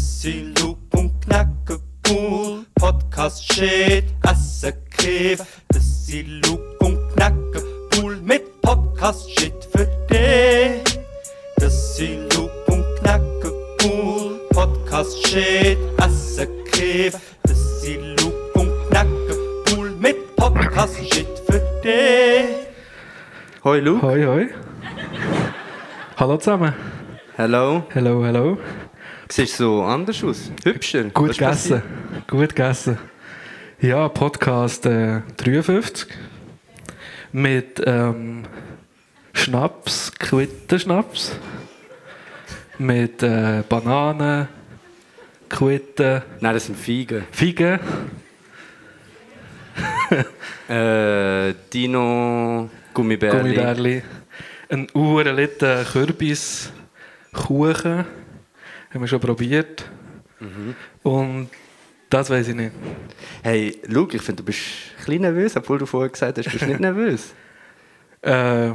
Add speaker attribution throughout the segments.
Speaker 1: Siloop und Knacke cool. Podcast shit, asse Kref. Das Siloop und Knacke cool mit Podcast shit für dich. Das Siloop und Knacke cool. Podcast shit, asse Kref. Das Siloop und Knacke cool mit Podcast shit für dich. Hoi Luke.
Speaker 2: Hoi, hoi. Hallo zusammen.
Speaker 1: Hello.
Speaker 2: Hallo, hallo.
Speaker 1: Siehst so anders aus? Hübscher.
Speaker 2: Gut gegessen. Gut gegessen. Ja, Podcast äh, 53 mit ähm, Schnaps, Quittenschnaps, mit äh, Bananen, Quitten,
Speaker 1: Nein, das sind Feigen.
Speaker 2: Feigen,
Speaker 1: Äh, Dino, Gummibärli.
Speaker 2: Gummibärli, ein Uhrenliter Kürbis, Kuchen, haben wir schon probiert. Und das weiß ich nicht.
Speaker 1: Hey, Luke, ich finde, du bist ein bisschen nervös, obwohl du vorher gesagt hast, du bist nicht nervös.
Speaker 2: Äh,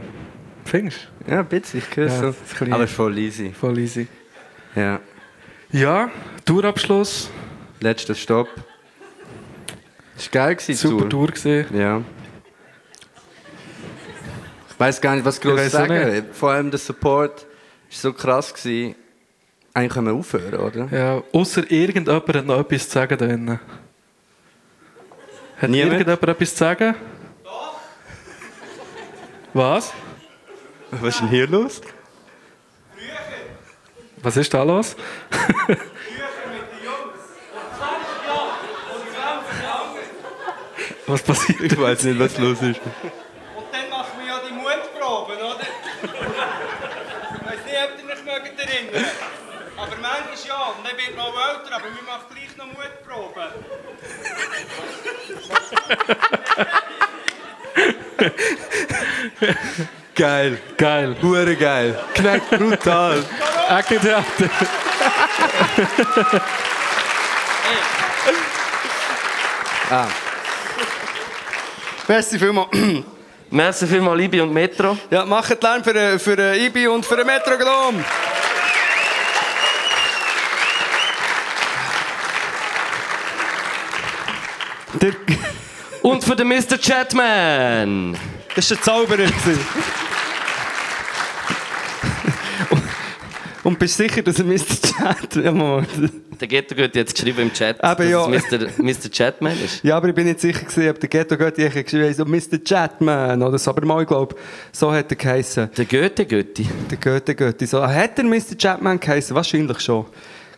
Speaker 2: findest
Speaker 1: Ja, ein bisschen, ich höre
Speaker 2: Ja,
Speaker 1: so.
Speaker 2: das ist ein bisschen-
Speaker 1: Aber voll easy.
Speaker 2: du? Voll easy.
Speaker 1: Ja.
Speaker 2: Ja, Tourabschluss.
Speaker 1: Letzter Stopp. Ist geil gewesen, die Tour.
Speaker 2: Super Tour gesehen.
Speaker 1: Ja. Ich weiß gar nicht, was
Speaker 2: Ich
Speaker 1: groß
Speaker 2: weiss auch
Speaker 1: sagen. Vor allem der Support ist so krass gewesen. Eigentlich können wir aufhören, oder?
Speaker 2: Ja, außer irgendjemand hat noch etwas zu sagen da drinnen. Hat
Speaker 1: Niemand?
Speaker 2: irgendjemand etwas zu sagen? Was?
Speaker 1: Was ist denn hier los?
Speaker 2: Was ist da los? Was passiert?
Speaker 1: Ich weiß nicht, was los ist.
Speaker 3: Und dann machen wir ja die Mutproben, oder? ich weiß nicht, ob ihr euch mögt erinnern Aber manchmal ja, und dann wird man auch älter, aber wir machen gleich noch Mutproben.
Speaker 1: Geil.
Speaker 2: Geil.
Speaker 1: Hure geil. Knackt brutal.
Speaker 2: Akkurat.
Speaker 3: Merci vielmals.
Speaker 4: Merci vielmals, Libi und Metro.
Speaker 3: Ja, macht Lärm für, für Ibi und für den Metronom.
Speaker 4: Und für den Mr. Chatman.
Speaker 3: Das war ein Zauberer. gewesen. Und bist sicher, dass er Mr. Chat... Ja, Moment.
Speaker 4: Der Ghetto Götti jetzt geschrieben im Chat,
Speaker 3: Aber ja.
Speaker 4: dass es Mr. Mr. Chatman ist.
Speaker 3: Ja, aber ich bin nicht sicher, gewesen, ob der Ghetto Götti eigentlich geschrieben hat, so Mr. Chatman oder so. Aber mal, ich glaube, so hat er geheissen.
Speaker 4: Der Goethe Götti.
Speaker 3: Der Goethe Götti. So, hat er Mr. Chapman geheißen? Wahrscheinlich schon.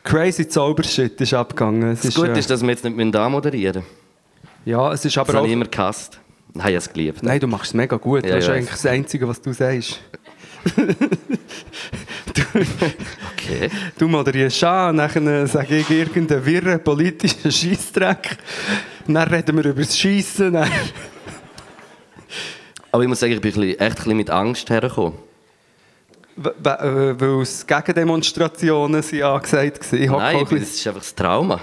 Speaker 3: Crazy Zaubershit ist abgegangen. Es
Speaker 4: Das Gute
Speaker 3: äh,
Speaker 4: ist, dass wir jetzt nicht mehr moderieren müssen.
Speaker 3: Ja, es ist
Speaker 4: Das
Speaker 3: aber
Speaker 4: habe
Speaker 3: auch...
Speaker 4: ich immer gehasst. Nein, ich habe es geliebt.
Speaker 3: Nein, du machst es mega gut.
Speaker 4: Ja,
Speaker 3: das ist
Speaker 4: ich weiß.
Speaker 3: eigentlich das Einzige, was du sagst.
Speaker 4: Okay.
Speaker 3: Du moderierst an, nachher sage ich irgendeinen wirren politischen Scheissdreck. Dann reden wir über das Schiessen. Dann...
Speaker 4: Aber ich muss sagen, ich bin ein bisschen- echt ein bisschen mit Angst hergekommen.
Speaker 3: W- w- äh, Weil es Gegendemonstrationen sind angesagt waren. Ich hab
Speaker 4: Nein,
Speaker 3: auch
Speaker 4: ich
Speaker 3: ein bisschen-
Speaker 4: bin, das ist einfach das Trauma.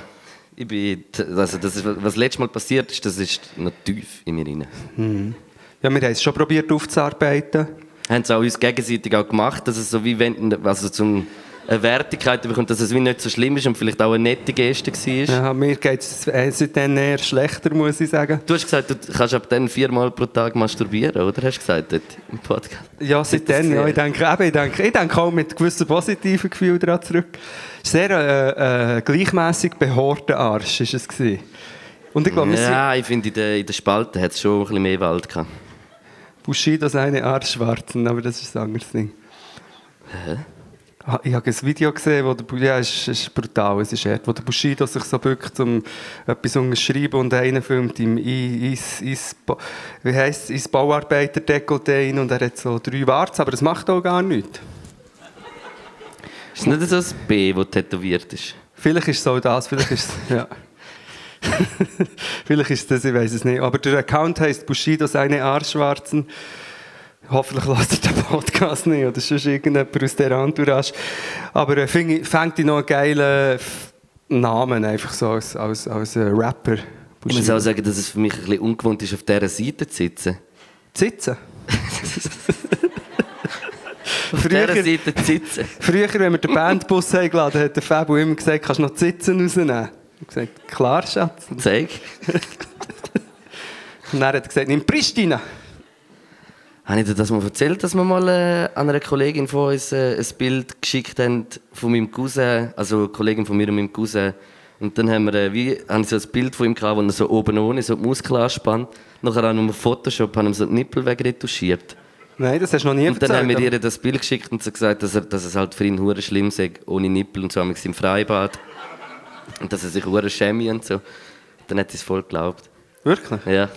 Speaker 4: Ich bin, also das ist, was letztes Mal passiert ist, das ist noch tief in mir rein.
Speaker 3: Ja, wir haben es schon probiert aufzuarbeiten.
Speaker 4: haben sie auch uns gegenseitig auch gemacht, dass es so wie wenn, also zum eine Wertigkeit bekommt, dass es wie nicht so schlimm ist und vielleicht auch eine nette Geste war.
Speaker 3: Ja, mir geht es äh, seitdem eher schlechter, muss ich sagen.
Speaker 4: Du hast gesagt, du kannst ab dann viermal pro Tag masturbieren, oder? Hast du gesagt dort im Podcast?
Speaker 3: Ja, seitdem,
Speaker 4: das äh,
Speaker 3: ja.
Speaker 4: sehr-
Speaker 3: Ich denke, eben, ich, denke, ich denke auch mit gewissen positiven Gefühlen daran zurück. Sehr äh, äh, gleichmässig behorter Arsch war es. Gewesen. Und ich glaube, wir sind
Speaker 4: Ja, ich finde, in der, in der Spalte hat es schon ein bisschen mehr Wald gehabt.
Speaker 3: Bushido seine Arschschwarzen, aber das ist ein anderes Ding. Hä? Ich habe ein Video gesehen, wo der Bu- ja, es ist, es ist brutal, es ist hart, wo der Bushido sich so bückt, um etwas zu unterschreiben und einer filmt ihm ins, ins, Ba- wie heisst ins Bauarbeiter-Dekolleté rein und er hat so drei Warzen, aber das macht auch gar nichts.
Speaker 4: Ist es nicht so ein B, das tätowiert ist?
Speaker 3: Vielleicht ist es auch das, vielleicht ist es. ja. vielleicht ist es das, ich weiß es nicht. Aber der Account heißt Bushido seine Arschwarzen. Hoffentlich lasst ihr den Podcast nicht oder sonst irgendjemand aus dieser Entourage. Aber äh, fing ich- fängt ich noch einen geilen F- Namen einfach so als, als, als äh, Rapper.
Speaker 4: Ich muss also- auch sagen, dass es für mich ein bisschen ungewohnt ist, auf dieser Seite zu sitzen.
Speaker 3: sitzen.
Speaker 4: Auf
Speaker 3: Früher-
Speaker 4: dieser Seite zu sitzen.
Speaker 3: Früher, wenn wir den Bandbus eingeladen haben, hat der Fabio immer gesagt, kannst du noch die Sitzen rausnehmen? Ich habe gesagt, klar, Schatz.
Speaker 4: Zeig.
Speaker 3: Und er hat er gesagt, nimm Pristina.
Speaker 4: Habe ich dir das mal erzählt, dass wir mal äh, an einer Kollegin von uns äh, ein Bild geschickt haben von meinem Cousin, also eine Kollegin von mir und meinem Cousin. Und dann haben wir, äh, wie, haben so ein Bild von ihm gehabt, wo er so oben ohne so die Muskeln anspannt. Nachher haben wir mit Photoshop haben ihm so die Nippel wegretuschiert.
Speaker 3: Nein, das hast du noch nie
Speaker 4: Und dann haben wir
Speaker 3: erzählt,
Speaker 4: ihr das Bild geschickt und so gesagt, dass, er, dass es halt für ihn hure schlimm sei, ohne Nippel und so am im Freibad. Und dass er sich hure schäme und so. Dann hat sie es voll geglaubt.
Speaker 3: aber- Wirklich?
Speaker 4: Ja.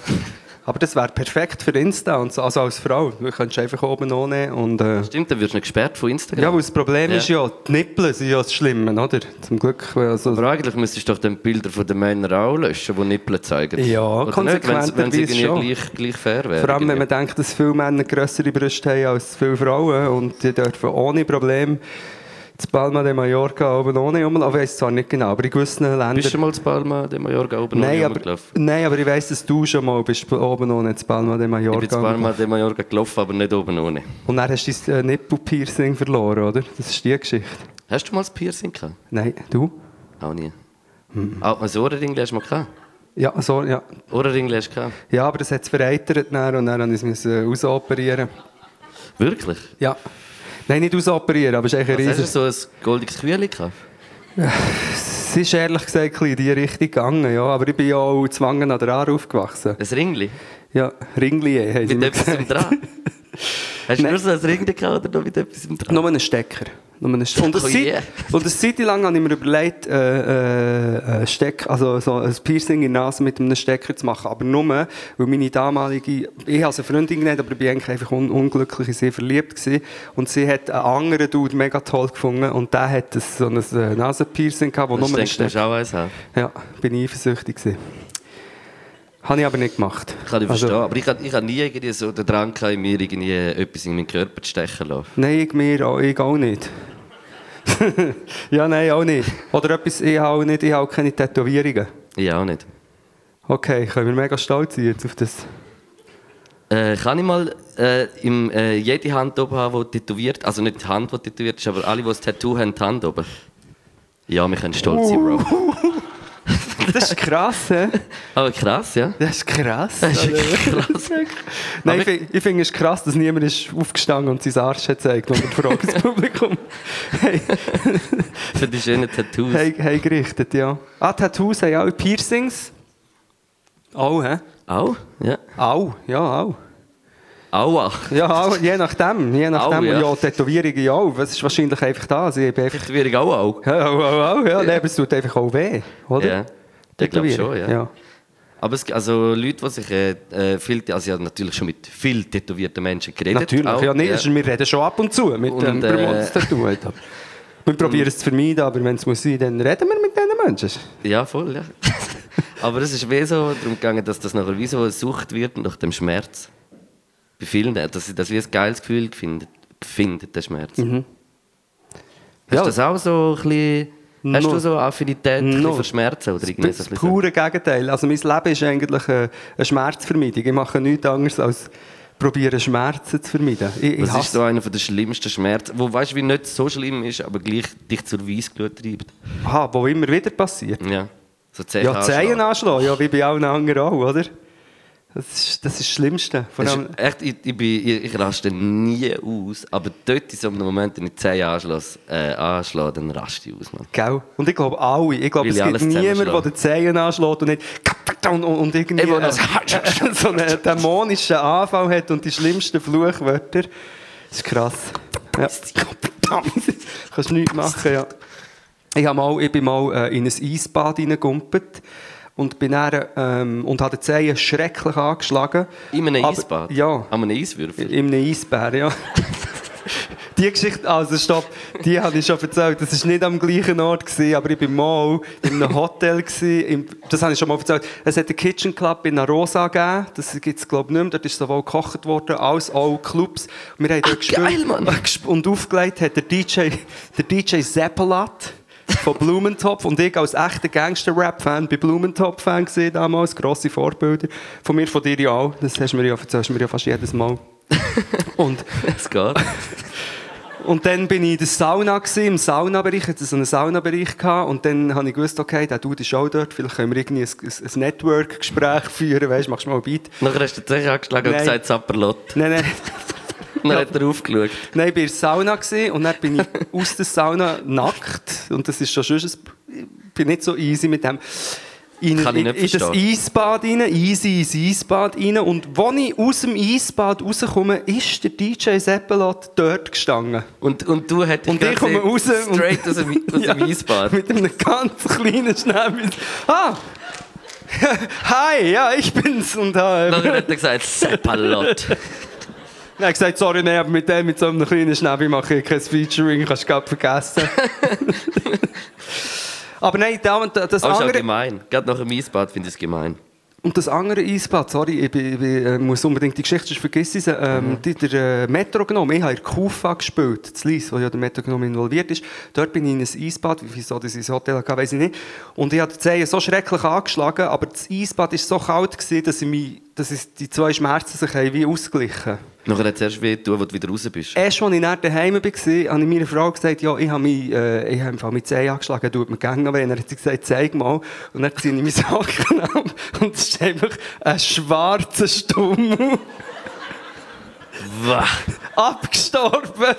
Speaker 3: Aber das wäre perfekt für Insta und so, also als Frau. Du könntest einfach oben ohne und... Äh,
Speaker 4: Stimmt, dann wirst du nicht gesperrt von Instagram.
Speaker 3: ja, weil das Problem
Speaker 4: Ja.
Speaker 3: ist ja, die Nippel sind ja das Schlimme, oder? Zum Glück, weil also...
Speaker 4: Aber eigentlich müsstest du doch dann die Bilder von den Männern auch löschen, die Nippel zeigen.
Speaker 3: Ja,
Speaker 4: nicht, wenn sie- wenn sie
Speaker 3: konsequenterweise
Speaker 4: irgendwie gleich, gleich fair wären.
Speaker 3: Vor allem, wenn man denkt, dass viele Männer grössere Brüste haben als viele Frauen und die dürfen ohne Problem zu Palma de Mallorca oben ohne rumlaufen. Ich weiß zwar nicht genau, aber in gewissen Ländern...
Speaker 4: Bist du mal zu Palma de Mallorca oben
Speaker 3: Nein
Speaker 4: ohne
Speaker 3: aber,
Speaker 4: rumgelaufen?
Speaker 3: nein, aber ich weiss, dass du schon mal bist oben ohne zu Palma de
Speaker 4: Ich
Speaker 3: Mallorca.
Speaker 4: bin zu Palma de Mallorca gelaufen, aber nicht oben ohne.
Speaker 3: Und dann hast du dein äh, Nippelpiercing verloren, oder? Das ist die Geschichte.
Speaker 4: Hast du mal ein Piercing gehabt?
Speaker 3: Nein, du?
Speaker 4: Auch nie.
Speaker 3: Hm.
Speaker 4: Auch ein Ohrenring hast du mal gehabt?
Speaker 3: Ja, so, ja.
Speaker 4: Ohrenring hast du gehabt?
Speaker 3: ja aber das hat es vereitert dann, und dann musste ich es äh, ausoperieren.
Speaker 4: Wirklich?
Speaker 3: Ja. Nein, nicht ausoperieren, aber es ist eigentlich ein
Speaker 4: Was hast du
Speaker 3: riesen...
Speaker 4: so ein goldiges Kühle gehabt?
Speaker 3: Es ist ehrlich gesagt ein bisschen in die Richtung gegangen, ja. Aber ich bin ja auch zwangen an der Aare aufgewachsen.
Speaker 4: Ein Ringli?
Speaker 3: Ja, Ringlie haben sie
Speaker 4: Mit
Speaker 3: mir
Speaker 4: etwas
Speaker 3: gesagt.
Speaker 4: dran? Hast du
Speaker 3: Nein.
Speaker 4: nur so ein Ringli gehabt oder noch mit etwas dran?
Speaker 3: Nur einen Stecker. Nur einen Stecker. Und, eine
Speaker 4: Oh
Speaker 3: Zeit,
Speaker 4: yeah.
Speaker 3: und eine Zeit lang habe ich mir überlegt, äh, äh, äh, Steck, also so ein Piercing in der Nase mit einem Stecker zu machen. Aber nur, weil meine damalige, ich habe sie eine Freundin genannt, aber ich war eigentlich einfach un unglücklich in sie verliebt. Gewesen. Und sie hat einen anderen Dude mega toll gefunden und der hat ein- so ein äh, Nasenpiercing gehabt, wo
Speaker 4: Ich
Speaker 3: nur ein
Speaker 4: denke, du musst
Speaker 3: Stecker...
Speaker 4: auch eins haben.
Speaker 3: Ja, bin ich eifersüchtig gewesen. Habe ich aber nicht gemacht.
Speaker 4: Kann ich
Speaker 3: Also-
Speaker 4: verstehen, aber ich habe ich hab nie irgendwie so den Drang gehabt, in mir irgendwie etwas in meinen Körper zu stechen lassen.
Speaker 3: Nein, ich, mir, auch- ich auch nicht. ja, nein, auch nicht. Oder etwas, ich habe auch nicht, ich habe auch keine Tätowierungen.
Speaker 4: Ich auch nicht.
Speaker 3: Okay, können wir mega stolz sein jetzt auf das.
Speaker 4: Äh, kann ich mal äh, im, äh, jede Hand oben haben, die tätowiert Also nicht die Hand, die tätowiert ist, aber alle, die das Tattoo haben, die Hand oben. Ja, wir können stolz sein,
Speaker 3: Uh.
Speaker 4: Bro.
Speaker 3: Das ist krass, hä?
Speaker 4: Aber krass, ja?
Speaker 3: Das ist krass.
Speaker 4: Das ist krass.
Speaker 3: Nein, ich, fi- ich finde es ist krass, dass niemand ist aufgestanden und sein Arsch hat gezeigt, wenn man die Frage ins Publikum hey,
Speaker 4: Für die schönen Tattoos.
Speaker 3: hey, hey, gerichtet, ja. Ah, Tattoos haben auch Piercings. Auch, hä?
Speaker 4: Auch? Ja.
Speaker 3: Auch, ja, auch.
Speaker 4: Aua.
Speaker 3: Ja, auch, je nachdem, je nachdem.
Speaker 4: Auch, ja.
Speaker 3: ja. ja, Tätowierungen ja auch. Es ist wahrscheinlich einfach das. Ich bin einfach
Speaker 4: Tätowierung auch auch.
Speaker 3: Ja, oh, oh, oh, ja. Nein, aber es tut einfach auch weh, oder?
Speaker 4: Ja. Ich glaube
Speaker 3: Tätowieren.
Speaker 4: schon, ja. Aber es, also Leute, die sich äh, äh, viel, also ich habe natürlich schon mit viel tätowierten Menschen geredet.
Speaker 3: Natürlich,
Speaker 4: auch,
Speaker 3: ja, nicht. das ist- Wir reden schon ab und zu mit
Speaker 4: Und,
Speaker 3: dem
Speaker 4: äh,
Speaker 3: Bermuds-Tattoo. halt. Wir probieren es zu vermeiden, aber wenn es muss sein, dann reden wir mit diesen Menschen.
Speaker 4: Ja, voll, ja. Aber es ist wie so darum gegangen, dass das nachher wie so eine Sucht wird nach dem Schmerz. Bei vielen, äh, dass sie das wie ein geiles Gefühl finden, finden der Schmerz. Hast
Speaker 3: Mhm. Ja.
Speaker 4: du das auch so ein bisschen, hast
Speaker 3: No.
Speaker 4: du so Affinität ein bisschen
Speaker 3: No.
Speaker 4: für Schmerzen oder irgendwie so
Speaker 3: Das
Speaker 4: ein bisschen so?
Speaker 3: pure Gegenteil. Also mein Leben ist eigentlich äh, eine Schmerzvermeidung. Ich mache nichts anderes als probieren, Schmerzen zu vermeiden. Ich, ich
Speaker 4: Das ist
Speaker 3: hasse
Speaker 4: so einer der schlimmsten Schmerzen, wo weißt du, wie nicht so schlimm ist, aber gleich dich zur Weissglut treibt.
Speaker 3: Aha, wo immer wieder passiert.
Speaker 4: Ja. So Zehen
Speaker 3: Ja, Zehen
Speaker 4: anschlagen.
Speaker 3: anschlagen, ja, wie bei allen anderen auch, oder? Das ist das, ist das Schlimmste. Vor
Speaker 4: Es
Speaker 3: allem-
Speaker 4: ist Echt, ich, ich, bin, ich, ich raste nie aus, aber dort in so einem Moment, wenn ich Zehen anschlage, äh, anschlage, dann raste ich aus, Mann.
Speaker 3: Gell? Und ich glaube alle. Ich glaube,
Speaker 4: Weil
Speaker 3: es
Speaker 4: ich
Speaker 3: gibt
Speaker 4: alles
Speaker 3: niemanden, der
Speaker 4: zusammenschlage.
Speaker 3: den Zehen anschlägt und nicht und, und, und irgendwie
Speaker 4: Ich will
Speaker 3: äh,
Speaker 4: das-
Speaker 3: so einen dämonischen Anfall hat und die schlimmsten Fluchwörter. Das ist krass. Ja. Kannst nichts machen, ja. Ich, hab mal, ich bin mal äh, in ein Eisbad reingegumpelt und, bin dann, ähm, und habe den Zehen schrecklich angeschlagen.
Speaker 4: In einem
Speaker 3: Aber-
Speaker 4: Eisbad?
Speaker 3: Ja.
Speaker 4: An einem Eiswürfel?
Speaker 3: Im Eisbär, ja. Die Geschichte, also stopp, die habe ich schon erzählt. Das war nicht am gleichen Ort, gewesen, aber ich war mal in einem Hotel. Gewesen, im, das habe ich schon mal erzählt. Es hat einen Kitchen Club in Rosa gegeben. Das gibt es, glaube ich, nicht mehr. Dort ist sowohl gekocht worden als auch Clubs. Und wir haben dort gespielt.
Speaker 4: geil, Mann.
Speaker 3: Gesp- Und aufgelegt hat der DJ, der DJ Zeppelat von Blumentopf. Und ich als echter Gangster-Rap-Fan bin Blumentopf-Fan gewesen damals. Grosse Vorbilder. Von mir, von dir ja auch. Das hast du mir ja, erzählst du mir ja fast jedes Mal. Und
Speaker 4: Es geht.
Speaker 3: Und dann bin ich in der Sauna, gewesen, im Saunabereich, hatte so einen Saunabereich gehabt, und dann habe ich gewusst, okay, der Dude ist auch dort, vielleicht können wir irgendwie ein, ein, ein Network-Gespräch führen, weißt, machst du mal ein Beat.
Speaker 4: Nachher hast du die Zeche angeschlagen und
Speaker 3: Nein.
Speaker 4: gesagt, Zapperlot.
Speaker 3: Nein, nein,
Speaker 4: Dann hat er aufgeschaut.
Speaker 3: nein, ich war in der Sauna gewesen, und dann bin ich aus der Sauna nackt, und das ist schon schon, ich bin nicht so easy mit dem. In,
Speaker 4: Kann ich
Speaker 3: in,
Speaker 4: nicht
Speaker 3: in das
Speaker 4: verstehen.
Speaker 3: Eisbad rein, easy ins Eisbad rein. Und als ich aus dem Eisbad rauskomme, ist der DJ Seppelot dort gestanden.
Speaker 4: Und, und du hättest
Speaker 3: Und ich komme raus und-
Speaker 4: straight aus dem, aus
Speaker 3: Ja,
Speaker 4: dem Eisbad.
Speaker 3: Mit einem ganz kleinen Schnäppchen. Ah! Hi, ja, ich bin's. Und äh, dann
Speaker 4: Nachher hat er gesagt, Seppalot.
Speaker 3: habe ich gesagt, sorry, nein, aber mit dem, mit so einem kleinen Schnäppchen mache ich kein Featuring, kannst du gerade vergessen. aber nein, da und da- das
Speaker 4: Aber ist halt auch
Speaker 3: andere...
Speaker 4: gemein. Gerade nach dem Eisbad finde ich es gemein.
Speaker 3: Und das andere Eisbad, sorry, ich, bin, ich bin, äh, muss unbedingt die Geschichte, sonst vergiss ich sie. Ähm,
Speaker 4: Mhm.
Speaker 3: die, der äh, Metronom, ich habe in Kufa gespielt, in Lies, wo ja der Metronom involviert ist. Dort bin ich in ein Eisbad, wie wieso das ins Hotel hatte, weiß ich nicht. Und ich habe die Zehen so schrecklich angeschlagen, aber das Eisbad war so kalt, gewesen, dass, ich mich, dass ich, die zwei Schmerzen sich haben wie ausglichen
Speaker 4: Nachher hat es erst weh getan, als du wieder raus bist.
Speaker 3: Erst als ich nach daheim war, habe ich meiner Frau gesagt, ja, ich habe mich, äh, ich habe im Fall mit Zehen angeschlagen, tut mir gerne weh. Dann hat sie gesagt, zeig mal. Und dann ziehe ich meine Socken ab und es ist einfach ein schwarzer Stummel,
Speaker 4: Wah.
Speaker 3: abgestorben.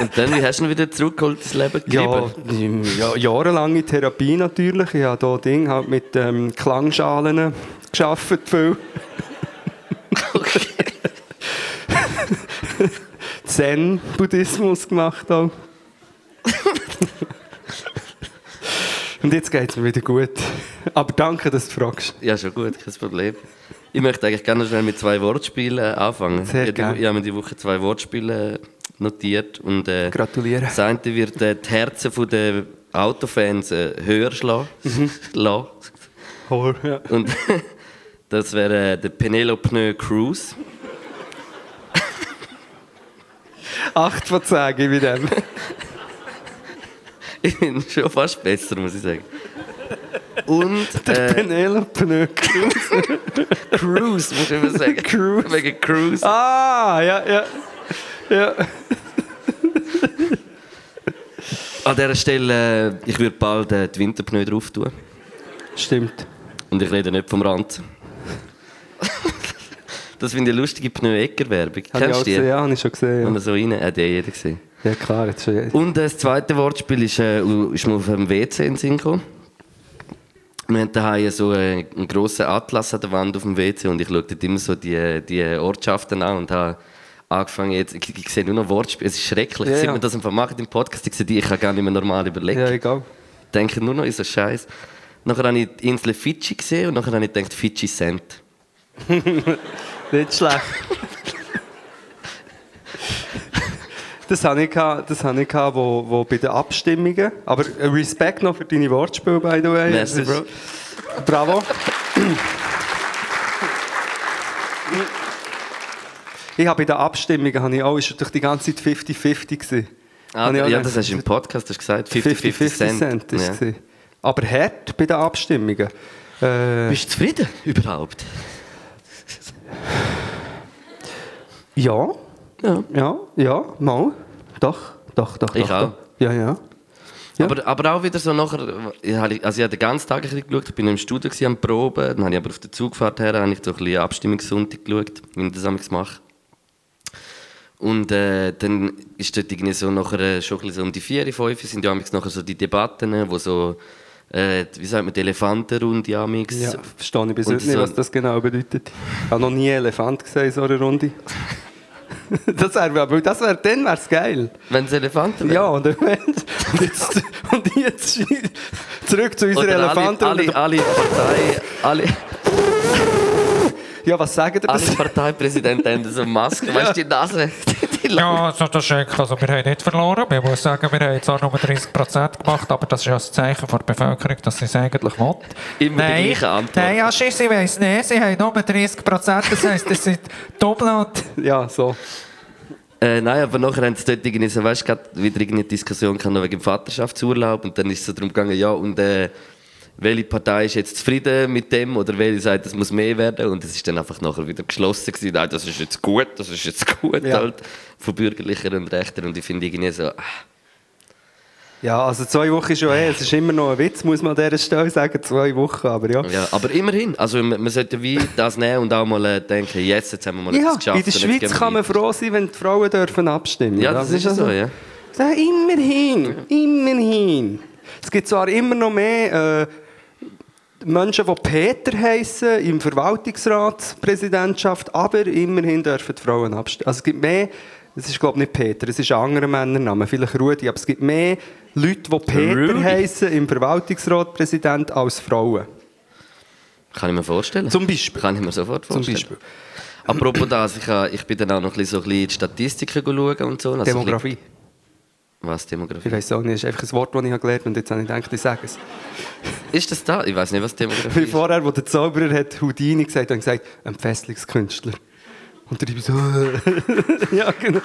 Speaker 4: Und dann, wie hast du ihn wieder zurückgeholt ins Leben
Speaker 3: Ja,
Speaker 4: gegeben?
Speaker 3: ja, jahrelange Therapie natürlich. Ich habe hier Ding halt mit ähm, Klangschalen geschafft viel. Zen-Buddhismus gemacht auch. Und jetzt geht es mir wieder gut. Aber danke, dass du fragst.
Speaker 4: Ja. schon gut, kein Problem. Ich möchte eigentlich gerne noch schnell mit zwei Wortspielen äh, anfangen.
Speaker 3: Sehr
Speaker 4: ich,
Speaker 3: gerne.
Speaker 4: ich habe mir die Woche zwei Wortspiele äh, notiert. Und, äh,
Speaker 3: Gratuliere.
Speaker 4: Das eine wird äh, die Herzen der Autofans äh, höher schlagen. lassen.
Speaker 3: Ja.
Speaker 4: Und das wäre äh, der Penelope Cruz.
Speaker 3: Acht von zehn gebe ich dem.
Speaker 4: Ich bin schon fast besser, muss ich sagen. Und
Speaker 3: Der
Speaker 4: äh,
Speaker 3: Penelope Nück.
Speaker 4: Cruz, muss ich immer sagen.
Speaker 3: Cruz.
Speaker 4: Wegen Cruz.
Speaker 3: Ah, ja, ja. ja.
Speaker 4: An dieser Stelle, äh, ich würde bald äh, die Winterpneu drauf tun.
Speaker 3: Stimmt.
Speaker 4: Und ich rede nicht vom Rand. das finde ich eine lustige Pneu-Ecker-Werbung.
Speaker 3: Habe ich auch
Speaker 4: Kennst du die?
Speaker 3: gesehen, ja, habe ich schon gesehen.
Speaker 4: Wenn er so rein, hat eh jeder gesehen.
Speaker 3: Ja, ja klar, jetzt schon.
Speaker 4: Und äh, das zweite Wortspiel ist, äh, ist mir auf dem WC in den Sinn gekommen. Wir haben daheim so äh, einen grossen Atlas an der Wand auf dem WC und ich schaue dort immer so die, die Ortschaften an und habe angefangen jetzt, ich, ich sehe nur noch Wortspiele, es ist schrecklich,
Speaker 3: Ja,
Speaker 4: seit
Speaker 3: ja.
Speaker 4: wir das einfach machen im Podcast, ich sehe die, ich kann gar nicht mehr normal überlegen.
Speaker 3: Ja, egal.
Speaker 4: denke nur noch in so Scheiß. Nachher habe ich die Insel Fidschi gesehen und nachher habe ich gedacht, Fidschi Cent.
Speaker 3: Nicht schlecht. Das hatte ich, gehabt- das hatte ich gehabt, wo, wo bei den Abstimmungen. Aber Respekt noch für deine Wortspiele, by the way.
Speaker 4: Merci,
Speaker 3: Das ist-
Speaker 4: Bro.
Speaker 3: Bravo. Ich habe bei den Abstimmungen habe ich auch, ist durch die ganze Zeit 50-50 gewesen.
Speaker 4: Ah,
Speaker 3: Habe ich auch
Speaker 4: ja,
Speaker 3: gedacht,
Speaker 4: das hast du im Podcast hast du gesagt, 50-50 Cent.
Speaker 3: 50-50 Cent. ist
Speaker 4: ja.
Speaker 3: gewesen. Aber hart bei den Abstimmungen. Äh,
Speaker 4: Bist du zufrieden überhaupt?
Speaker 3: ja,
Speaker 4: Ja.
Speaker 3: ja, ja, mal. Doch, doch, doch.
Speaker 4: Ich
Speaker 3: doch,
Speaker 4: auch.
Speaker 3: Doch. Ja, ja. Ja.
Speaker 4: Aber, aber auch wieder so nachher, ich habe- also ich habe den ganzen Tag ein bisschen geschaut, ich bin im Studio gewesen, am Proben, dann habe ich aber auf der Zugfahrt her habe ich so ein bisschen Abstimmungssonntag geschaut, wie ich das manchmal mache. Und äh, dann ist dort irgendwie so nachher äh, schon ein bisschen so um die 4, 5 sind ja manchmal nachher so die Debatten, wo so, äh, wie sagt man, die Elefantenrunde ja,
Speaker 3: Ja, verstehe ich bis
Speaker 4: Und
Speaker 3: heute nicht,
Speaker 4: so-
Speaker 3: was das genau bedeutet. Ich habe noch nie Elefant gesehen in so einer Runde. Das wäre aber, das wär, dann wäre es geil.
Speaker 4: Wenn es Elefanten
Speaker 3: Ja, und, dann- und jetzt, und jetzt zurück zu unserer
Speaker 4: Oder alle,
Speaker 3: Elefanten.
Speaker 4: alle, alle Parteien, alle,
Speaker 3: Ja, was sagen die?
Speaker 4: alle
Speaker 3: Das?
Speaker 4: Parteipräsidenten haben so Masken, weißt du, die Nase, die, die
Speaker 5: Ja, es ist noch schön. Also, wir haben nicht verloren. Wir müssen sagen, wir haben jetzt auch nur 30% gemacht, aber das ist ja das Zeichen von der Bevölkerung, dass sie es eigentlich will.
Speaker 4: Immer die gleiche Antwort.
Speaker 5: Nein, ja, Schiss, ich weiss nicht. Sie haben nur 30%, das heisst, das sind doppelt.
Speaker 3: Ja, so.
Speaker 4: Äh, nein, aber nachher haben sie dort irgendwie so, weißt du, gerade wieder irgendeine Diskussion gehabt, noch wegen dem Vaterschaftsurlaub und dann ist es so darum gegangen, ja, und äh, welche Partei ist jetzt zufrieden mit dem oder welche sagt, es muss mehr werden. Und es ist dann einfach nachher wieder geschlossen gewesen. Nein, das ist jetzt gut, das ist jetzt gut.
Speaker 3: Ja.
Speaker 4: Halt. Von bürgerlicher und rechter. Und ich finde irgendwie so, ah,
Speaker 3: Ja, also zwei Wochen ist ja eh, es ist immer noch ein Witz, muss man an dieser Stelle sagen, zwei Wochen, aber ja.
Speaker 4: ja. Aber immerhin, also man, man sollte wie das nehmen und auch mal äh, denken, yes, jetzt haben wir mal
Speaker 3: Ja,
Speaker 4: etwas geschafft.
Speaker 3: in der
Speaker 4: und jetzt
Speaker 3: Schweiz
Speaker 4: gehen wir
Speaker 3: kann man
Speaker 4: weiter.
Speaker 3: froh sein, wenn die Frauen dürfen abstimmen
Speaker 4: Ja, das, ist so, ja.
Speaker 3: also Ja, immerhin, immerhin. Es gibt zwar immer noch mehr äh, Menschen, die Peter heißen im Verwaltungsratspräsidentschaft, aber immerhin dürfen die Frauen abstimmen. Also es gibt mehr, es ist glaube ich nicht Peter, es ist ein anderer Männername, vielleicht Rudi, aber es gibt mehr Leute, die Peter
Speaker 4: Rudi?
Speaker 3: heißen im Verwaltungsratspräsident als Frauen.
Speaker 4: Kann ich mir vorstellen.
Speaker 3: Zum Beispiel.
Speaker 4: Kann ich mir sofort
Speaker 3: Zum
Speaker 4: vorstellen.
Speaker 3: Beispiel.
Speaker 4: Apropos das, ich, ha- ich bin dann auch noch ein bisschen, so ein bisschen in die Statistiken schauen und so. Also ein bisschen-
Speaker 3: Demografie.
Speaker 4: Was, Demografie?
Speaker 3: Ich weiß auch nicht, das ist einfach ein Wort, das ich habe gelernt habe und jetzt habe ich gedacht, ich sage es.
Speaker 4: Ist das da? Ich weiß nicht, was Demografie
Speaker 3: Weil
Speaker 4: ist.
Speaker 3: vorher, als der Zauberer hat Houdini gesagt hat, gesagt, ein Festlingskünstler. Und dann bin ich so, ja, genau.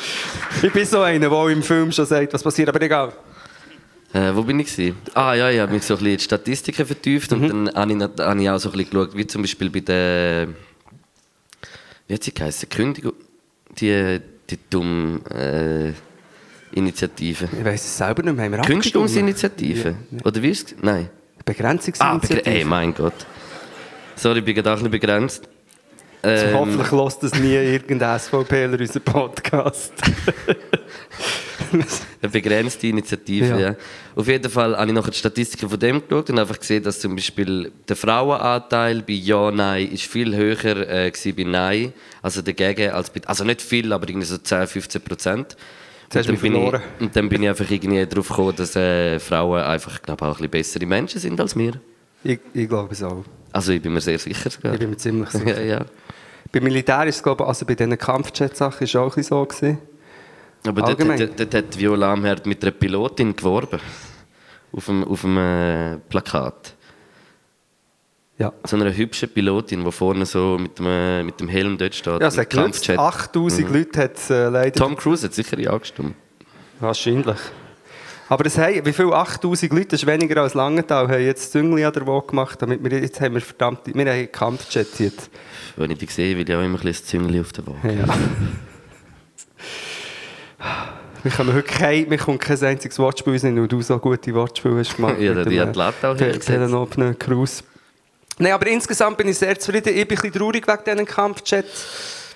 Speaker 3: Ich bin so einer, der auch im Film schon sagt, was passiert, aber egal.
Speaker 4: Äh, wo bin ich? Gewesen? Ah ja, ich habe mich so ein bisschen in die Statistiken vertieft
Speaker 3: Mhm.
Speaker 4: und dann habe ich, nat- habe ich auch so ein bisschen geschaut, wie zum Beispiel bei der... Wie hat sie geheißen? Kündigung... Die, die dumme äh, Initiative.
Speaker 3: Ich weiss es selber nicht mehr. Haben wir abgestimmt?
Speaker 4: Künstungsinitiative? Oder wie ist es? Nein. Ah, begre- ey,
Speaker 3: Begrenzungsinitiative.
Speaker 4: mein Gott. Sorry, ich bin gerade auch ein bisschen begrenzt.
Speaker 3: Also
Speaker 4: Ähm,
Speaker 3: Hoffentlich lässt das nie irgendein SVPler unseren Podcast.
Speaker 4: Eine begrenzte Initiative,
Speaker 3: Ja.
Speaker 4: ja. Auf jeden Fall habe ich noch die Statistiken von dem geschaut und einfach gesehen, dass zum Beispiel der Frauenanteil bei Ja, Nein ist viel höher äh, gewesen bei Nein, also dagegen, als bei, also nicht viel, aber irgendwie so 10, 15 Prozent.
Speaker 3: hast du mich
Speaker 4: bin
Speaker 3: verloren.
Speaker 4: ich, und dann bin ich einfach irgendwie darauf gekommen, dass äh, Frauen einfach, glaube auch ein bisschen bessere Menschen sind als wir.
Speaker 3: ich, ich glaube es auch.
Speaker 4: Also ich bin mir sehr sicher sogar.
Speaker 3: Ich bin mir ziemlich sicher.
Speaker 4: Ja, ja.
Speaker 3: Beim Militär ist es, glaube ich, also bei diesen Kampfjet-Sachen ist es auch ein bisschen so. Gewesen.
Speaker 4: Aber dort,
Speaker 3: Allgemein.
Speaker 4: dort, dort hat Viola Amherd mit einer Pilotin geworben. Auf dem, auf dem äh, Plakat.
Speaker 3: Ja.
Speaker 4: so einer hübschen Pilotin, die vorne so mit dem, äh, mit dem Helm dort steht.
Speaker 3: Ja, es
Speaker 4: im
Speaker 3: hat genützt.
Speaker 4: Kampfjet.
Speaker 3: 8000 Leute hat es äh, leider
Speaker 4: Mhm. Tom Cruise hat sicher ja angestimmt.
Speaker 3: Wahrscheinlich. Aber das haben, wie viel 8000 Leute, das ist weniger als Langenthal, haben jetzt Züngli an der Waage gemacht, damit wir, jetzt haben wir verdammt, wir haben Kampfjets jetzt.
Speaker 4: Wenn ich dich sehe, will ich auch immer ein bisschen das Züngli auf der Waage.
Speaker 3: Ja. Wir kommen heute kein, mir kommt kein einziges Wortspiel rein, weil du so gute Wortspiele hast gemacht.
Speaker 4: Ja,
Speaker 3: mit
Speaker 4: die
Speaker 3: dem,
Speaker 4: hat die Latte auch
Speaker 3: äh,
Speaker 4: hergesetzt.
Speaker 3: Telenopnen Cruise. Nein, aber insgesamt bin ich sehr zufrieden. Ich bin ein bisschen traurig wegen diesen Kampfjets.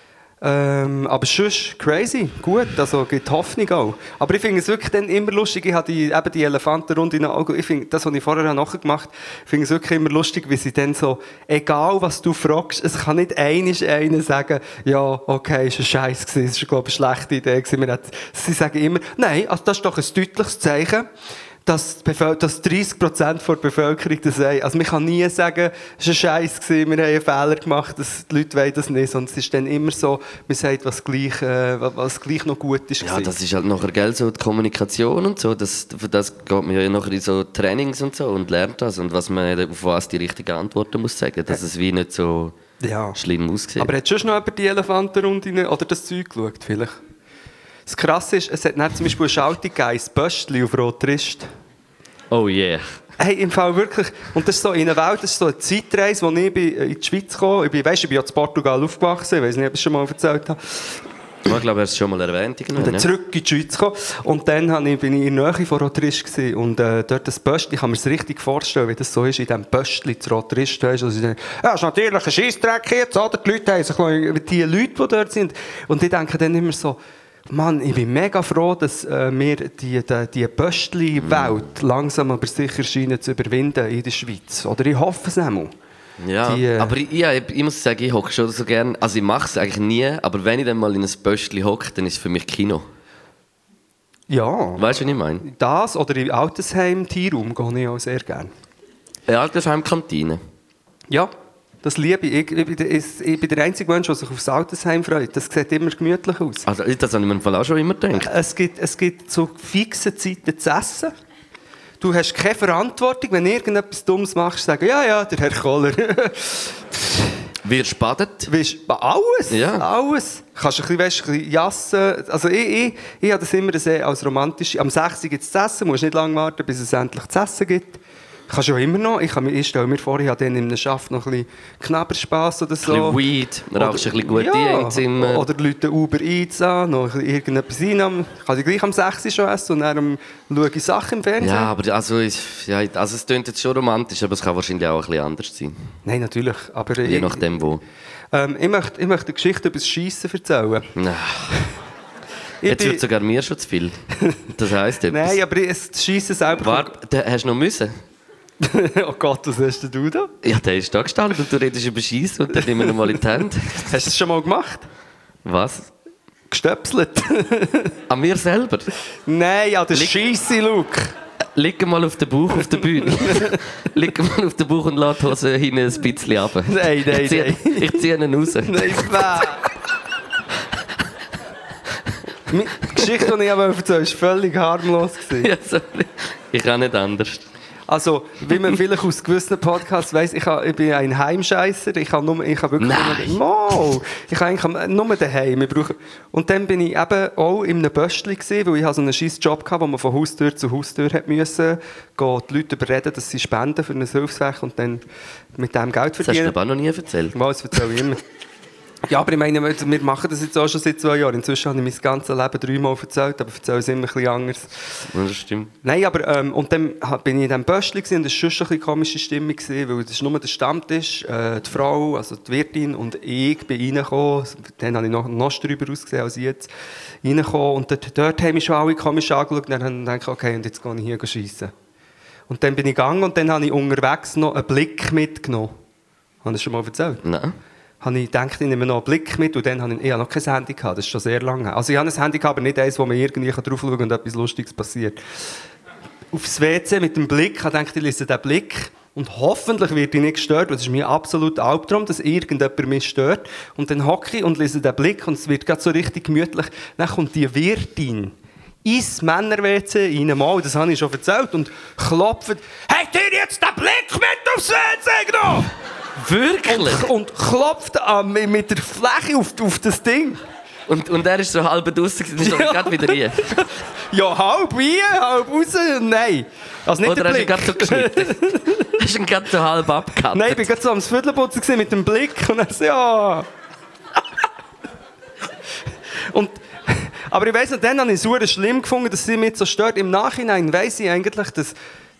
Speaker 3: Ähm, aber sonst, crazy, gut, also gibt Hoffnung auch. Aber ich finde es wirklich dann immer lustig, ich habe die, eben die Elefantenrunde in den Augen, ich finde, das, was ich vorher nachher gemacht habe, finde ich es wirklich immer lustig, wie sie dann so, egal was du fragst, es kann nicht einisch einer sagen, ja, okay, ist ein Scheiß gewesen, es ist, glaube ich, eine schlechte Idee gewesen. Wir hat- Sie sagen immer, nein, also das ist doch ein deutliches Zeichen, dass, die Bevöl- dass 30 Prozent der Bevölkerung das haben. Also man kann nie sagen, es war ein Scheiß, gewesen, wir haben einen Fehler gemacht, dass die Leute wollen das nicht. Sondern es ist dann immer so, man sagt, was gleich, äh, was- was gleich noch gut ist.
Speaker 4: Ja,
Speaker 3: gewesen.
Speaker 4: das ist halt nachher gell, so die Kommunikation und so. Das, für das geht man ja nachher in so Trainings und so und lernt das. Und was man, auf was die richtigen Antworten muss sagen, dass es wie nicht so
Speaker 3: Ja.
Speaker 4: schlimm aussieht.
Speaker 3: Aber äh, hat schon noch jemand die Elefantenrunde rein- oder das Zeug geschaut, vielleicht? Das Krasse ist, es hat dann zum Beispiel eine Schaltung gegeben, ein Böschli auf Rotrist.
Speaker 4: oh yeah.
Speaker 3: Hey, im Fall wirklich. Und das ist so in einer Welt, das ist so eine Zeitreise, als ich bin, äh, in die Schweiz kam. Ich bin, weißt, ich bin ja in Portugal aufgewachsen, ich weiß nicht, ob ich es schon mal erzählt habe.
Speaker 4: Ich glaube, er hat es schon mal erwähnt.
Speaker 3: Und
Speaker 4: irgendwann,
Speaker 3: dann
Speaker 4: ne?
Speaker 3: zurück in die Schweiz gekommen. Und dann habe ich, bin ich in der Nähe von Rotrisch gewesen. und äh, dort das Böschli, ich kann mir das richtig vorstellen, wie das so ist, in diesem Böschli zu Rotrisch. Weißt, also, ja, das ist natürlich ein Scheissdreck jetzt, oder? Die Leute haben sich, noch- die Leute, die dort sind. Und ich denke dann immer so, Mann, ich bin mega froh, dass äh, wir die, die, die Böschli-Welt langsam aber sicher scheinen zu überwinden in der Schweiz. Oder ich hoffe es einmal.
Speaker 4: Ja,
Speaker 3: Die, äh,
Speaker 4: aber ich, ja, ich ich muss sagen, ich hocke schon so gerne. Also ich mache es eigentlich nie, aber wenn ich dann mal in ein Böschli hocke, dann ist es für mich Kino.
Speaker 3: Ja.
Speaker 4: Weißt du, was ich meine?
Speaker 3: Das oder im Altersheim-Tierraum gehe ich auch sehr gerne.
Speaker 4: Eine Altersheim-Kantine.
Speaker 3: Ja, das liebe ich. Ich, bin der- ich, ich bin der einzige Mensch, der sich aufs Altersheim freut. Das sieht immer gemütlich aus.
Speaker 4: Also das habe ich mir im Fall auch schon immer gedacht.
Speaker 3: Es gibt, es gibt zu fixen Zeiten zu essen. Du hast keine Verantwortung, wenn du irgendetwas Dummes machst, sagen, ja, ja, der Herr Kohler.
Speaker 4: Wir spadet.
Speaker 3: Weißt, alles,
Speaker 4: Ja.
Speaker 3: alles. Kannst du ein bisschen, weißt, ein bisschen jassen. Also ich, ich, ich habe das immer sehr als romantisch. Am 6. gibt es zu essen, musst nicht lange warten, bis es endlich zu essen gibt. Ich kann schon immer noch, ich, kann mir, ich stelle mir vor, ich habe dann in einem Schaft noch ein bisschen Knabberspass oder so.
Speaker 4: Ein bisschen Weed, dann rauchst du ein bisschen gute
Speaker 3: Ja,
Speaker 4: im Zimmer.
Speaker 3: Oder Leute Uber Eats an, noch ein bisschen irgendetwas rein. am- Ich kann sie gleich am 6 Uhr schon essen und dann am- schaue ich Sachen im Fernsehen.
Speaker 4: ja, aber also, ich, ja, also es klingt jetzt schon romantisch, aber es kann wahrscheinlich auch ein bisschen anders sein.
Speaker 3: Nein, natürlich. Aber
Speaker 4: Je
Speaker 3: ich,
Speaker 4: nachdem wo.
Speaker 3: ähm, ich, möchte, ich möchte eine Geschichte über das Schiessen erzählen.
Speaker 4: Na,
Speaker 3: Ich
Speaker 4: jetzt
Speaker 3: bin-
Speaker 4: wird sogar mir schon zu viel. Das heisst etwas.
Speaker 3: Nein, aber es, das Schiessen selber...
Speaker 4: Warte, da hast du noch müssen?
Speaker 3: oh Gott, was hast denn du da?
Speaker 4: Ja, der ist da gestanden und du redest über Scheiß und dann nehmen wir ihn mal in die Hände.
Speaker 3: Hast du das schon mal gemacht?
Speaker 4: Was?
Speaker 3: Gestöpselt?
Speaker 4: An mir selber?
Speaker 3: Nein, an den
Speaker 4: Liegt-
Speaker 3: Scheisse-Look.
Speaker 4: Lieg mal auf den Bauch auf der Bühne. Lieg mal auf den Bauch und lass die Hose hinten ein bisschen runter.
Speaker 3: Nein, nein,
Speaker 4: ich ziehe,
Speaker 3: nein.
Speaker 4: Ich ziehe ihn raus.
Speaker 3: Nein, bäh. Meine Geschichte, die ich aber erzählen wollte, war völlig harmlos. gewesen.
Speaker 4: Ja, sorry. Ich kann nicht anders.
Speaker 3: Also, wie man vielleicht aus gewissen Podcasts weiss, ich, ha- ich bin ein Heimscheißer. Ich habe nur, ich habe wirklich nur,
Speaker 4: Nein.
Speaker 3: Mal. ich habe eigentlich am- nur daheim. Ich brauche, und dann bin ich eben auch in einem Böschli gewesen, weil ich habe so einen scheiß Job hatte, wo man von Haustür zu Haustür hat müssen, gehen, die Leute überreden, dass sie spenden für ein Hilfswerk und dann mit dem Geld
Speaker 4: Das hast du
Speaker 3: verdienen.
Speaker 4: mir auch noch nie erzählt.
Speaker 3: Mal, das erzähle ich immer. Ja, aber ich meine, wir wir machen das jetzt auch schon seit zwei Jahren. Inzwischen habe ich mein ganzes Leben dreimal erzählt, aber ich erzähle es immer ein bisschen anders.
Speaker 4: Das stimmt.
Speaker 3: Nein, aber ähm, und dann ha- bin ich in diesem Böschli gewesen, und es war schon ein bisschen komische Stimmung, gewesen, weil es war nur der Stammtisch, äh, die Frau, also die Wirtin und ich bin reingekommen, dann habe ich noch, noch drüber ausgesehen als jetzt, reingekommen und dort, dort haben mich schon alle komisch angeschaut und dann habe ich gedacht, okay, und jetzt gehe ich hier schiessen. Und dann bin ich gegangen und dann habe ich unterwegs noch einen Blick mitgenommen. Habe ich das schon mal erzählt?
Speaker 4: Nein.
Speaker 3: habe ich gedacht, ich nehme noch einen Blick mit und dann habe ich, ich habe noch kein Handy gehabt, das ist schon sehr lange her. Also ich habe ein Handy gehabt, aber nicht eins, wo man irgendwie drauf schauen kann und etwas Lustiges passiert. Aufs WC mit dem Blick, habe ich gedacht, ich lese den Blick und hoffentlich wird ich nicht gestört, weil es ist mir absolut Albtraum, dass irgendjemand mich stört. Und dann hocke ich und lese den Blick und es wird gerade so richtig gemütlich. Dann kommt die Wirtin ins Männer-WC rein, mal, das habe ich schon erzählt, und klopft, «Habt ihr jetzt den Blick mit aufs WC genommen?»
Speaker 4: Wirklich?
Speaker 3: und, und klopft an, mi- mit der Fläche auf, auf das Ding.
Speaker 4: Und, und er ist so halb draussen und ist ja. gerade wieder rein.
Speaker 3: Ja, halb rein, halb raus. Nein. Also nicht
Speaker 4: Oder
Speaker 3: der
Speaker 4: hast du ihn
Speaker 3: Blick.
Speaker 4: gerade so geschnitten? hast du ihn gerade so halb abgehackt?
Speaker 3: Nein, ich war gerade so am Viertelputzen gewesen mit dem Blick und dann so, ja. und, aber ich weiss noch, dann habe ich es verdammt schlimm gefunden, dass sie mich so stört. Im Nachhinein weiss ich eigentlich, dass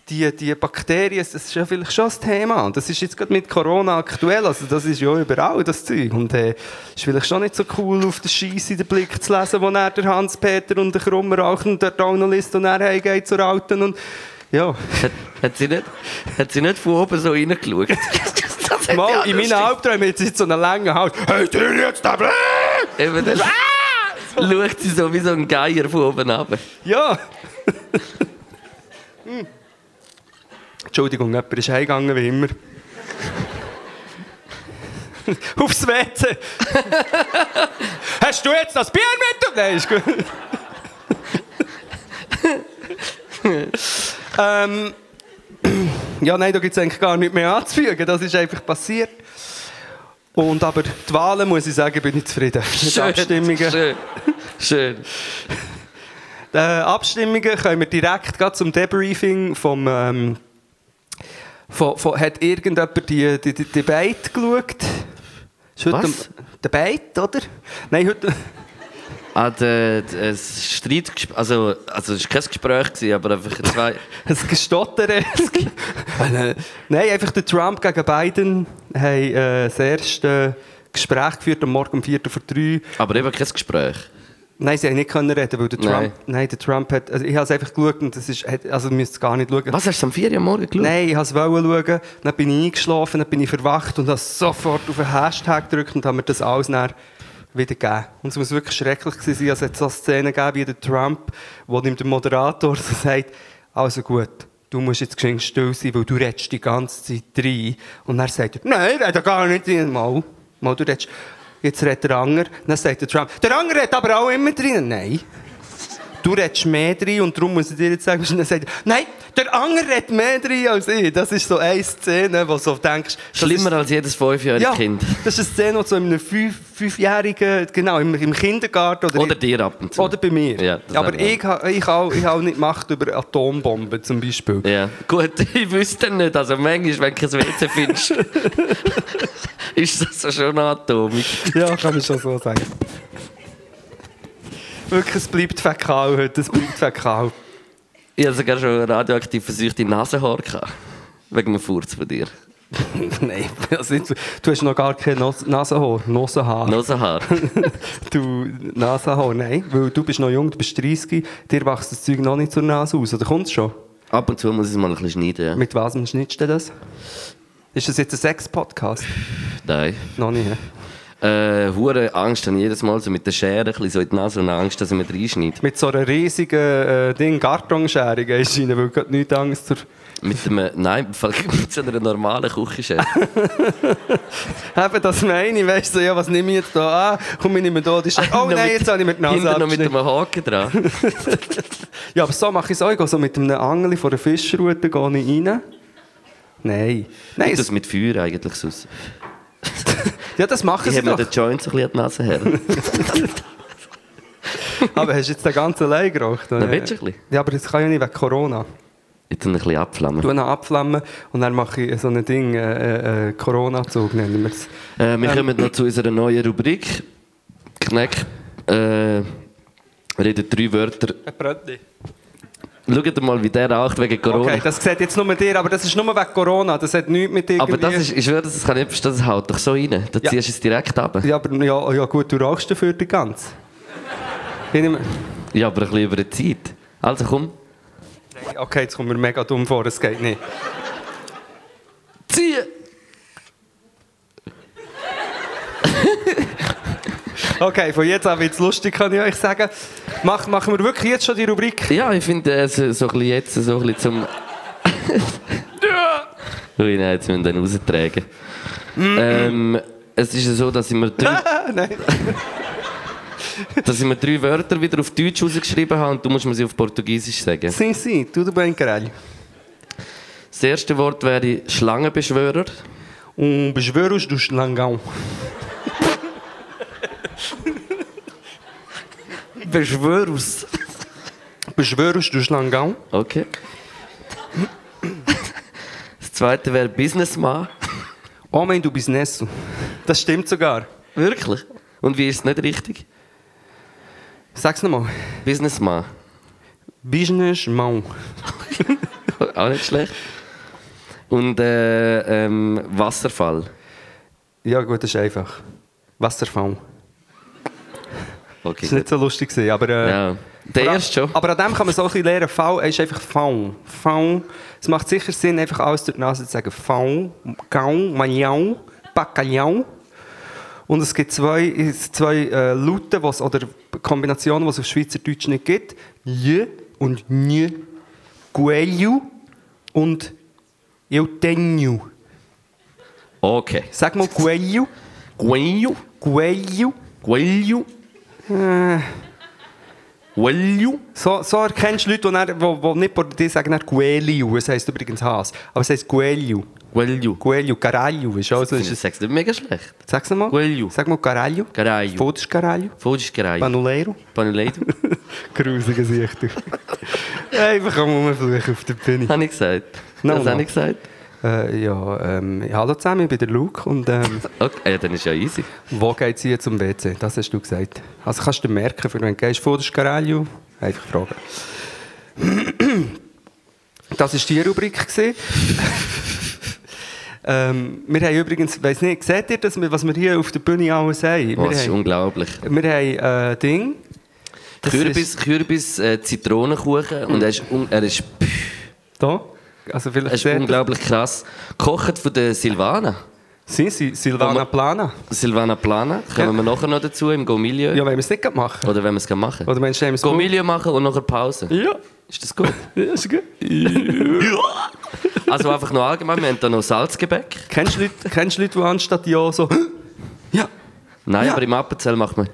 Speaker 3: die, die Bakterien, das ist ja vielleicht schon das Thema. Und Das ist jetzt gerade mit Corona aktuell, also das ist ja überall das Zeug. Und äh, ist vielleicht schon nicht so cool, auf der Scheisse den Blick zu lesen, wo dann der Hans-Peter und der Krummer rauchen und dort auch noch liest und dann heimgeht zur Alten und ja.
Speaker 4: Hat, hat, sie nicht, hat sie nicht von oben so reingeschaut? Das hat
Speaker 3: Mal,
Speaker 4: ja
Speaker 3: in meinen
Speaker 4: lustig-
Speaker 3: Albträumen hat sie so einen langen Hals. Hey, du jetzt den Blick!
Speaker 4: Eben, das Ah! schaut sie so wie so ein Geier von oben ab.
Speaker 3: Ja! Hm. Entschuldigung, jemand ist heimgegangen, wie immer. Aufs WC! Hast du jetzt das Bier mit? Nein, ist gut. ähm, ja, nein, da gibt es eigentlich gar nichts mehr anzufügen. Das ist einfach passiert. Und aber die Wahlen, muss ich sagen, bin ich zufrieden. Mit Abstimmungen.
Speaker 4: Schön. Schön.
Speaker 3: Äh, Abstimmungen kommen wir direkt grad zum Debriefing vom, ähm, von, von, hat irgendjemand die, die, die Debate geschaut? Ist heute
Speaker 4: Was?
Speaker 3: am- Debate, oder? Nein, heute...
Speaker 4: Ah, der, der, das Streit, also, also es war kein Gespräch, gewesen, aber einfach zwei.
Speaker 3: Es Gestottere. es ge- Äh, Nein, einfach der Trump gegen Biden haben äh, das erste Gespräch geführt am Morgen um 4 vor 3
Speaker 4: Aber eben kein Gespräch.
Speaker 3: Nein, sie haben nicht können reden, weil der Trump...
Speaker 4: Nein.
Speaker 3: Nein, der Trump hat... Also ich habe es einfach geschaut und das ist... hat- Also ihr müsst es gar nicht schauen.
Speaker 4: Was hast du am 4 Uhr am Morgen geschaut?
Speaker 3: Nein, ich wollte es schauen, dann bin ich eingeschlafen, dann bin ich verwacht und habe sofort auf den Hashtag gedrückt und habe mir das alles dann wieder gegeben. Und es muss wirklich schrecklich gewesen sein, es hat so Szenen gegeben wie der Trump, wo ihm der Moderator so sagt, also gut, du musst jetzt geschenkt still sein, weil du redest die ganze Zeit rein. Und dann sagt er, nein, ich rede gar nicht rein. Mal, mal du redest. Jetzt redet der Anger, dann sagt der Trump, der Anger redet aber auch immer drin. Nein. du redest mehr drin und darum muss ich dir jetzt sagen, und dann sagt er, nein, der andere redet mehr drin als ich. Das ist so eine Szene, wo du so denkst, das
Speaker 4: Schlimmer
Speaker 3: ist,
Speaker 4: als jedes fünfjährige
Speaker 3: ja,
Speaker 4: Kind.
Speaker 3: Das ist eine Szene, die so in einem fünf, fünfjährigen, genau, im, im Kindergarten oder,
Speaker 4: Oder
Speaker 3: in-
Speaker 4: dir ab und zu.
Speaker 3: oder bei mir.
Speaker 4: Ja, das
Speaker 3: Aber
Speaker 4: habe ich
Speaker 3: ich, ha- ich habe ich habe nicht Macht über Atombomben zum Beispiel.
Speaker 4: Ja. Gut, ich wüsste nicht. Also manchmal, wenn du kein WC findest, ist das ja schon atomig.
Speaker 3: Ja, kann man schon so sagen. Wirklich, es bleibt fäkal heute, es bleibt fäkal.
Speaker 4: Ich habe sogar schon radioaktiv versucht in Nasenhaar gehabt. Wegen dem Furz von dir.
Speaker 3: Nein, also jetzt, du hast noch gar kein Nos Nasenhaar. Nasenhaar.
Speaker 4: Nasenhaar.
Speaker 3: Du Nasenhaar, nein, weil du bist noch jung, du bist 30, dir wächst das Zeug noch nicht zur Nase aus, oder kommt schon?
Speaker 4: Ab und zu muss ich es mal ein bisschen schneiden. Ja.
Speaker 3: Mit was schnittst du das? Ist das jetzt ein Sex-Podcast?
Speaker 4: Nein.
Speaker 3: Noch nie. hä?
Speaker 4: Äh, hure Angst habe ich jedes Mal so mit der Schere ein bisschen so in die Nase und Angst, dass ich mir reinschneide.
Speaker 3: Mit so einer riesigen äh, Ding, Kartonschere gehst du rein, weil gerade nichts Angst zur...
Speaker 4: Mit einem, nein, im Fall mit so einer normalen Küchenschere.
Speaker 3: Oh, Eben, das meine ich, weißt du, ja, was nehme ich jetzt da an? Komm, ich nehme da die Schere. Oh
Speaker 4: Ah, Noch
Speaker 3: nein,
Speaker 4: mit-
Speaker 3: jetzt habe ich mir die Nase
Speaker 4: Hinten noch mit
Speaker 3: abgeschnitten.
Speaker 4: einem Haken dran.
Speaker 3: Ja, aber so mache ich es auch. Ich gehe so mit einem Angel von einer Fischroute gehe ich rein. Nein. Nein,
Speaker 4: Das
Speaker 3: das,
Speaker 4: mit Feuer eigentlich sonst.
Speaker 3: ja, das machen
Speaker 4: Ich
Speaker 3: sie
Speaker 4: habe mir
Speaker 3: doch.
Speaker 4: den Joint so ein bisschen an die Nase her.
Speaker 3: Aber hast du jetzt den ganzen allein geraucht? oder?
Speaker 4: Na, willst du ein bisschen?
Speaker 3: Ja, aber das kann ja nicht wegen Corona.
Speaker 4: Jetzt ein bisschen abflammen.
Speaker 3: Du ihn abflammen und dann mache ich so ein Ding, äh, äh, Corona-Zug nennen wir es.
Speaker 4: Äh,
Speaker 3: Ähm.
Speaker 4: wir kommen noch zu unserer neuen Rubrik. Knack. Äh, redet drei Wörter. Schaut mal, wie der raucht wegen Corona.
Speaker 3: Okay, das sieht jetzt nur dir, aber das ist nur wegen Corona. Das hat nichts mit dir
Speaker 4: aber das ist, ich schwöre, das kann ich nicht verstehen, das haut doch so rein. Da
Speaker 3: Ja.
Speaker 4: ziehst du es direkt ab. Ja.
Speaker 3: Ja, aber ja, ja, gut, du rauchst dafür die ganze. Ich nehme-
Speaker 4: aber ein bisschen über die Zeit. Also komm.
Speaker 3: Okay, jetzt kommen wir mega dumm vor, es geht nicht.
Speaker 4: Zieh!
Speaker 3: Okay, von jetzt an wird es lustig, kann ich euch sagen. Mach, machen wir wirklich jetzt schon die Rubrik?
Speaker 4: Ja, ich finde, äh, so, so ein bisschen jetzt, so ein bisschen zum... Ui, nein, jetzt müssen wir den raustragen. ähm, es ist ja so, dass ich mir drei,
Speaker 3: Nein.
Speaker 4: dass ich mir drei Wörter wieder auf Deutsch rausgeschrieben habe und du musst mir sie auf Portugiesisch sagen.
Speaker 3: Sim, sim, tudo bem, caralho.
Speaker 4: Das erste Wort wäre Schlangenbeschwörer.
Speaker 3: Um beschwörus do Schlangão.
Speaker 4: Beschwörus.
Speaker 3: Beschwörus do Schlangão.
Speaker 4: Okay. Das zweite wäre Businessman.
Speaker 3: Homem do Business. Das stimmt sogar.
Speaker 4: Wirklich? Und wie ist es nicht richtig?
Speaker 3: Sag's nochmal.
Speaker 4: Businessman.
Speaker 3: Businessman.
Speaker 4: Auch nicht schlecht. Und äh, ähm, Wasserfall.
Speaker 3: Ja gut, das ist einfach. Wasserfall.
Speaker 4: Okay.
Speaker 3: Das war nicht so lustig, gewesen, aber... Äh,
Speaker 4: Ja. Der
Speaker 3: aber-
Speaker 4: erste schon.
Speaker 3: Aber an dem kann man so ein bisschen lernen. V ist einfach Faun. Faun. Es macht sicher Sinn, einfach alles durch die Nase zu sagen. Faun, Gaun, Magnau, Bacalhau. Und es gibt zwei, es- zwei äh, Laute was, oder Kombinationen, die es auf Schweizerdeutsch nicht gibt. J und Nj. Guelju und Eutenju.
Speaker 4: Okay.
Speaker 3: Sag mal Guelju.
Speaker 4: Guelho.
Speaker 3: Guelju.
Speaker 4: Guelho.
Speaker 3: Äh,
Speaker 4: Guelho.
Speaker 3: So, so erkennst du Leute, die, dann, die, die nicht por- die sagen dann Guelju. Es heisst übrigens Has. Aber es heisst Guelju.
Speaker 4: Guelho.
Speaker 3: Coelho, caralho, Also ist auch so.
Speaker 4: Ich
Speaker 3: Ist es,
Speaker 4: sag's nicht mega schlecht.
Speaker 3: sag's mal.
Speaker 4: Coelho.
Speaker 3: Sag mal caralho.
Speaker 4: Caralho.
Speaker 3: Fotos caralho.
Speaker 4: Fotos gerade.
Speaker 3: Panuleiro.
Speaker 4: Panuleiro.
Speaker 3: Grusige Gesichter. Einfach am Rumfluchen auf der Bühne.
Speaker 4: Habe ich gesagt.
Speaker 3: No,
Speaker 4: das
Speaker 3: no.
Speaker 4: habe ich gesagt.
Speaker 3: Äh, ja, ähm, hallo zusammen, ich bin der Luke und ähm,
Speaker 4: Okay, ja, dann ist ja easy.
Speaker 3: wo geht's hier zum WC? Das hast du gesagt. Also kannst du dir merken, für wenn du gehst, Fotos caralho, einfach fragen. Das war die Rubrik. gewesen. ähm, wir haben übrigens, weiss nicht, seht ihr, das, was wir hier auf der Bühne alles haben?
Speaker 4: Oh,
Speaker 3: wir
Speaker 4: das ist
Speaker 3: haben
Speaker 4: unglaublich.
Speaker 3: Wir haben äh, Ding. Das
Speaker 4: Kürbis,
Speaker 3: Ist
Speaker 4: Kürbis äh, Zitronenkuchen und er ist, un er ist,
Speaker 3: da. Also
Speaker 4: er
Speaker 3: vielleicht
Speaker 4: ist unglaublich krass. Gekocht von der Silvana.
Speaker 3: Sie, Sie, Silvana
Speaker 4: Wo
Speaker 3: Plana.
Speaker 4: Silvana Plana, kommen wir nachher noch dazu im Gomilio.
Speaker 3: Ja, wenn wir es nicht gerade machen.
Speaker 4: Oder wenn wir es gerne machen.
Speaker 3: Oder meinst du, wenn wir es
Speaker 4: Gomilio machen und nachher Pause.
Speaker 3: Ja.
Speaker 4: Ist das gut?
Speaker 3: Ja, ist gut.
Speaker 4: Also einfach noch allgemein, wir haben da noch Salzgebäck.
Speaker 3: Kennst du Leute, kennst du Leute die anstatt Ja so... Ja,
Speaker 4: Nein, aber im Appenzell macht man...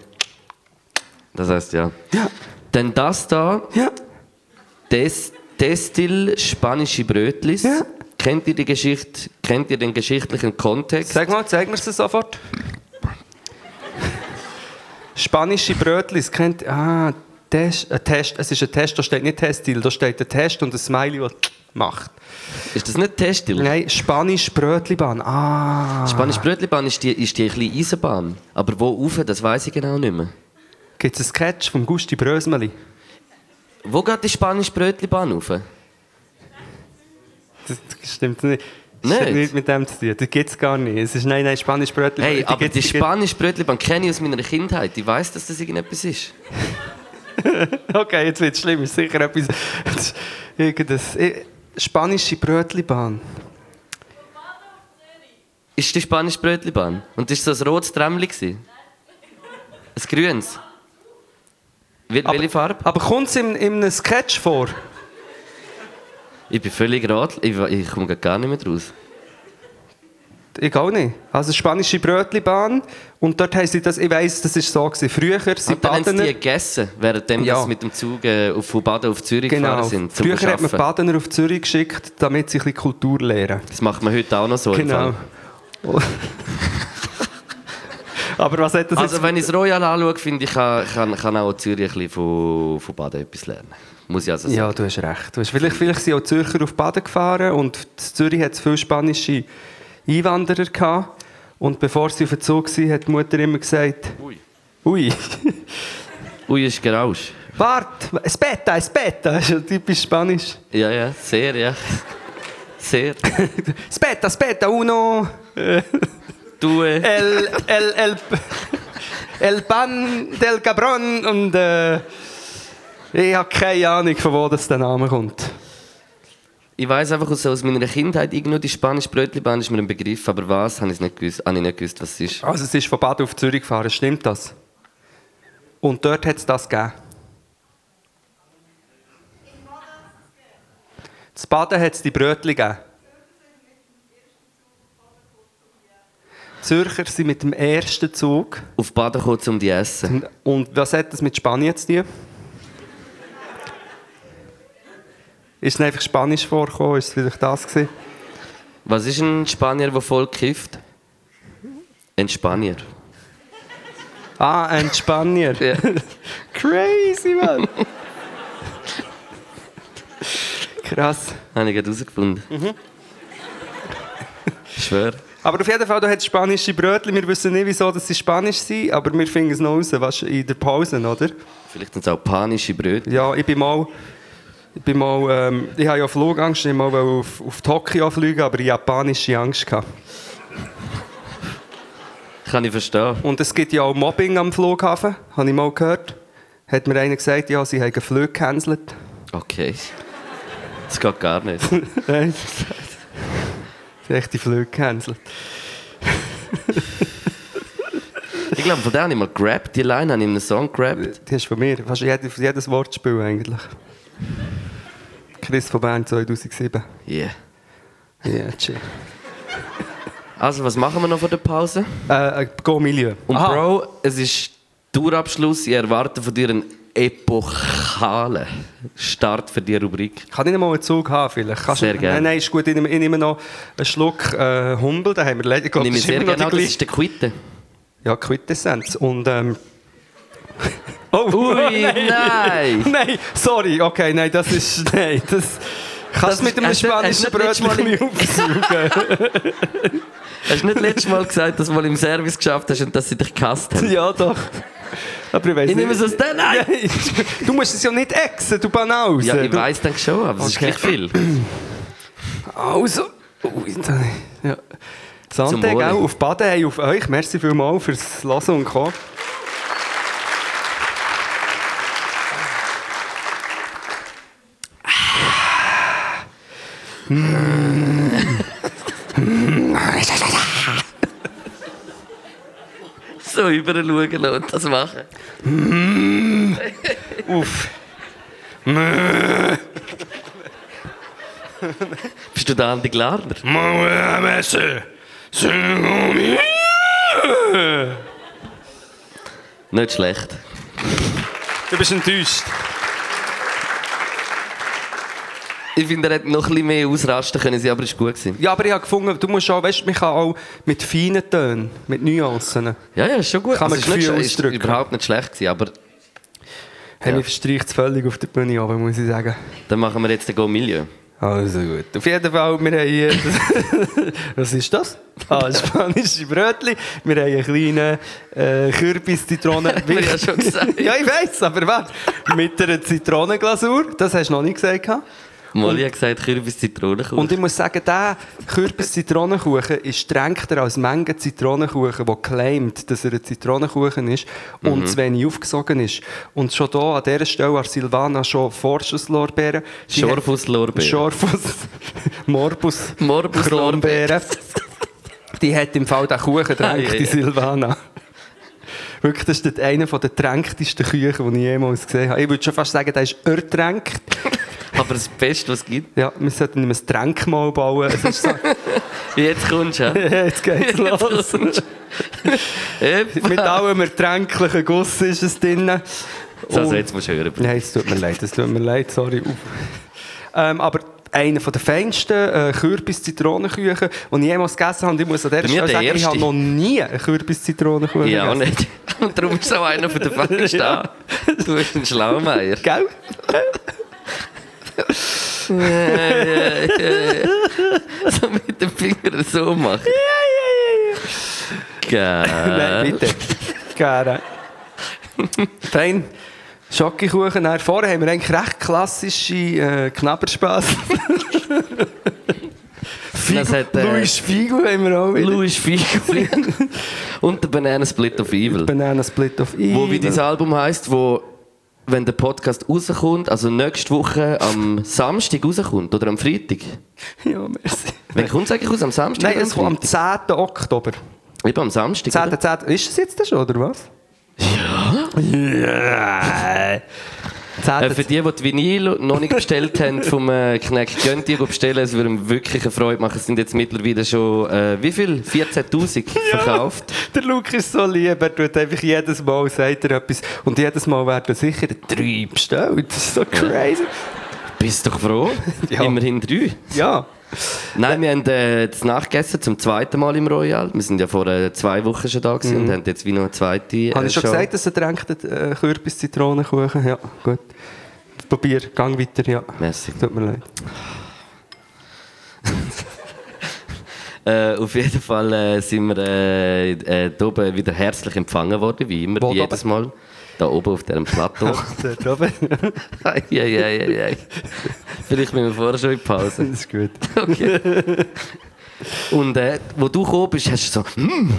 Speaker 4: Das heisst ja.
Speaker 3: ja.
Speaker 4: Dann das da,
Speaker 3: Ja.
Speaker 4: Des, Destil spanische Brötlis.
Speaker 3: Ja.
Speaker 4: Kennt ihr die Geschichte? Kennt ihr den geschichtlichen Kontext?
Speaker 3: Sag mal, zeig mir es sofort. Spanische Brötlis, kennt Ah, Test, ein Test. Es ist ein Test, da steht nicht Testil, da steht ein Test und ein Smiley, das macht.
Speaker 4: Ist das nicht Destil?
Speaker 3: Nein, Spanisch Brötlibahn. Ah.
Speaker 4: Spanisch Brötlibahn ist die, ist die kleine Eisenbahn. Aber wo rauf, das weiß ich genau nicht mehr.
Speaker 3: Gibt es einen Sketch vom Gusti Brösmeli?
Speaker 4: Wo geht die Spanisch Brötlibahn rauf?
Speaker 3: Das das stimmt nicht. Das
Speaker 4: Nicht?
Speaker 3: hat nichts mit dem zu tun. Das gibt es gar nicht. Es ist nein, nein, Spanisch Brötlibahn.
Speaker 4: Hey,
Speaker 3: Die
Speaker 4: aber
Speaker 3: gibt's-
Speaker 4: die
Speaker 3: gibt's-
Speaker 4: Spanisch Brötlibahn kenne ich aus meiner Kindheit. Ich weiß, dass das irgendetwas ist.
Speaker 3: Okay, jetzt wird es schlimm. Ist sicher etwas. Irgendes. eh, Spanische Brötlibahn.
Speaker 4: Ist die Spanisch Brötlibahn? Und das war so ein rotes Trämmli? gewesen? Ein grünes? Wel- Welche Farbe?
Speaker 3: Aber kommt es in, in einem Sketch vor?
Speaker 4: Ich bin völlig ratlos. Ich, we- ich komme gar nicht mehr draus.
Speaker 3: Ich auch nicht. Also spanische Brötlibahn. Und dort haben sie das, ich weiss, das ist so gewesen. Früher sind
Speaker 4: Und dann haben sie die
Speaker 3: Badener...
Speaker 4: gegessen, währenddem
Speaker 3: Ja.
Speaker 4: sie mit dem Zug äh, auf- von Baden auf Zürich
Speaker 3: Genau.
Speaker 4: gefahren sind. zum
Speaker 3: Früher hat man
Speaker 4: Arbeiten.
Speaker 3: Badener auf Zürich geschickt, damit sie ein bisschen Kultur lernen.
Speaker 4: Das macht man heute auch noch so. im
Speaker 3: Genau.
Speaker 4: Fall.
Speaker 3: Aber was hat das
Speaker 4: Also
Speaker 3: jetzt...
Speaker 4: wenn ich das Royal anschaue, finde ich, kann, kann, kann auch Zürich ein bisschen von, von Baden etwas lernen. Muss ich also sagen.
Speaker 3: Ja, du hast recht. Du hast, vielleicht, vielleicht sind auch Zürcher auf Baden gefahren und in Zürich hat es viele spanische Einwanderer gehabt. Und bevor sie auf dem Zug waren, hat die Mutter immer gesagt...
Speaker 4: Ui.
Speaker 3: Ui.
Speaker 4: Ui, ist Grausch.
Speaker 3: Wart, espeta, espeta. Das ist ja typisch Spanisch.
Speaker 4: Ja, ja, sehr, ja. Sehr.
Speaker 3: Espeta, espeta, uno...
Speaker 4: Du, äh,
Speaker 3: El, el, el, el Pan del Cabron und äh, ich habe keine Ahnung, von wo das der Name kommt.
Speaker 4: ich weiß einfach aus, aus meiner Kindheit, irgendwo die spanische Brötlibahn ist mir ein Begriff, aber was, habe ich nicht gewusst, habe ich nicht gewusst, was es ist.
Speaker 3: Also es ist von Baden auf Zürich gefahren, stimmt das? Und dort hat es das gegeben. Zu Baden hat es die Brötli gegeben. Zürcher sind mit dem ersten Zug.
Speaker 4: Auf Baden kommen, um die essen.
Speaker 3: Und was hat das mit Spanien zu tun? Ist es einfach Spanisch vorgekommen? Ist es vielleicht das gewesen?
Speaker 4: Was ist ein Spanier, der voll kifft? Ein Spanier.
Speaker 3: Ah, ein Spanier.
Speaker 4: Ja.
Speaker 3: Crazy, Mann. Krass.
Speaker 4: Habe ich gerade herausgefunden. Ich schwöre.
Speaker 3: Aber auf jeden Fall, du hast spanische Brötchen. Wir wissen nicht, wieso dass sie spanisch sind, aber wir finden es noch raus, was in der Pause, oder?
Speaker 4: Vielleicht sind es auch panische Brötchen.
Speaker 3: Ja, ich bin mal. Ich, bin mal, ähm, ich habe ja Flugangst, ich wollte mal auf, auf Tokio fliegen, aber ich hatte japanische Angst. Gehabt.
Speaker 4: Kann ich verstehen.
Speaker 3: Und es gibt ja auch Mobbing am Flughafen, habe ich mal gehört. Hat mir einer gesagt, ja, sie haben Flüge gecancelt.
Speaker 4: Okay. Das geht gar nicht.
Speaker 3: Nein. sie haben echt die Flüge gecancelt.
Speaker 4: Ich glaube, von der habe ich mal gerappt. Die Line habe ich in einem Song gerappt.
Speaker 3: Äh, Die ist von mir. Fast jedes, jedes Wortspiel eigentlich. Chris von Bern 2007.
Speaker 4: Yeah.
Speaker 3: Ja, chill.
Speaker 4: Also, was machen wir noch vor der Pause?
Speaker 3: Äh, äh, Go Milieu.
Speaker 4: Und Bro, es ist Tourabschluss. Ich erwarte von dir einen epochalen Start für die Rubrik.
Speaker 3: Kann ich noch mal einen Zug haben vielleicht? Kannst
Speaker 4: Sehr
Speaker 3: du,
Speaker 4: gerne.
Speaker 3: Nein, nein, ist gut. Ich nehme, ich nehme noch einen Schluck äh, Humble. Den haben wir leider, ich glaube,
Speaker 4: Nehme ich
Speaker 3: das ist
Speaker 4: sehr
Speaker 3: immer noch
Speaker 4: gerne
Speaker 3: die
Speaker 4: an. Das
Speaker 3: gleiche.
Speaker 4: ist der Quitte.
Speaker 3: Ja, Quintessenz. Und ähm... Oh,
Speaker 4: Ui, nein!
Speaker 3: Nein, sorry, okay, nein, das ist. Nein, das. Kannst du mit einem
Speaker 4: hast du-
Speaker 3: spanischen
Speaker 4: hast du nicht
Speaker 3: Brötchen
Speaker 4: letztes
Speaker 3: aufsuchen?
Speaker 4: Hast du nicht letztes Mal gesagt, dass du mal im Service geschafft hast und dass sie dich gehasst haben?
Speaker 3: ja, doch. Aber ich weiß
Speaker 4: Ich
Speaker 3: nicht.
Speaker 4: nehme es aus der. Nein!
Speaker 3: du musst es ja nicht exen, du Banaus.
Speaker 4: Ja, ich
Speaker 3: Du-
Speaker 4: weiß dann schon, aber es
Speaker 3: Okay.
Speaker 4: ist gleich viel.
Speaker 3: Also. Ui, da- ja. Sante,
Speaker 4: Wohle.
Speaker 3: gell, auf Baden, hey, auf euch. Merci vielmals fürs Lassen und Kommen.
Speaker 4: So überschauen und das machen.
Speaker 3: Mm. Auf. Mm.
Speaker 4: Bist du der Andi Glarner? Nicht schlecht.
Speaker 3: Du bist enttäuscht.
Speaker 4: Ich finde, er hätte noch ein bisschen mehr ausrasten können, sie, aber es war gut. Gewesen.
Speaker 3: Ja, aber ich habe gefunden, du musst auch, weißt, man kann auch mit feinen Tönen, mit Nuancen.
Speaker 4: Ja, ja, ist schon gut.
Speaker 3: Kann man
Speaker 4: es ist nicht
Speaker 3: Gefühl
Speaker 4: sch- Also, ist
Speaker 3: ausdrücken.
Speaker 4: überhaupt nicht schlecht gewesen, aber
Speaker 3: Hey,
Speaker 4: Ja.
Speaker 3: mich verstreicht es völlig auf der Bühne runter, muss ich sagen.
Speaker 4: dann machen wir jetzt den Go Milieu.
Speaker 3: Also gut. Auf jeden Fall, wir haben hier... Was ist das? Ah, spanische Brötchen. Wir haben einen kleinen äh, Kürbis-Zitronen...
Speaker 4: Haben wir ja schon gesagt.
Speaker 3: ja, ich weiss, aber warte. Mit einer Zitronenglasur. Das hast du noch nicht gesagt. gehabt.
Speaker 4: Molly hat gesagt, Kürbis Zitronenkuchen.
Speaker 3: Und ich muss sagen, dieser Kürbis-Zitronenkuchen ist strengter als Menge Zitronenkuchen, der claimt, dass er ein Zitronenkuchen ist und
Speaker 4: Mhm.
Speaker 3: zu wenig aufgesogen ist. Und schon hier an dieser Stelle an Silvana schon Forschungslorbeeren. Die
Speaker 4: Schorfußlorbeer.
Speaker 3: hat- Schorfus. Morbus.
Speaker 4: Morbus
Speaker 3: Kronbeeren. Die hat im Fall den Kuchen
Speaker 4: Ei,
Speaker 3: getränkt,
Speaker 4: ei,
Speaker 3: die
Speaker 4: ei.
Speaker 3: Silvana. Wirklich, das ist einer der tränktesten Küchen, die ich jemals gesehen habe. Ich würde schon fast sagen, der ist ertränkt.
Speaker 4: aber das Beste, was es gibt.
Speaker 3: Ja, wir sollten ihm ein Tränkmal bauen. Es ist so,
Speaker 4: Jetzt kommst du, hä?
Speaker 3: jetzt geht's los.
Speaker 4: Epp.
Speaker 3: Mit allem ertränklichen Guss ist es drin.
Speaker 4: So, also
Speaker 3: Und-
Speaker 4: jetzt musst du hören.
Speaker 3: Nein, es tut mir leid, es tut mir leid, sorry. Uff. Ähm, aber einer der feinsten äh, Kürbis-Zitronenküchen, den ich jemals gegessen habe. Und ich muss an der
Speaker 4: Bei mir
Speaker 3: Stelle
Speaker 4: der
Speaker 3: sagen, ich
Speaker 4: erste.
Speaker 3: habe noch nie einen Kürbis-Zitronenküchen
Speaker 4: Ja, auch
Speaker 3: gegessen.
Speaker 4: nicht. Und darum ist so einer von der Fangst an. Du bist ein Schlaumeier.
Speaker 3: Gell?
Speaker 4: So mit dem Finger so machen.
Speaker 3: Nein,
Speaker 4: Geil.
Speaker 3: bitte. Gerne. Fein. Schokokuchen. Dann Vorher haben wir eigentlich recht klassische äh, Knabberspaß.
Speaker 4: Das hat, äh,
Speaker 3: Luis Figo haben wir auch wieder.
Speaker 4: Louis Fiegel. Und der Banana Split of Evil.
Speaker 3: Banana Split of Evil.
Speaker 4: Wo wie dein Album heisst, wo, wenn der Podcast rauskommt, also nächste Woche am Samstag rauskommt oder am Freitag.
Speaker 3: Ja, merci.
Speaker 4: Wann kommt es eigentlich raus? Am Samstag?
Speaker 3: Nein,
Speaker 4: oder
Speaker 3: es kommt am
Speaker 4: Freitag?
Speaker 3: 10. Oktober.
Speaker 4: Eben am Samstag.
Speaker 3: 10.
Speaker 4: oder?
Speaker 3: 10. Ist es jetzt schon, oder was? Ja.
Speaker 4: Äh,
Speaker 3: 10.
Speaker 4: für die, die die Vinyl noch nicht bestellt haben vom äh, Kneck, könnt ihr bestellen. Es würde mir wirklich eine Freude machen. Es sind jetzt mittlerweile schon, äh, wie viel? 14.000 verkauft.
Speaker 3: Der Luke ist so lieb, er tut einfach jedes Mal, sagt er etwas. Und jedes Mal werden sicher drei bestellt. Das ist so crazy.
Speaker 4: Bist doch froh?
Speaker 3: Ja.
Speaker 4: Immerhin drei.
Speaker 3: Ja.
Speaker 4: Nein, wir haben äh, das nachgegessen zum zweiten Mal im Royal. Wir sind ja vor äh, zwei Wochen schon da gewesen und haben jetzt wie noch eine zweite äh,
Speaker 3: Mhm. Habe ich schon
Speaker 4: Show.
Speaker 3: gesagt, dass er tränkt äh, Kürbis-Zitronenkuchen? Ja, gut. Probier, gang weiter, ja.
Speaker 4: Merci.
Speaker 3: Tut mir leid.
Speaker 4: Äh, auf jeden Fall äh, sind wir äh, äh, da oben wieder herzlich empfangen worden, wie immer,
Speaker 3: Wo da
Speaker 4: jedes Mal. Da oben auf diesem Plateau.
Speaker 3: Dort oben.
Speaker 4: ei, ei, ei, ei, ei. Vielleicht müssen wir vorher schon in die Pause.
Speaker 3: Das ist gut.
Speaker 4: Okay. Und äh, wo du gekommen bist, hast du so, hm,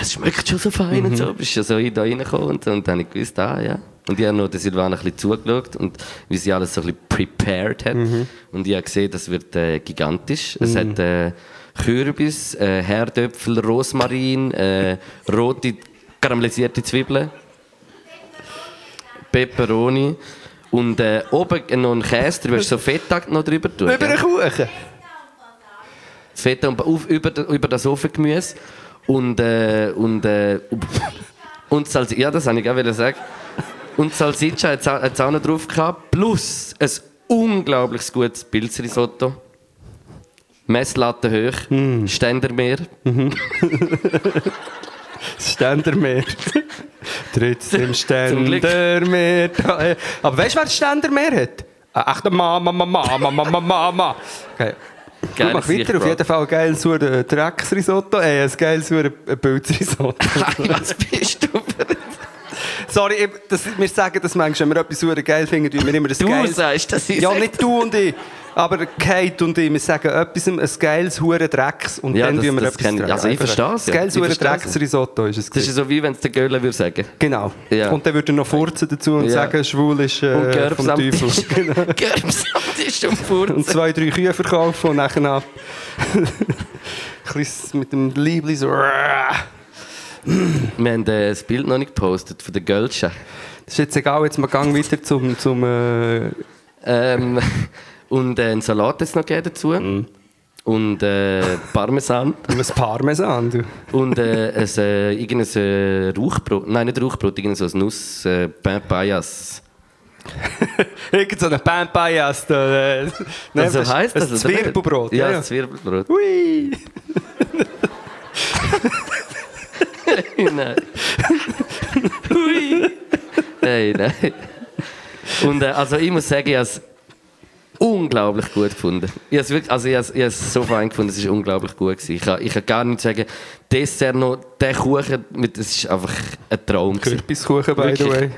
Speaker 4: es schmeckt schon so fein und
Speaker 3: Mhm.
Speaker 4: so. Bist ja so in- da reingekommen und, so, und dann habe ich gewusst, ah ja. Und ich habe noch der Silvana ein bisschen zugeschaut und wie sie alles so ein bisschen prepared hat.
Speaker 3: Mhm.
Speaker 4: Und ich habe gesehen, das wird äh, gigantisch. Es hat äh, Kürbis, äh, Herdöpfel, Rosmarin, äh, rote karamellisierte Zwiebeln. Peperoni und äh, oben noch einen Käse drüber, hast du so Feta noch drüber tun.
Speaker 3: Über
Speaker 4: gell?
Speaker 3: den Kuchen.
Speaker 4: Das Feta und auf, über, über das Ofengemüse und äh, und äh, und Salz ja das habe ich auch wieder sagen und Salsiccia hat es auch- hat es auch noch drauf gehabt plus ein unglaublich gutes Pilzrisotto Messlatte hoch Ständermeer
Speaker 3: Ständermeer. Trotzdem
Speaker 4: Glück.
Speaker 3: Ständermeer. Da, äh. Aber weißt du, wer das Ständermeer hat? Äh, Echt, Mama, Mama, Mama, Mama, Mama. Okay. Du
Speaker 4: Geiles
Speaker 3: mach weiter, auf
Speaker 4: Sichtbrat.
Speaker 3: jeden Fall ein geiles Huren, äh, Drecksrisotto, äh, ein geiles Huren, äh, Pilzrisotto.
Speaker 4: was bist du für ein-
Speaker 3: Sorry, ich, das, wir sagen das manchmal, wenn wir etwas Huren geil finden, tun wir immer das
Speaker 4: du
Speaker 3: geiles...
Speaker 4: sagst das ist
Speaker 3: Ja, nicht du und ich, aber Kate und ich, wir sagen etwas, ein geiles Huren Drecks und
Speaker 4: Ja,
Speaker 3: dann
Speaker 4: das-
Speaker 3: tun wir
Speaker 4: das
Speaker 3: etwas
Speaker 4: kenn ich.
Speaker 3: Drecks.
Speaker 4: Also ich
Speaker 3: Einfach
Speaker 4: versteh's,
Speaker 3: Ein
Speaker 4: ja.
Speaker 3: geiles
Speaker 4: Ich
Speaker 3: Huren
Speaker 4: versteh's.
Speaker 3: Drecksrisotto ist es.
Speaker 4: das ist so wie wenn es der Göller würde sagen
Speaker 3: Genau.
Speaker 4: Ja.
Speaker 3: Und dann würde er noch furzen dazu und
Speaker 4: Ja.
Speaker 3: sagen, schwul ist äh,
Speaker 4: und Gerbs
Speaker 3: vom
Speaker 4: am
Speaker 3: Teufel. Genau.
Speaker 4: Tisch Gerbs am Tisch und
Speaker 3: Und
Speaker 4: Furzen
Speaker 3: zwei, drei Kühe verkaufen und nachher ab. Ein bisschen mit dem Liebling so. Das
Speaker 4: wir haben äh, das Bild noch nicht gepostet von der Gölsche
Speaker 3: ist jetzt egal, jetzt mal gang weiter zum. zum äh,
Speaker 4: Ähm, und äh, einen Salat jetzt noch gegeben dazu. Und äh, Parmesan.
Speaker 3: was Parmesan, du.
Speaker 4: und äh, ein, äh, irgendein äh, Rauchbrot. Nein, nicht Rauchbrot, irgendein so ein Nuss. Äh, Pain Payas.
Speaker 3: Irgend so ein Pan-Bias. da, äh, nein,
Speaker 4: Also
Speaker 3: das ist
Speaker 4: heisst das,
Speaker 3: Ein
Speaker 4: oder nicht?
Speaker 3: Zwirbelbrot.
Speaker 4: Ja,
Speaker 3: Ja,
Speaker 4: das Zwirbelbrot.
Speaker 3: Hui!
Speaker 4: nein. Hui. Nein, nein. Und äh, also ich muss sagen, ich habe es unglaublich gut gefunden. Ich habe es wirklich, also ich habe es- ich habe es so fein gefunden, es war unglaublich gut. Gewesen. Ich, kann, ich kann gar nicht sagen, Dessert noch, der Kuchen, mit, es war einfach ein Traum. Gewesen.
Speaker 3: Kürbiskuchen, by the
Speaker 4: Wirklich.
Speaker 3: way.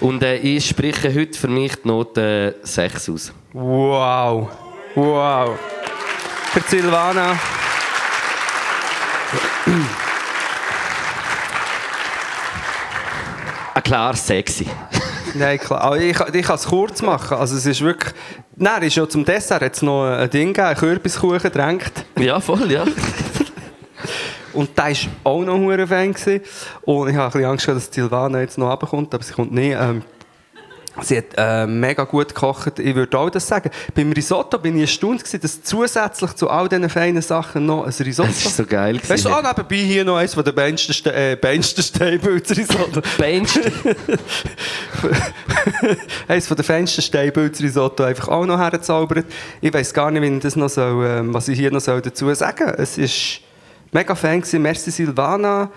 Speaker 4: Und äh, ich spreche heute für mich die Note 6 aus.
Speaker 3: Wow. Wow. Für Silvana.
Speaker 4: Ah, klar, sexy.
Speaker 3: Nein, klar. Aber ich, ich kann es kurz machen. Also es ist wirklich... Nein, ist ja zum Dessert jetzt noch ein Ding gegeben, einen Kürbiskuchen gedrängt.
Speaker 4: Ja, voll, ja.
Speaker 3: Und da war auch noch ein Fan. gewesen. Und ich habe ein bisschen Angst, gehabt, dass Silvana jetzt noch runterkommt, aber sie kommt nicht. Ähm, sie hat äh, mega gut gekocht. Ich würde auch das sagen. Beim Risotto bin ich erstaunt, gewesen, dass zusätzlich zu all diesen feinen Sachen noch ein Risotto...
Speaker 4: Es war so geil. gewesen.
Speaker 3: Weißt du, auch nebenbei hier noch eins von den Benster Ste- äh, Benster Steinbilder Risotto.
Speaker 4: Bench.
Speaker 3: eins von den Fenstersteinbilder Risotto einfach auch noch herzaubert. Ich weiß gar nicht, wie ich das noch soll, ähm, was ich hier noch soll dazu sagen soll. Es ist mega Fan gewesen. Merci Silvana.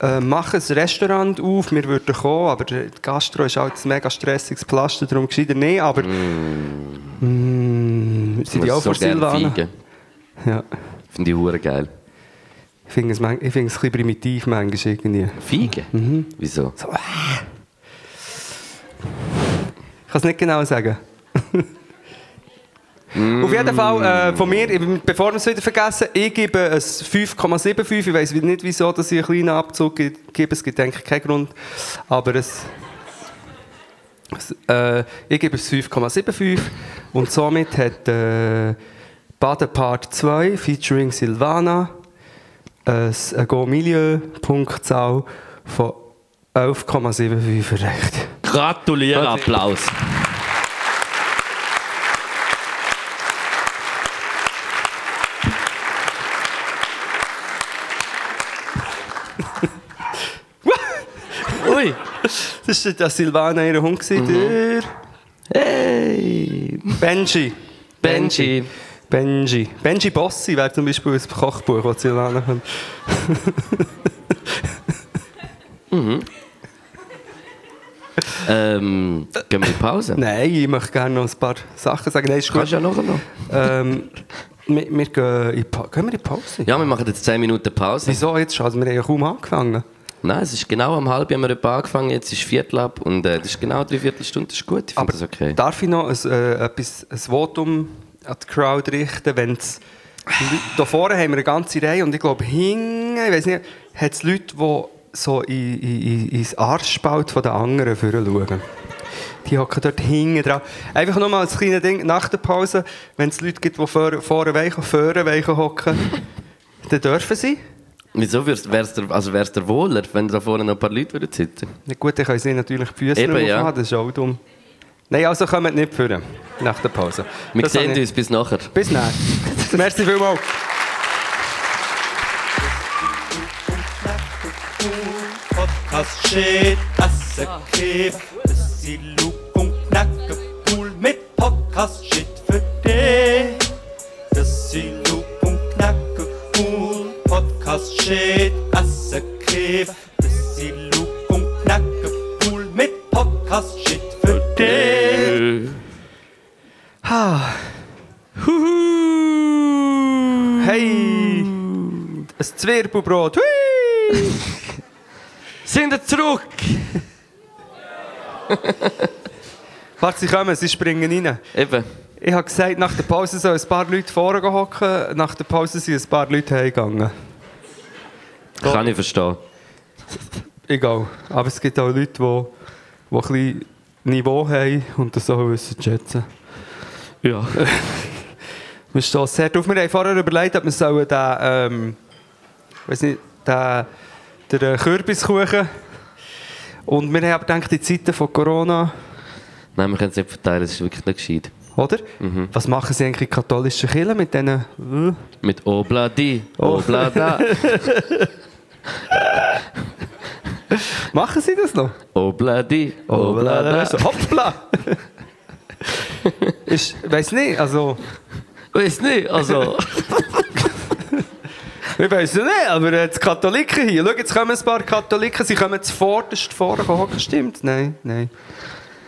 Speaker 3: Äh, mach ein Restaurant auf, wir würden kommen, aber die Gastro ist halt ein mega stressiges Pflaster, darum gescheiter nicht, aber... Mm. sind die auch
Speaker 4: so
Speaker 3: für Silvana?
Speaker 4: Finde
Speaker 3: Ja.
Speaker 4: ich hure geil.
Speaker 3: Ich finde es, man- ich finde es ein bisschen primitiv manchmal irgendwie.
Speaker 4: Feige?
Speaker 3: Mhm.
Speaker 4: Wieso?
Speaker 3: Ich kann es nicht genau sagen. Auf jeden Fall, äh, von mir, ich- bevor wir es wieder vergessen, ich gebe es 5,75. Ich weiß nicht, wieso dass ich einen kleinen Abzug ge- gebe. Es gibt eigentlich keinen Grund. Aber es. es äh, ich gebe es 5,75. Und somit hat äh, Baden Part 2 featuring Silvana ein eine Go-Milieu-Punktzahl von 11,75 erreicht.
Speaker 4: Gratuliere, Applaus. Ui,
Speaker 3: Das war der Silvana, ihr Hund. gewesen, Der
Speaker 4: Mhm. hey,
Speaker 3: Benji.
Speaker 4: Benji.
Speaker 3: Benji. Benji Bossi wäre zum Beispiel ein Kochbuch, das Silvana könnte.
Speaker 4: Ähm, gehen wir in die Pause?
Speaker 3: Nein, ich möchte gerne noch ein paar Sachen sagen. Nein, ist
Speaker 4: Kannst
Speaker 3: gut.
Speaker 4: du ja nachher noch.
Speaker 3: Ähm, wir, wir gehen in die Pa- Gehen wir in die Pause?
Speaker 4: Ja, wir machen jetzt 10 Minuten Pause.
Speaker 3: Wieso jetzt schon? Also, wir haben ja kaum angefangen.
Speaker 4: Nein, es ist genau am halb haben wir etwa angefangen, jetzt ist Viertel ab und äh, das ist genau drei Viertelstunde, das ist gut, ich finde das okay.
Speaker 3: darf ich noch ein, äh, etwas, ein Votum an die Crowd richten, wenn es... da vorne haben wir eine ganze Reihe und ich glaube, hinten, ich weiß nicht, hat es Leute, die so in, in, in, ins Arschspalt der anderen führen schauen. Die hocken dort hinten dran. Einfach nur mal als kleines Ding, nach der Pause, wenn es Leute gibt, die vor, vorne weichen, vorne weichen hocken, dann dürfen sie.
Speaker 4: Wieso wäre es der, also wär's der wohler, wenn da vorne noch ein paar Leute würden sitzen
Speaker 3: Na gut, dann können sie natürlich die Füße
Speaker 4: Eben,
Speaker 3: nicht
Speaker 4: ja.
Speaker 3: aufmachen, das ist auch dumm. Nein, also kommen nicht führen, nach der Pause.
Speaker 4: Wir
Speaker 3: Das
Speaker 4: sehen
Speaker 3: habe ich-
Speaker 4: uns bis nachher.
Speaker 3: Bis dann. Merci vielmals.
Speaker 1: Podcast shit, Asse Kiff, bis sie Lug und Knacke Pool mit Podcast shit für dich. Bis sie Lug und Knacke Pool, Podcast shit, Asse Kiff, bis sie Lug und Knacke Pool mit Podcast shit für dich.
Speaker 3: Hey! Ein Zwirbelbrot. Hui!
Speaker 4: Sind wir zurück?
Speaker 3: Warte, sie kommen, sie springen rein.
Speaker 4: Eben.
Speaker 3: Ich habe gesagt, nach der Pause sollen ein paar Leute vorne hocken. Nach der Pause sind ein paar Leute heimgegangen.
Speaker 4: Kann ich verstehen.
Speaker 3: Egal. Aber es gibt auch Leute, die, die ein bisschen Niveau haben und das auch wissen zu schätzen.
Speaker 4: Ja.
Speaker 3: Wir stossen sehr drauf. Wir haben vorher überlegt, ob wir sollen den, ähm, weiß nicht, den, den äh, Kürbiskuchen und wir haben aber gedacht, in Zeiten von Corona...
Speaker 4: Nein, wir können es nicht verteilen, es ist wirklich nicht gescheit.
Speaker 3: Oder? Was machen sie eigentlich in katholischen Kirchen mit diesen... Äh?
Speaker 4: Mit
Speaker 3: Oh.
Speaker 4: Obla di, Obla da.
Speaker 3: Machen Sie das noch?
Speaker 4: Obladi, oblada.
Speaker 3: Also, Hoppla! ich weiß nicht, also.
Speaker 4: Weiss nicht, also.
Speaker 3: Ich weiß es nicht, aber äh, die Katholiken hier. Schau, jetzt kommen ein paar Katholiken, sie kommen zuvorderst vorne hocken. Stimmt? Nein, nein.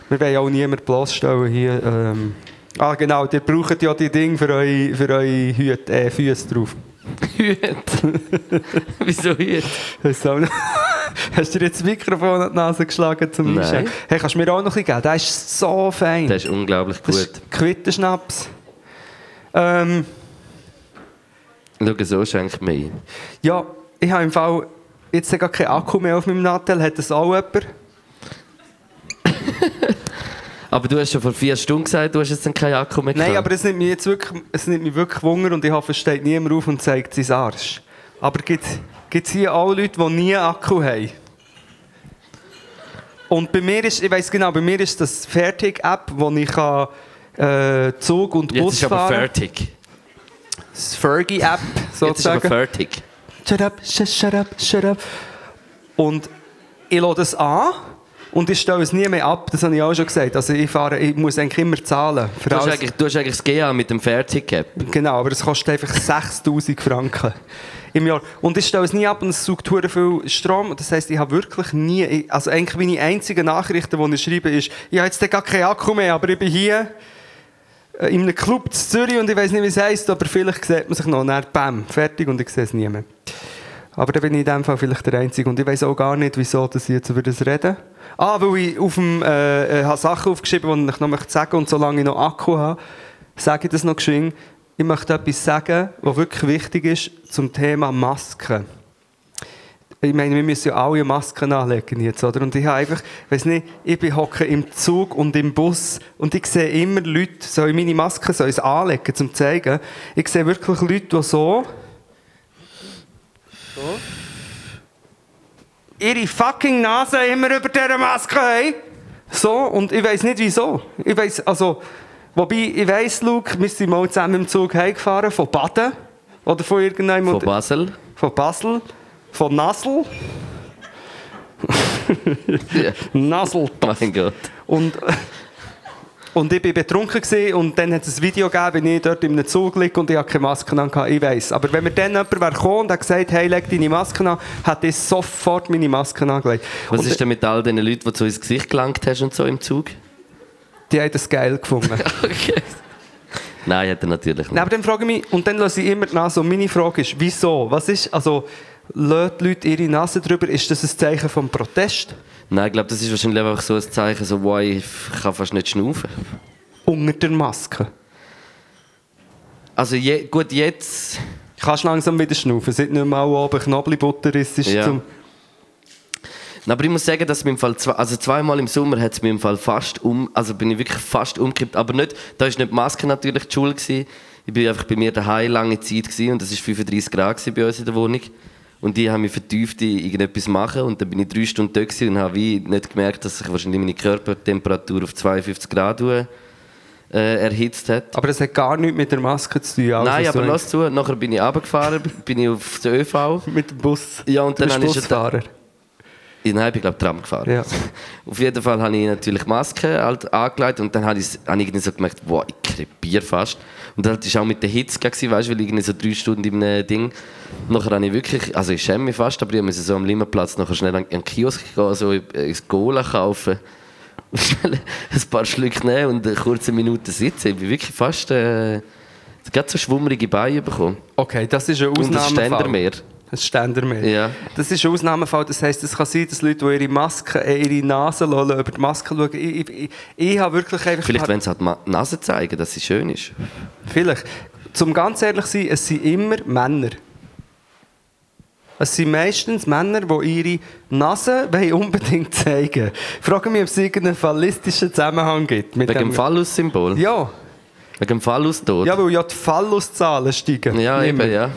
Speaker 3: Wir wollen auch niemanden bloßstellen hier. Ähm. Ah, genau, ihr braucht ja die Dinge für eure, für eure Hüte, äh, Füße drauf.
Speaker 4: Hüt. Wieso Hüt?
Speaker 3: Hast du auch noch- Hast du dir jetzt das Mikrofon an die Nase geschlagen zum
Speaker 4: Nein.
Speaker 3: Einschenken? Hey, kannst du mir auch noch ein bisschen geben? Der ist so fein.
Speaker 4: Das ist unglaublich
Speaker 3: Das
Speaker 4: gut.
Speaker 3: ist Quittenschnaps. Ähm,
Speaker 4: Schau, so schenkt mir ein.
Speaker 3: ja, ich habe im Fall jetzt gar keinen Akku mehr auf meinem Nattel. Hat das auch jemand?
Speaker 4: Aber du hast schon vor vier Stunden gesagt, du hast jetzt dann keinen Akku mehr
Speaker 3: Nein,
Speaker 4: gehabt.
Speaker 3: aber es nimmt mich jetzt wirklich, es nimmt mich wirklich Wunder und ich hoffe, es steht niemand auf und zeigt seinen Arsch. Aber gibt es hier auch Leute, die nie einen Akku haben? Und bei mir ist, ich weiss genau, bei mir ist das Fertig-App, wo ich kann, äh, Zug und
Speaker 4: Jetzt
Speaker 3: Bus
Speaker 4: ist aber
Speaker 3: fahren
Speaker 4: fertig.
Speaker 3: Das Fergie-App
Speaker 4: Jetzt ist aber
Speaker 3: sozusagen.
Speaker 4: fertig.
Speaker 3: Shut up, shut, shut up, shut up. Und ich lasse das an und ich stelle es nie mehr ab. Das habe ich auch schon gesagt. Also ich, fahre, ich muss eigentlich immer zahlen. Für
Speaker 4: Du hast,
Speaker 3: alles.
Speaker 4: eigentlich, du hast eigentlich das GA mit dem Fertig-App.
Speaker 3: Genau, aber das kostet einfach 6000 Franken im Jahr. Und ich stelle es nie ab und es saugt hure viel Strom. Das heisst, ich habe wirklich nie... ich- Also eigentlich meine einzige Nachrichten, die ich schreibe, ist, ich habe jetzt gar keinen Akku mehr, aber ich bin hier äh, in einem Club in Zürich und ich weiß nicht, wie es heisst, aber vielleicht sieht man sich noch. Und dann, bam, fertig und ich sehe es nie mehr. Aber dann bin ich in dem Fall vielleicht der Einzige. Und ich weiß auch gar nicht, wieso dass ich jetzt über das rede. Ah, weil ich auf dem, äh, äh, habe Sachen aufgeschrieben habe, die ich noch möchte sagen Und solange ich noch Akku habe, sage ich das noch geschwind. Ich möchte etwas sagen, was wirklich wichtig ist zum Thema Masken. Ich meine, wir müssen ja alle Masken anlegen jetzt, oder? Und ich habe einfach, weiß nicht, ich bin hocke im Zug und im Bus und ich sehe immer Leute, soll ich meine Maske soll ich sie anlegen, zum zeigen? Ich sehe wirklich Leute, die so... ihre fucking Nase immer über dieser Maske haben. So, und ich weiß nicht wieso. Ich weiß, also, wobei, ich weiß, Luke, wir sind mal zusammen im Zug heimgefahren, von Baden. Oder von irgendeinem.
Speaker 4: Von Basel.
Speaker 3: von Basel. Von Nassel. Nassel.
Speaker 4: Mein Gott.
Speaker 3: Und, und ich war betrunken gewesen, und dann hat es ein Video gegeben, wie ich dort in einem Zug liege und ich habe keine Maske an. gehabt. Ich weiss. Aber wenn mir dann jemand wäre gekommen und hat gesagt, hey, leg deine Maske an, hätte ich sofort meine Maske angelegt.
Speaker 4: Was
Speaker 3: und
Speaker 4: ist denn mit all den Leuten, die zu ins Gesicht gelangt hast und so im Zug?
Speaker 3: Die haben das geil gefunden.
Speaker 4: Okay. Nein, hat er natürlich
Speaker 3: Nein,
Speaker 4: nicht.
Speaker 3: aber dann frage ich mich, und dann lasse ich immer die Nase. Und meine Frage ist, wieso? Was ist, also, lassen die Leute ihre Nase drüber? Ist das ein Zeichen vom Protest?
Speaker 4: Nein, ich glaube, das ist wahrscheinlich einfach so ein Zeichen, so, wow, ich kann fast nicht schnaufen.
Speaker 3: Unter der Maske.
Speaker 4: Also je, gut, jetzt...
Speaker 3: Kannst langsam wieder schnaufen. Seit nicht mal oben Knoblauchbutter ist, ist
Speaker 4: Ja.
Speaker 3: zum...
Speaker 4: Na, aber ich muss sagen, dass mir im Fall zwei, also zweimal im Sommer hat es mir im Fall fast um, also bin ich wirklich fast umgekippt, aber nicht, da ist nicht die Maske natürlich die Schuld gewesen. Ich bin einfach bei mir daheim lange Zeit gewesen, und es ist 35 Grad gewesen bei uns in der Wohnung und die haben mich vertieft in irgendetwas machen und dann bin ich drei Stunden dort gewesen und habe wie nicht gemerkt, dass sich wahrscheinlich meine Körpertemperatur auf 52 Grad äh, erhitzt hat.
Speaker 3: Aber das hat gar nichts mit der Maske zu tun. also
Speaker 4: Nein, aber
Speaker 3: so-
Speaker 4: lass zu, nachher bin ich runtergefahren, bin ich auf den ÖV.
Speaker 3: Mit dem Bus.
Speaker 4: Ja, und
Speaker 3: Du
Speaker 4: dann
Speaker 3: bist
Speaker 4: habe ich schon
Speaker 3: Busfahrer.
Speaker 4: Nein, ich bin glaube Tram gefahren.
Speaker 3: Ja.
Speaker 4: Auf jeden Fall habe ich natürlich Maske halt angelegt und dann habe ich, habe ich irgendwie so gemerkt, boah, ich krepiere fast. Und das war auch mit der Hitze, gewesen, weißt, du, weil ich irgendwie so drei Stunden in einem Ding... Nachher habe ich wirklich, also ich schäme mich fast, aber ich musste so am Limmerplatz nachher schnell an den Kiosk gehen, also so ein ein Cola kaufen. Und schnell ein paar Schlücke nehmen und eine kurze Minute sitzen. Ich bin wirklich fast... Äh, gerade so schwummerige Beine bekommen.
Speaker 3: Okay, das ist ein
Speaker 4: Und das
Speaker 3: Ausnahmefall.
Speaker 4: Ständermeer.
Speaker 3: Ein Ständermeer.
Speaker 4: Ja.
Speaker 3: Das ist ein Ausnahmefall. Das heisst, es kann sein, dass Leute, die ihre Maske, äh, ihre Nase lassen, über die Maske schauen. Ich, ich, ich, ich habe wirklich einfach...
Speaker 4: Vielleicht wollen sie halt mal die Nase zeigen, dass sie schön ist.
Speaker 3: Vielleicht. Zum ganz ehrlich sein, es sind immer Männer. Es sind meistens Männer, die ihre Nase wollen unbedingt zeigen wollen. Ich frage mich, ob es irgendeinen phallistischen Zusammenhang gibt. Mit
Speaker 4: Wegen dem
Speaker 3: dem-
Speaker 4: Phallus-Symbol.
Speaker 3: Ja.
Speaker 4: Wegen dem Phallus-Tod.
Speaker 3: ja, weil ja die Falluszahlen steigen.
Speaker 4: ja
Speaker 3: Immer.
Speaker 4: eben, ja.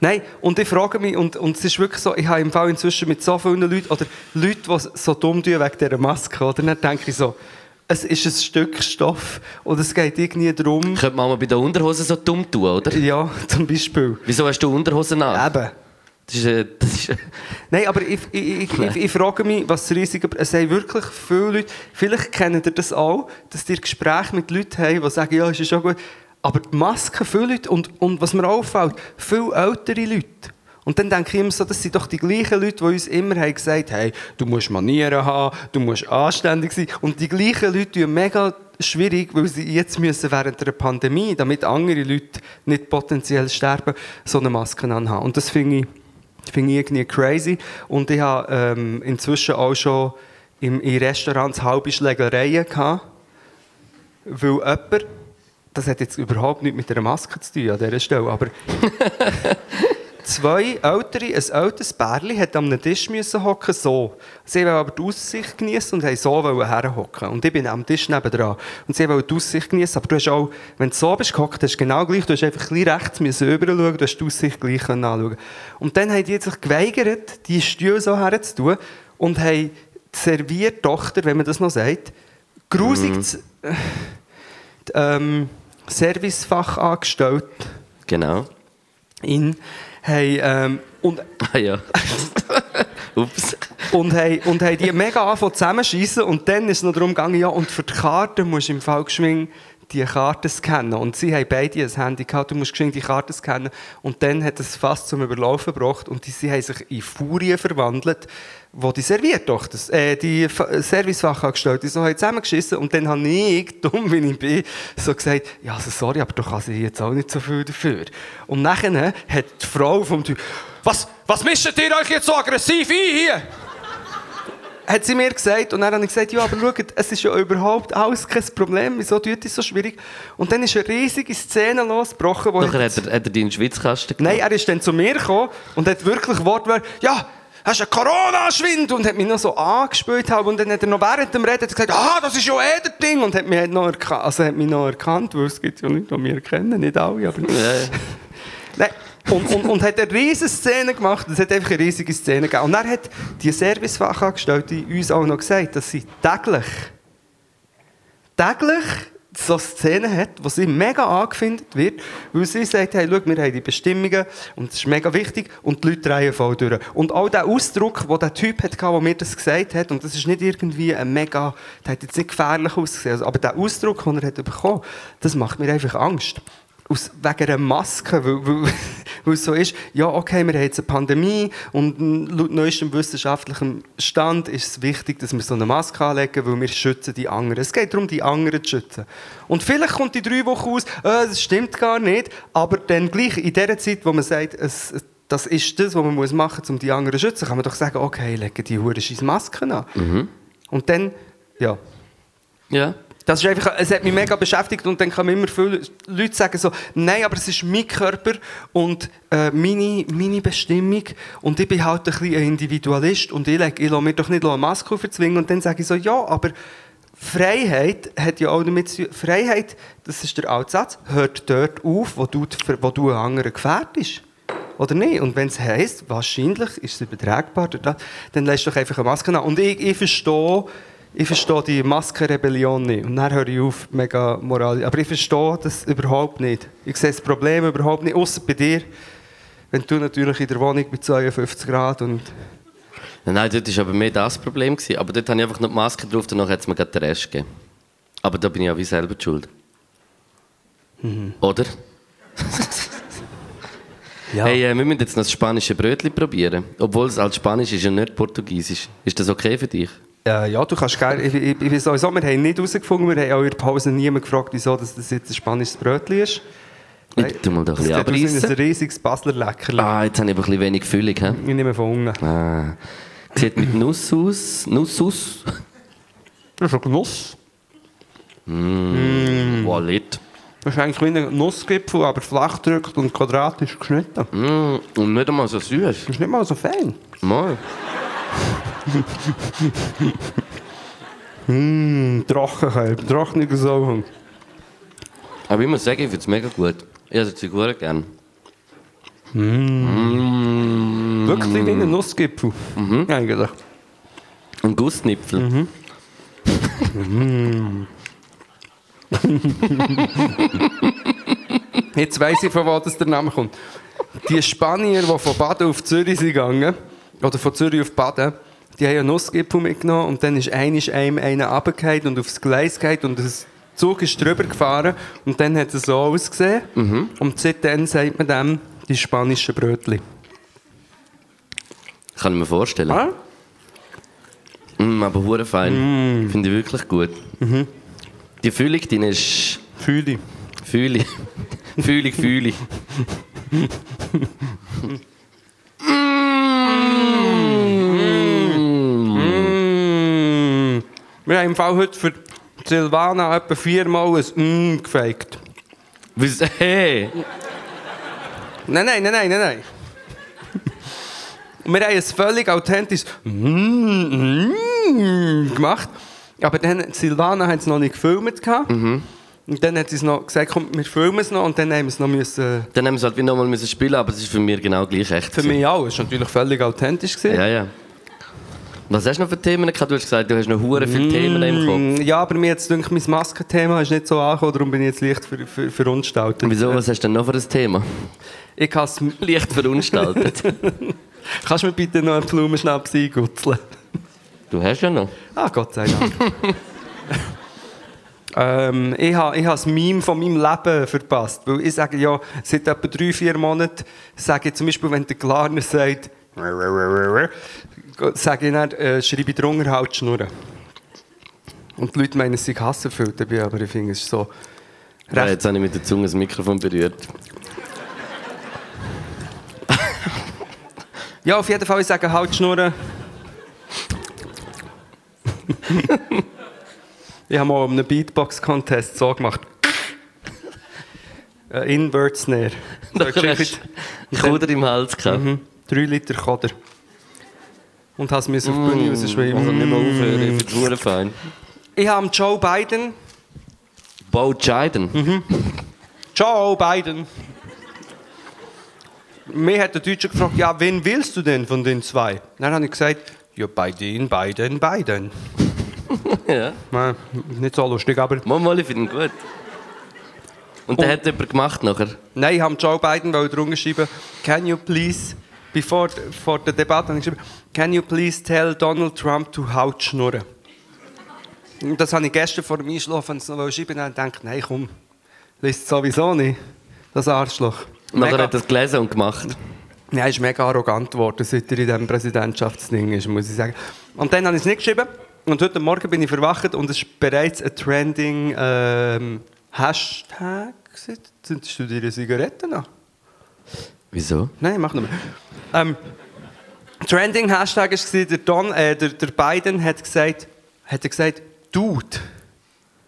Speaker 3: Nein, und ich frage mich, und, und es ist wirklich so, ich habe im Fall inzwischen mit so vielen Leuten, oder Leute, die so dumm tun wegen dieser Maske, oder? Dann denke ich so, es ist ein Stück Stoff und es geht irgendwie darum,
Speaker 4: Könnte man auch mal bei den Unterhosen so dumm tun, oder?
Speaker 3: ja, zum Beispiel,
Speaker 4: Ah. Wieso hast du Unterhosen an?
Speaker 3: eben,
Speaker 4: Das ist, äh, das ist,
Speaker 3: Nein, aber ich, ich, ich, ich, ich frage mich, was das riesige... Es haben wirklich viele Leute... Vielleicht kennt ihr das auch, dass ihr Gespräche mit Leuten haben, die sagen, ja, ist ja schon gut. Aber die Masken, viele Leute, und, und was mir auffällt, viele ältere Leute. Und dann denke ich immer so, das sind doch die gleichen Leute, die uns immer haben gesagt haben, hey, du musst Manieren haben, du musst anständig sein. Und die gleichen Leute tun mega schwierig, weil sie jetzt müssen während der Pandemie, damit andere Leute nicht potenziell sterben, so eine Maske anhaben. Und das finde ich... Finde ich irgendwie crazy. Und ich habe ähm, inzwischen auch schon im, in Restaurants halbe Schlägereien gehabt, weil jemand, das hat jetzt überhaupt nichts mit einer Maske zu tun an dieser Stelle, aber zwei ältere, ein älteres Bärli hat am Tisch müssen hocken, so. Sie wollten aber die Aussicht genießen und haben so wollen herhocken. Und ich bin am Tisch nebendran. Und sie wollten die Aussicht genießen, aber du hast auch, wenn du so bist gehockt, hast du genau gleich, du hast einfach ein bisschen rechts müssen rüber schauen, du hast die Aussicht gleich können anschauen. Und dann haben die sich geweigert, die Stühle so herzutun und haben die Serviertochter, wenn man das noch sagt, grusig zu- äh, die, ähm, Servicefach angestellt
Speaker 4: genau.
Speaker 3: in, haben, ähm, und
Speaker 4: Ah ja. Ups.
Speaker 3: und haben, und haben die mega angefangen zusammenschießen und dann ist es noch darum gegangen, ja, und für die Karte musst du im Fall geschwingen die Karte scannen. Und sie haben beide ein Handy gehabt, du musst geschwingen die Karte scannen. Und dann hat es fast zum Überlaufen gebracht und die, sie haben sich in Furie verwandelt, wo die Serviertochter, äh, die F- Servicefachangestellte so haben zusammengeschissen und dann habe ich, dumm wie ich bin, so gesagt, ja, also sorry, aber du kannst jetzt auch nicht so viel dafür. Und nachher hat die Frau vom Typ, was, was mischt ihr euch jetzt so aggressiv ein hier? hat sie mir gesagt. Und dann habe ich gesagt, ja, aber schaut, es ist ja überhaupt alles kein Problem. Wieso tut es so schwierig? Und dann ist eine riesige Szene losgebrochen, wo
Speaker 4: Nachher hat er, hat er deinen Schwitzkasten
Speaker 3: Nein, er ist dann zu mir gekommen und hat wirklich wortwörtlich, ja, hast du einen Corona-Schwind? Und hat mich noch so angespült. halb. Und dann hat er noch während dem Reden gesagt, ah, das ist ja eh der Ding. Und hat mich halt noch, erka also hat mich noch erkannt, weil es gibt ja Leute, die mich kennen, nicht alle, aber...
Speaker 4: Ja.
Speaker 3: Nein. Und, und, und hat eine riesige Szene gemacht. Es hat einfach eine riesige Szene gegeben. Und dann hat die Servicefachangestellte uns auch noch gesagt, dass sie täglich, täglich so Szenen hat, wo sie mega angefindet wird, weil sie sagt, hey, schau, wir haben die Bestimmungen und das ist mega wichtig und die Leute drehen voll durch. Und auch der Ausdruck, den der Typ hatte, der mir das gesagt hat, und das ist nicht irgendwie ein mega, der hat jetzt nicht gefährlich ausgesehen, also- aber der Ausdruck, den er hat bekommen, das macht mir einfach Angst aus, wegen einer Maske, weil, weil, weil es so ist, ja, okay, wir haben jetzt eine Pandemie und mm, laut neuestem wissenschaftlichem Stand ist es wichtig, dass wir so eine Maske anlegen, weil wir schützen die anderen. Es geht darum, die anderen zu schützen. Und vielleicht kommt die drei Wochen aus, äh, das stimmt gar nicht, aber dann gleich in der Zeit, wo man sagt, es, es- das ist das, was man muss machen muss, um die anderen zu schützen, kann man doch sagen, okay, legen die hure scheiß Masken an. Und dann, ja...
Speaker 4: Ja.
Speaker 3: Das ist einfach, es hat mich mega beschäftigt und dann kamen immer viele Leute sagen so, nein, aber es ist mein Körper und äh, meine, meine Bestimmung und ich bin halt ein bisschen ein Individualist und ich, leg- ich lasse mir doch nicht eine Maske verzwingen und dann sage ich so, ja, aber Freiheit hat ja auch damit zu tun, Freiheit, das ist der alte Satz, hört dort auf, wo du, die Ver- wo du einen anderen gefährdest. Oder nicht? Und wenn es heisst, wahrscheinlich ist es übertragbar, durch das, dann lässt doch einfach eine Maske an. Und ich, ich verstehe ich verstehe die Maskenrebellion nicht. Und dann höre ich auf, mega moralisch. Aber ich verstehe das überhaupt nicht. Ich sehe das Problem überhaupt nicht, außer bei dir. Wenn du natürlich in der Wohnung bei 52 Grad und...
Speaker 4: Nein, nein, dort war aber mehr das Problem. Gewesen. Aber dort habe ich einfach noch die Maske drauf, danach hat es mir gerade den Rest gegeben. Aber da bin ich ja wie selber die schuld. Oder? Hey, äh, wir müssen jetzt noch das spanische Brötchen probieren. Obwohl es als Spanisch ist und nicht Portugiesisch. Ist das okay für dich?
Speaker 3: Äh, ja, du kannst gerne... Ich, ich, ich weiss sowieso, wir haben nicht herausgefunden, wir haben auch in der Pause niemanden gefragt, wieso dass das jetzt ein spanisches Brötchen ist. Nein,
Speaker 4: Ich tu mal da ein bisschen
Speaker 3: das sieht aus wie
Speaker 4: abreißen.
Speaker 3: ein riesiges Basler Leckerli.
Speaker 4: Ah, jetzt habe ich aber ein bisschen wenig Füllung. He?
Speaker 3: Ich nehme von unten.
Speaker 4: Ah. Sieht mit Nuss aus. Nuss aus.
Speaker 3: Das ist ein Genuss. Mhm.
Speaker 4: Wallet.
Speaker 3: Das ist eigentlich wie ein Nussgipfel, aber flach gedrückt und quadratisch geschnitten.
Speaker 4: Mm, und nicht einmal so süß.
Speaker 3: Das ist nicht mal so fein.
Speaker 4: Mal.
Speaker 3: Mh, Trockenkalb, trockene Sauhung.
Speaker 4: Aber ich muss sagen, ich finde es mega gut. Ich esse die Gurke gerne.
Speaker 3: Wirklich wie ein Nussgipfel. Eigentlich.
Speaker 4: Ein
Speaker 3: Mhm.
Speaker 4: Gussnipfel.
Speaker 3: Jetzt weiss ich, von wo das der Name kommt. Die Spanier, die von Baden auf Zürich sind gegangen, oder von Zürich auf Baden, die haben ja Nussgipfel mitgenommen und dann ist einisch einem einer runtergefallen und aufs Gleis gefallen und der Zug ist drüber gefahren und dann hat es so ausgesehen. Und seitdem sagt man dem die spanischen Brötchen.
Speaker 4: Kann ich mir vorstellen.
Speaker 3: Ah?
Speaker 4: Mm, aber hure fein.
Speaker 3: Mm.
Speaker 4: Finde ich wirklich gut.
Speaker 3: Mhm.
Speaker 4: Die Füllung drin ist.
Speaker 3: Fühle ich.
Speaker 4: Fühle ich. Fühle ich, fühle ich.
Speaker 3: Mm. Wir haben im Fall heute für Silvana etwa viermal ein «Mm» gefaked.
Speaker 4: Wieso- Hey!
Speaker 3: Nein, nein, nein, nein, nein, nein. Wir haben ein völlig authentisches «Mm, mm» gemacht. Aber dann, Silvana hat es noch nicht gefilmt. gehabt.
Speaker 4: Mhm.
Speaker 3: Und dann hat sie es noch gesagt, komm, wir filmen es noch. Und dann haben wir es noch müssen...
Speaker 4: Dann haben wir es halt wieder nochmal müssen spielen, aber es ist für mich genau gleich echt.
Speaker 3: Für mich auch. Es war natürlich völlig authentisch. gewesen.
Speaker 4: Ja, ja. Was hast du noch für Themen gehabt? Du hast gesagt, du hast noch hure viele Themen im Kopf.
Speaker 3: Mm, Ja, aber mir jetzt denke mein Maskenthema ist nicht so angekommen, darum bin ich jetzt leicht ver ver verunstaltet.
Speaker 4: Wieso? Was hast du denn noch für ein Thema?
Speaker 3: Ich has,
Speaker 4: Leicht verunstaltet.
Speaker 3: kannst du mir bitte noch einen Blumenschnaps eingutzeln?
Speaker 4: du hast ja noch.
Speaker 3: Ah, Gott sei Dank. ähm, ich habe ich ha das Meme von meinem Leben verpasst. Weil ich sage ja, seit etwa drei, vier Monaten sage ich zum Beispiel, wenn der Klarner sagt, sage ich dann, äh, schreibe ich drunter halt Schnurren. Und die Leute meinen, es sei hasserfüllt dabei, aber ich finde, es ist so
Speaker 4: Ja,
Speaker 3: recht
Speaker 4: Ah, jetzt habe ich mit der Zunge das Mikrofon berührt.
Speaker 3: Ja, auf jeden Fall, ich sage halt schnurren. ich habe mal um einen Beatbox-Contest so gemacht. Äh, Invert Snare. So
Speaker 4: Da
Speaker 3: eine Geschichte.
Speaker 4: hast du Kuder im Hals gehabt.
Speaker 3: Mhm. Drei Liter Koder. Und habe es mir auf die Bühne
Speaker 4: Ich kann
Speaker 3: rausgeschrieben.
Speaker 4: Also nicht mehr aufhören, ich finde es hure fein.
Speaker 3: Ich habe Joe Biden.
Speaker 4: Bo Jiden.
Speaker 3: Joe Biden. Mir hat der Deutsche gefragt, ja, wen willst du denn von den zwei? Dann habe ich gesagt, ja, bei den beiden, beiden.
Speaker 4: Ja.
Speaker 3: Nein, nicht so lustig, aber...
Speaker 4: Mal, mal, ich finde ihn gut. Und der hat jemand gemacht nachher.
Speaker 3: Nein, ich habe Joe Biden drunter geschrieben, can you please, bevor vor der Debatte, habe ich geschrieben, can you please tell Donald Trump to Haut schnurren. Und Das habe ich gestern vor dem Einschlafen es noch geschrieben und gedacht, nein, komm, liest es sowieso nicht, das Arschloch.
Speaker 4: Nachher
Speaker 3: Mega-
Speaker 4: hat er es gelesen und gemacht.
Speaker 3: Nein, er ist mega arrogant geworden, seit er in diesem Präsidentschaftsding ist, muss ich sagen. Und dann habe ich es nicht geschrieben. Und heute Morgen bin ich verwacht und es ist bereits ein trending ähm, Hashtag. gewesen. Zündest du dir eine Zigarette an?
Speaker 4: Wieso?
Speaker 3: Nein, mach nicht mehr. Ähm, trending Hashtag war, der, Don, äh, der, der Biden hat gesagt, hat er gesagt, Dude,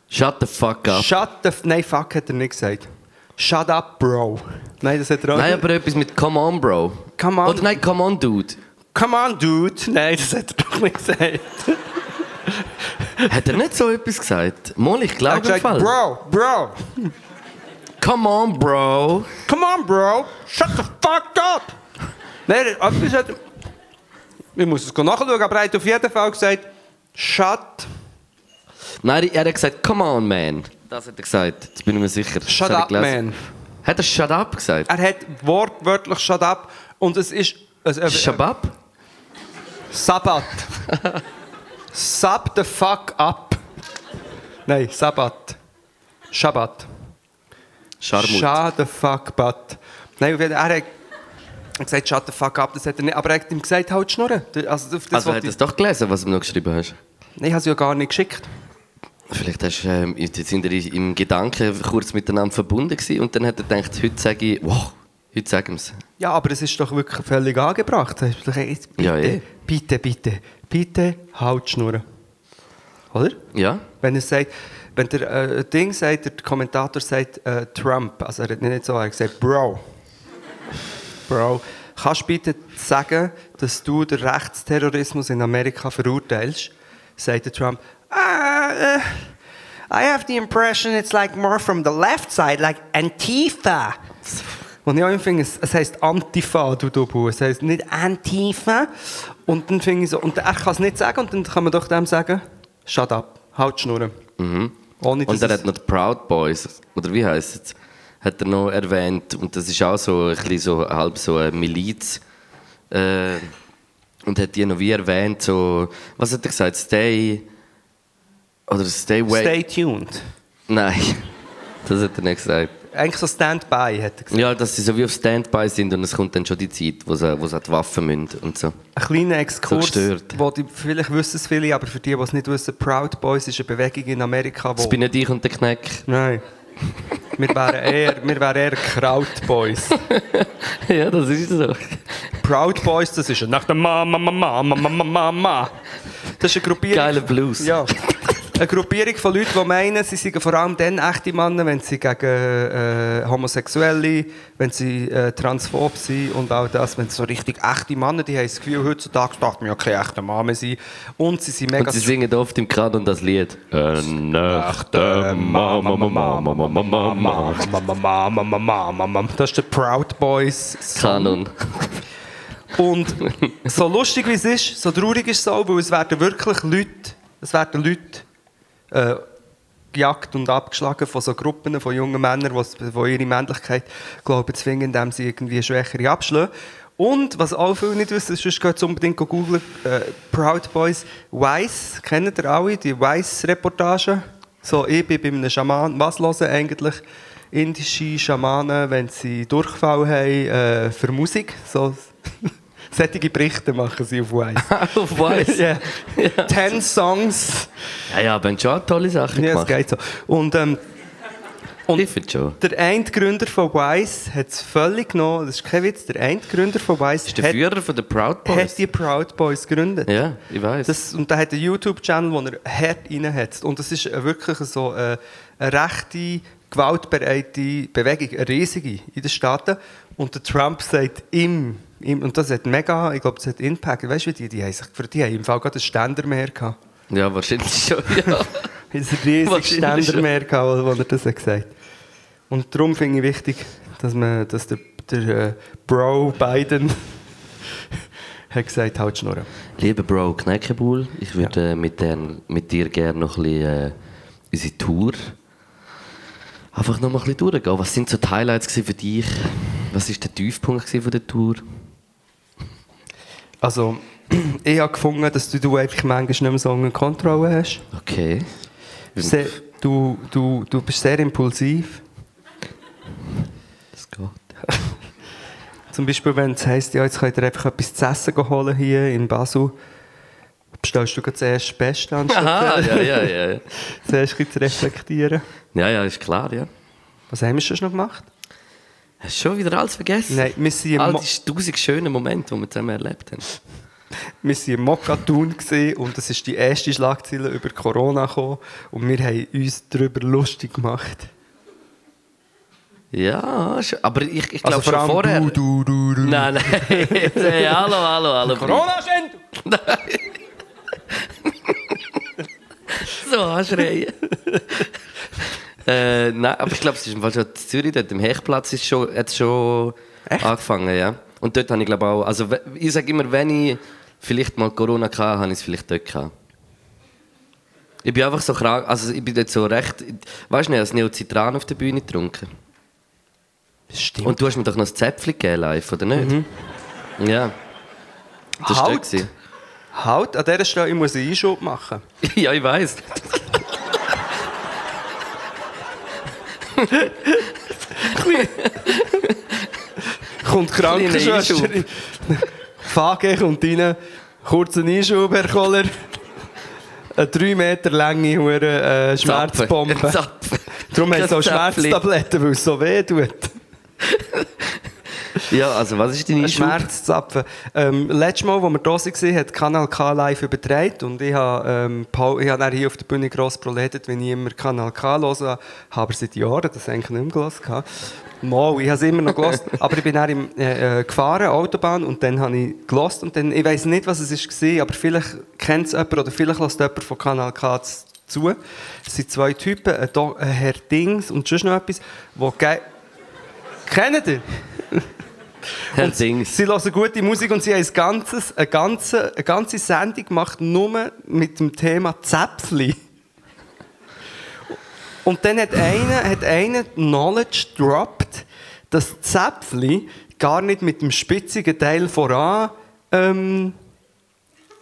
Speaker 4: Shut the fuck up.
Speaker 3: shut the... F Nein, fuck hat er nicht gesagt. Shut up, Bro. Nein, das hat er auch
Speaker 4: Nein,
Speaker 3: nicht.
Speaker 4: aber etwas mit Come on, Bro.
Speaker 3: Come on.
Speaker 4: Oder nein, Come on, Dude.
Speaker 3: Come on, Dude. Nein, das hat er doch nicht gesagt.
Speaker 4: Hat er nicht so etwas gesagt? Mal, ich
Speaker 3: Er hat
Speaker 4: glaube im
Speaker 3: gesagt,
Speaker 4: Fall.
Speaker 3: Bro, Bro.
Speaker 4: Come on, Bro.
Speaker 3: Come on, Bro. Shut the fuck up. Nein, etwas hat... Ich muss halt, es nachschauen, aber er hat auf jeden Fall gesagt, Shut...
Speaker 4: Nein, er hat gesagt, Come on, man. Das hat er gesagt. Jetzt bin ich mir sicher. Das
Speaker 3: Shut
Speaker 4: habe ich
Speaker 3: up,
Speaker 4: gelesen.
Speaker 3: man.
Speaker 4: Hat er Shut up gesagt?
Speaker 3: Er hat wortwörtlich Shut up und es ist. Es, äh,
Speaker 4: Shabab?
Speaker 3: Sabbat. Sub the fuck up. Nein, Sabbat. Shabbat.
Speaker 4: Scharmut.
Speaker 3: Shut the fuck but. Nein, auf jeden Fall, er hat er hat gesagt, shut the fuck up, das hat er nicht. Aber er hat ihm gesagt, halt die Schnurren. Der- Also, auf das
Speaker 4: also hat
Speaker 3: wollte ich,
Speaker 4: er es doch gelesen, was du ihm noch geschrieben hast?
Speaker 3: Nein, ich habe es ja gar nicht geschickt.
Speaker 4: Vielleicht hast, du, ähm, jetzt sind wir im Gedanken kurz miteinander verbunden gewesen und dann hat er gedacht, heute sage ich, wow, heute sagen wir es.
Speaker 3: Ja, aber es ist doch wirklich völlig angebracht. Das ist doch jetzt- Bitte,
Speaker 4: Ja, eh.
Speaker 3: bitte, bitte, bitte, halt die Schnurren. Oder?
Speaker 4: Ja?
Speaker 3: Wenn er sagt, wenn der äh, Ding sagt, der Kommentator sagt äh, Trump, also er hat nicht so, er hat gesagt Bro. Bro, kannst du bitte sagen, dass du den Rechtsterrorismus in Amerika verurteilst? Sagt der Trump. Ah, äh, I have the impression it's like more from the left side, like Antifa. Und ich auch immer finde, es, es heisst Antifa, du Dubu. Es heisst nicht Antifa. Und dann finde ich so, und er kann es nicht sagen, und dann kann man doch dem sagen, shut up, halt die Schnurren. Mhm. Ohne, dass
Speaker 4: Und er
Speaker 3: es-
Speaker 4: hat noch die Proud Boys, oder wie heisst es? hat er noch erwähnt. Und das ist auch so, ein bisschen so halb so eine Miliz. Äh, und hat die noch wie erwähnt, so, was hat er gesagt? Stay. Oder stay away.
Speaker 1: Stay tuned.
Speaker 4: Nein, das hat er nicht gesagt.
Speaker 1: Eigentlich so Standby, hat er gesagt.
Speaker 4: Ja, dass sie so wie auf Standby sind und es kommt dann schon die Zeit, wo sie, wo sie an die Waffen müssen und so.
Speaker 3: Ein kleiner Exkurs,
Speaker 4: So gestört.
Speaker 3: wo die, vielleicht wissen es viele, aber für die, die es nicht wissen, Proud Boys ist eine Bewegung in Amerika, wo...
Speaker 4: Das bin nicht ich und der Kneck.
Speaker 3: Nein. wir wären eher, wir wären eher Kraut Boys.
Speaker 4: ja, das ist so.
Speaker 3: Proud Boys, das ist eine nach der Mama, Mama, Mama, Mama, Mama. Das ist eine Gruppierung...
Speaker 4: Geiler Blues.
Speaker 3: Ja. Eine Gruppierung von Leuten, die meinen, sie seien vor allem dann echte Männer, wenn sie gegen äh, Homosexuelle, wenn sie äh, transphob sind und all das. Wenn sie so richtig echte Männer, die haben das Gefühl, heutzutage darf man ja kein echter Mann mehr sein. Und sie sind mega...
Speaker 4: Und sie singen oft im Kanon das Lied.
Speaker 3: Äh, Mama, Mama, Mama, Mama,
Speaker 4: Ah.
Speaker 3: Mama, Mama, Mama, Mama, Mama. Das ist der Proud Boys.
Speaker 4: Kanon.
Speaker 3: Und so lustig wie es ist, so traurig ist es auch, weil es werden wirklich Leute, es werden Leute äh, gejagt und abgeschlagen von so Gruppen von jungen Männern, die s- die ihre Männlichkeit glauben zu finden, indem sie irgendwie schwächere abschlagen. Und was auch viele nicht wissen, sonst geht es unbedingt googeln, äh, Proud Boys, Weiss, kennt ihr alle, die Weiss-Reportagen? So, ich bin bei einem Schaman, was hören eigentlich indische Schamanen, wenn sie Durchfall haben, äh, für Musik? So, solche Berichte machen sie auf Weiss.
Speaker 4: Auf Weiss.
Speaker 3: Ja. Ten Songs.
Speaker 4: Ja, ja, aber schon tolle Sachen
Speaker 3: Ja, es geht
Speaker 4: gemacht.
Speaker 3: so. Und ähm,
Speaker 4: ich finde schon.
Speaker 3: der eine Gründer von Weiss hat es völlig genommen, das ist kein Witz, der eine Gründer von Weiss
Speaker 4: Ist der
Speaker 3: hat,
Speaker 4: Führer von der Proud
Speaker 3: hat
Speaker 4: Boys?
Speaker 3: die Proud Boys gegründet.
Speaker 4: Ja, ich weiß.
Speaker 3: Das, und da hat einen YouTube-Channel, wo er hart reinhetzt. Und das ist äh, wirklich so äh, eine rechte, gewaltbereite Bewegung, eine riesige in den Staaten. Und der Trump sagt ihm, ihm und das hat mega, ich glaube, das hat Impact. Weißt du, wie die, die haben sich gefreut, die haben im Fall gerade einen Ständer mehr gehabt.
Speaker 4: Ja, wahrscheinlich schon. Ja.
Speaker 3: Ein riesiges
Speaker 4: Wahrscheinlich schon.
Speaker 3: Ständermeer, gehabt, wo er das hat gesagt Und darum finde ich wichtig, dass, man, dass der, der äh, Bro Biden hat gesagt, halt die Schnurren.
Speaker 4: Lieber Bro Kneckebuhl, ich würde äh, mit, deren, mit dir gerne noch ein bisschen, äh, unsere Tour einfach noch mal ein bisschen durchgehen. Was sind so die Highlights gewesen für dich? Was war der Tiefpunkt gewesen von der Tour?
Speaker 3: Also, ich habe gefunden, dass du, du einfach manchmal nicht mehr so unter Kontrolle hast.
Speaker 4: Okay.
Speaker 3: Sehr, du, du, du bist sehr impulsiv.
Speaker 4: Das geht.
Speaker 3: Zum Beispiel, wenn es heisst, ja, jetzt könnt ihr einfach etwas zu essen holen hier in Basel, bestellst du gerade zuerst das Beste, anstatt
Speaker 4: Aha, ja, ja, ja. ja.
Speaker 3: zuerst ein bisschen zu reflektieren.
Speaker 4: Ja, ja, ist klar, ja.
Speaker 3: Was haben wir sonst noch gemacht?
Speaker 4: Hast du schon wieder alles vergessen?
Speaker 3: Nein, wir sind im
Speaker 4: All
Speaker 3: Mo-
Speaker 4: die tausend schönen Momente, die wir zusammen erlebt haben.
Speaker 3: Wir waren im Mokatun gewesen und es ist die erste Schlagzeile über Corona gekommen und wir haben uns darüber lustig gemacht.
Speaker 4: Ja, schon- aber ich, ich glaube
Speaker 3: Also vor allem
Speaker 4: schon vorher...
Speaker 3: du, du, du, du.
Speaker 4: Nein, nein. Hey, hallo, hallo, hallo. Corona Nein. so anschreien. äh, nein, aber ich glaube, es ist im Fall schon in Zürich, dort am Hechplatz ist schon, hat es schon angefangen, ja. Und dort habe ich glaube auch, also we- ich sage immer, wenn ich vielleicht mal Corona hatte, habe ich es vielleicht dort gehabt. Ich bin einfach so krank, also ich bin dort so recht, weißt du nicht, ich habe Neocitran auf der Bühne getrunken.
Speaker 3: Stimmt. Mhm.
Speaker 4: Und du hast mir doch noch das Zäpfchen gegeben live, oder nicht? Ja. Das war
Speaker 3: Halt.
Speaker 4: dort gewesen.
Speaker 3: Halt, an dieser Stelle ich muss ich einen Einschub machen.
Speaker 4: Ja, ich weiß.
Speaker 3: Kommt die Krankenschwester.
Speaker 4: Kleiner
Speaker 3: Fage kommt rein, kurzen Einschub, Herr Koller. Eine 3 Meter lange Hure, äh, Schmerzbombe.
Speaker 4: Zapfen.
Speaker 3: Darum haben sie auch
Speaker 4: Zapfli.
Speaker 3: Schmerztabletten, weil es so weh tut.
Speaker 4: Ja, also was ist deine
Speaker 3: Ein
Speaker 4: Schmerz?
Speaker 3: Schmerzzapfen. Ähm, letztes Mal, als wir da waren, hat Kanal K live übertragen und ich habe, ähm, Paul, ich habe dann hier auf der Bühne gross proletet, wenn ich immer Kanal K höre, habe aber seit Jahren das eigentlich nicht mehr gehört. gehabt. Mal, ich habe es immer noch gehört, aber ich bin dann im, äh, äh, gefahren, Autobahn, und dann habe ich gehört und dann, ich weiß nicht, was es war, aber vielleicht kennt es jemand oder vielleicht lässt jemand von Kanal K z- zu. Es sind zwei Typen, ein, Do ein Herr Dings und sonst noch etwas, wo ge- Kennt ihr?
Speaker 4: Herr Dings.
Speaker 3: Sie hören gute Musik und sie haben ein ganzes, eine, ganze, eine ganze Sendung gemacht, nur mit dem Thema Zäpfli. Und dann hat einer, hat einer die Knowledge dropped, dass das Zäpfchen gar nicht mit dem spitzigen Teil voran ähm,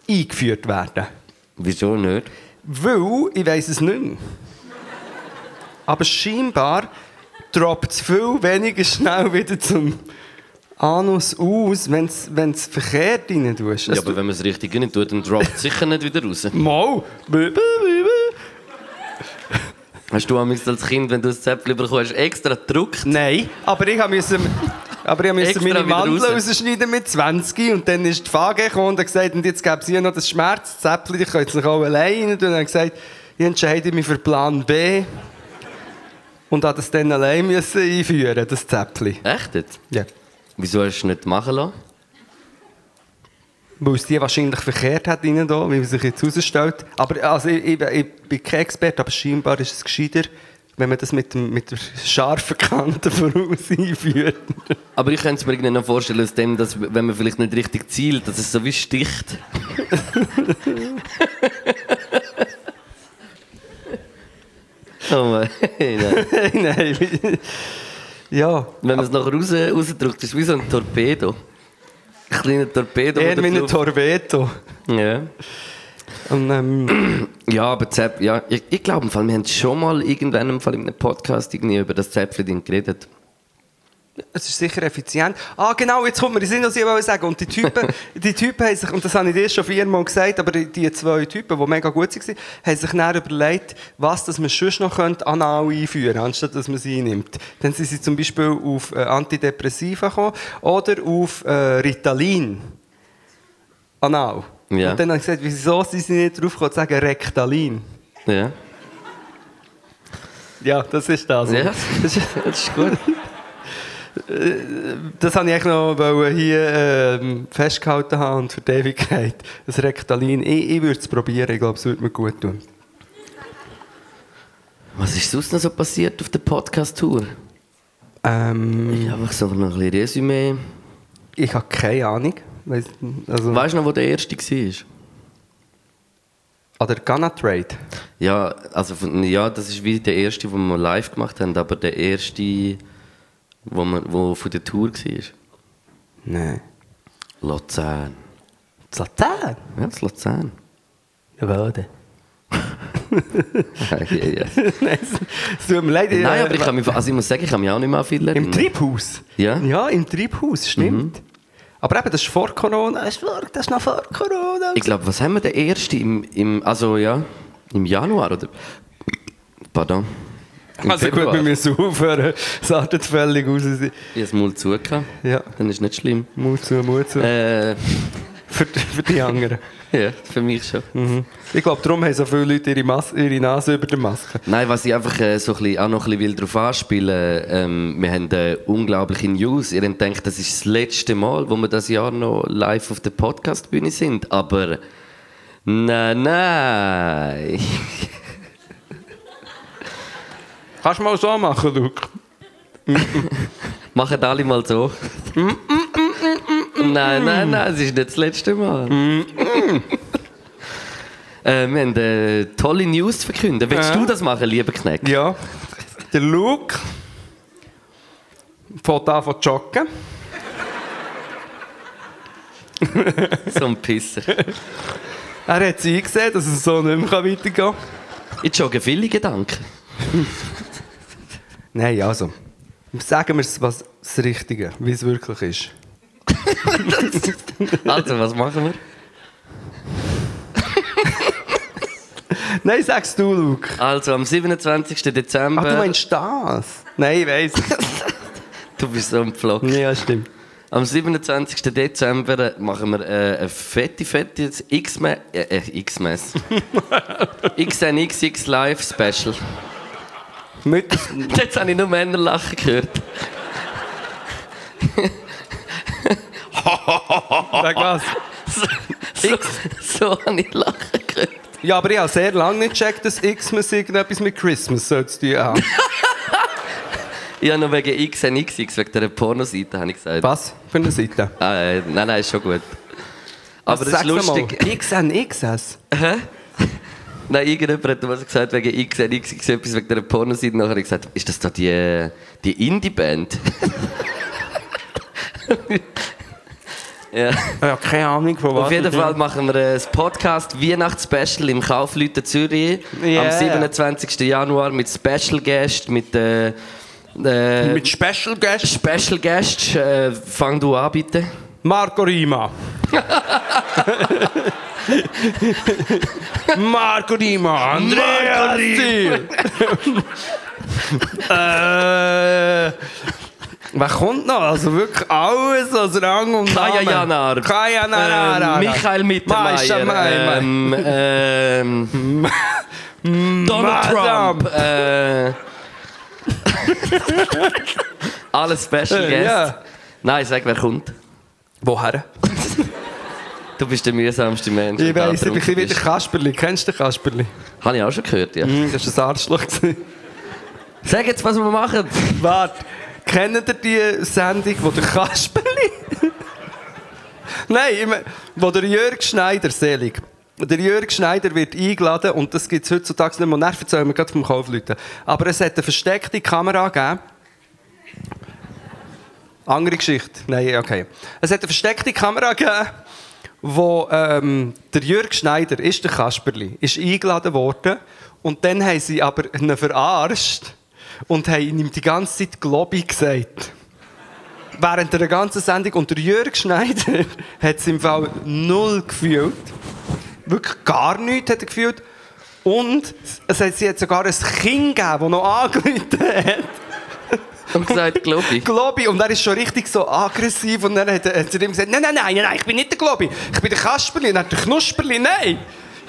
Speaker 3: eingeführt werden.
Speaker 4: Wieso nicht?
Speaker 3: Weil, ich weiß es nicht mehr. Aber scheinbar droppt es viel weniger schnell wieder zum Anus aus, wenn du es verkehrt rein tust. Also
Speaker 4: Ja,
Speaker 3: Es
Speaker 4: aber wenn man es richtig nicht tut, dann droppt es sicher nicht wieder raus.
Speaker 3: Mal! Bü- bü- bü- bü.
Speaker 4: Hast du amigs als Kind, wenn du ein Zäpfchen bekommst, extra gedruckt?
Speaker 3: Nein, aber ich musste, aber ich musste
Speaker 4: Extra
Speaker 3: meine
Speaker 4: wieder
Speaker 3: Mandel
Speaker 4: raus.
Speaker 3: rausschneiden mit 20 und dann ist die Fage gekommen und hat gesagt, und jetzt gäbe es hier noch das Schmerzzäpfchen, ich könnte es nicht auch alleine und dann habe ich gesagt, ich entscheide mich für Plan B und habe das dann allein müssen einführen, das Zäpfchen.
Speaker 4: Echt jetzt?
Speaker 3: Ja.
Speaker 4: Wieso hast du es nicht machen lassen?
Speaker 3: Weil es die wahrscheinlich verkehrt hat innen da, wie man sich jetzt herausstellt. Aber also ich, ich, ich bin kein Experte, aber scheinbar ist es gescheiter, wenn man das mit, dem, mit der scharfen Kante voraus einführt.
Speaker 4: Aber ich könnte es mir irgendwie noch vorstellen, aus dem, dass, wenn man vielleicht nicht richtig zielt, dass es so wie sticht. oh Mann, nein.
Speaker 3: Nein, ja.
Speaker 4: Wenn man es nachher raus, rausdrückt, ist es wie so ein Torpedo. Ein kleiner Torpedo.
Speaker 3: Eher
Speaker 4: der
Speaker 3: wie ein
Speaker 4: Luft-
Speaker 3: Torveto.
Speaker 4: ja.
Speaker 3: Und, ähm,
Speaker 4: ja, aber Zäpf, ja, ich, ich glaube, im Fall, wir haben schon mal irgendwann im Fall in einem Podcast irgendwie über das Zäpfchen geredet.
Speaker 3: es ist sicher effizient. Ah, genau, jetzt kommt mir in den Sinn, was ich wollte sagen Und die Typen, die Typen haben sich, und das habe ich dir schon viermal gesagt, aber die- die zwei Typen, die mega gut waren, haben sich dann überlegt, was dass man sonst noch könnte anal einführen könnte, anstatt dass man sie einnimmt. Dann sind sie zum Beispiel auf äh, Antidepressiva gekommen oder auf äh, Ritalin. Anal.
Speaker 4: Ja.
Speaker 3: Und dann habe ich gesagt, wieso sind sie nicht drauf gekommen, zu sagen Rektalin?
Speaker 4: Ja.
Speaker 3: Ja, das ist das.
Speaker 4: Ja.
Speaker 3: Das ist- das ist gut. Das wollte ich eigentlich noch wollen hier ähm, festgehalten haben und für die Ewigkeit. Das Rektalin. Ich, ich würde es probieren, ich glaube, es würde mir gut tun.
Speaker 4: Was ist sonst noch so passiert auf der Podcast-Tour?
Speaker 3: Ähm,
Speaker 4: Ich habe so noch ein bisschen Resümee.
Speaker 3: ich habe keine Ahnung. Weiss- Also,
Speaker 4: Weißt du noch, wo der erste war?
Speaker 3: An der Ghana Trade.
Speaker 4: Ja, also von, ja, das ist wie der erste, den wir live gemacht haben, aber der erste, wo, wir, wo von der Tour war.
Speaker 3: Nein.
Speaker 4: Luzern.
Speaker 3: Satan?
Speaker 4: Ja, das Luzern.
Speaker 3: Jawohl. dann.
Speaker 4: ja, ja.
Speaker 3: Nein, es es tut mir leid.
Speaker 4: Nein,
Speaker 3: äh,
Speaker 4: aber ich, kann mich, also ich muss sagen, ich kann mich auch nicht mehr an viel
Speaker 3: Im
Speaker 4: erinnern.
Speaker 3: Treibhaus?
Speaker 4: Ja. Mhm.
Speaker 3: Ja, im Treibhaus, stimmt. Aber eben, das ist vor Corona. Das ist, vor, das ist noch vor Corona.
Speaker 4: Ich glaube, was haben wir den ersten im, im, also ja, im Januar oder? Pardon. Im
Speaker 3: Also gut, wir
Speaker 4: Februar.
Speaker 3: müssen aufhören. Es artet völlig aus.
Speaker 4: Ich habe Mund zu gehabt.
Speaker 3: Ja.
Speaker 4: Dann ist nicht schlimm.
Speaker 3: Mut zu, Mut zu.
Speaker 4: Äh,
Speaker 3: Für, die- für die anderen.
Speaker 4: ja, für mich schon.
Speaker 3: Ich glaube, darum haben so viele Leute ihre, Mas ihre Nase über der Maske.
Speaker 4: Nein, was ich einfach äh, so ein bisschen, auch noch ein bisschen will darauf anspielen ähm, wir haben äh, unglaubliche News. Ihr habt gedacht, das ist das letzte Mal, wo wir das Jahr noch live auf der Podcastbühne sind. Aber nein, nein.
Speaker 3: Kannst du mal so machen, Luke?
Speaker 4: Machen alle mal so. nein, nein, nein, es ist nicht das letzte Mal. äh, wir haben äh, tolle News zu verkünden. Willst
Speaker 3: Ja.
Speaker 4: du das machen, lieber Kneck?
Speaker 3: Ja. Der Luke fährt an zu joggen.
Speaker 4: So ein Pisser.
Speaker 3: Er hat sie eingesehen, dass es so nicht mehr weitergehen kann.
Speaker 4: Ich jogge viele Gedanken.
Speaker 3: Nein, also. Sagen wir es, was das Richtige, wie es wirklich ist.
Speaker 4: Also, was machen wir?
Speaker 3: Nein, sagst du, Luke.
Speaker 4: Also am 27. Dezember.
Speaker 3: Ach, Ah, du meinst das? Nein, ich weiss.
Speaker 4: Du bist so ein Pflock.
Speaker 3: ja, stimmt.
Speaker 4: Am 27. Dezember machen wir äh, eine fette, fette X-Mess. Äh, äh, X-Mess. XNXX Live Special.
Speaker 3: Mit,
Speaker 4: Jetzt habe ich nur Männer lachen gehört.
Speaker 3: sag was.
Speaker 4: So, so, so habe ich lachen gehört.
Speaker 3: Ja, aber ich habe sehr lange nicht gecheckt, dass Xmas irgendetwas mit Christmas soll zu tun haben.
Speaker 4: Ich habe noch wegen XNXX, wegen dieser Pornoseite, habe ich gesagt.
Speaker 3: Was für eine Seite?
Speaker 4: Ah, äh, nein,
Speaker 3: Also
Speaker 4: nein, ist schon gut. Aber das ist
Speaker 3: Sag's noch
Speaker 4: lustig.
Speaker 3: mal. XNXS.
Speaker 4: Nein, irgendjemand hat mal gesagt, wegen X, hat X, X etwas wegen dieser Pornoseite. Nachher habe ich gesagt, ist das da die, äh, die Indie-Band? ja.
Speaker 3: Ja, keine Ahnung von was.
Speaker 4: Auf jeden
Speaker 3: ich-
Speaker 4: Fall machen wir ein Podcast Weihnachtsspecial im Kaufleuten Zürich
Speaker 3: Yeah.
Speaker 4: am 27. Januar mit Special Guest, mit äh, äh,
Speaker 3: Mit Special Guest
Speaker 4: Special Guest. Äh, fang du an, bitte.
Speaker 3: Marco Rima. Marco Rima, Andrea Ziel. äh, wer kommt noch? Also wirklich alles aus Rang und Namen.
Speaker 4: Kaya Janar.
Speaker 3: Kaya Janar.
Speaker 4: Ähm, Michael
Speaker 3: Meister, Mei,
Speaker 4: Mittermeier.
Speaker 3: Mei.
Speaker 4: Ähm, ähm, Donald
Speaker 3: Madame.
Speaker 4: Trump. Äh, alle Special
Speaker 3: Äh,
Speaker 4: Guests.
Speaker 3: ja.
Speaker 4: Nein, sag, wer kommt.
Speaker 3: Woher?
Speaker 4: Du bist der mühsamste Mensch.
Speaker 3: Ich
Speaker 4: der da
Speaker 3: weiss, ich bin
Speaker 4: betrunken
Speaker 3: wie der
Speaker 4: bist.
Speaker 3: Kasperli. Kennst du den Kasperli?
Speaker 4: Habe ich auch schon gehört, ja.
Speaker 3: Hm, Das war ein Arschloch. gewesen.
Speaker 4: Sag jetzt, was wir machen.
Speaker 3: Warte, kennt ihr die Sendung, wo der Kasperli. Nein, ich mein, wo der Jörg Schneider, selig. Der Jörg Schneider wird eingeladen und das gibt es heutzutage nicht mehr. Nerv erzählen wir gerade vom Kaufleuten. Aber es hat eine versteckte Kamera gegeben. Andere Geschichte. Nein, okay. Es hat eine versteckte Kamera gegeben, wo ähm, der Jörg Schneider, ist der Kasperli, ist eingeladen worden. Und dann haben sie aber ihn verarscht und haben ihm die ganze Zeit Globi gesagt. Während der ganzen Sendung. Und der Jörg Schneider hat es im Fall null gefühlt. Wirklich gar nichts hat er gefühlt. Und es hat, sie hat sogar ein Kind gegeben, das noch angerufen hat.
Speaker 4: Und gesagt, Globi.
Speaker 3: Globi. Und er ist schon richtig so aggressiv. Und dann hat er hat er ihm gesagt: Nein, nein, nein, nein, nein, ich bin nicht der Globi. Ich bin der Kasperli. Und dann der Knusperli. Nein,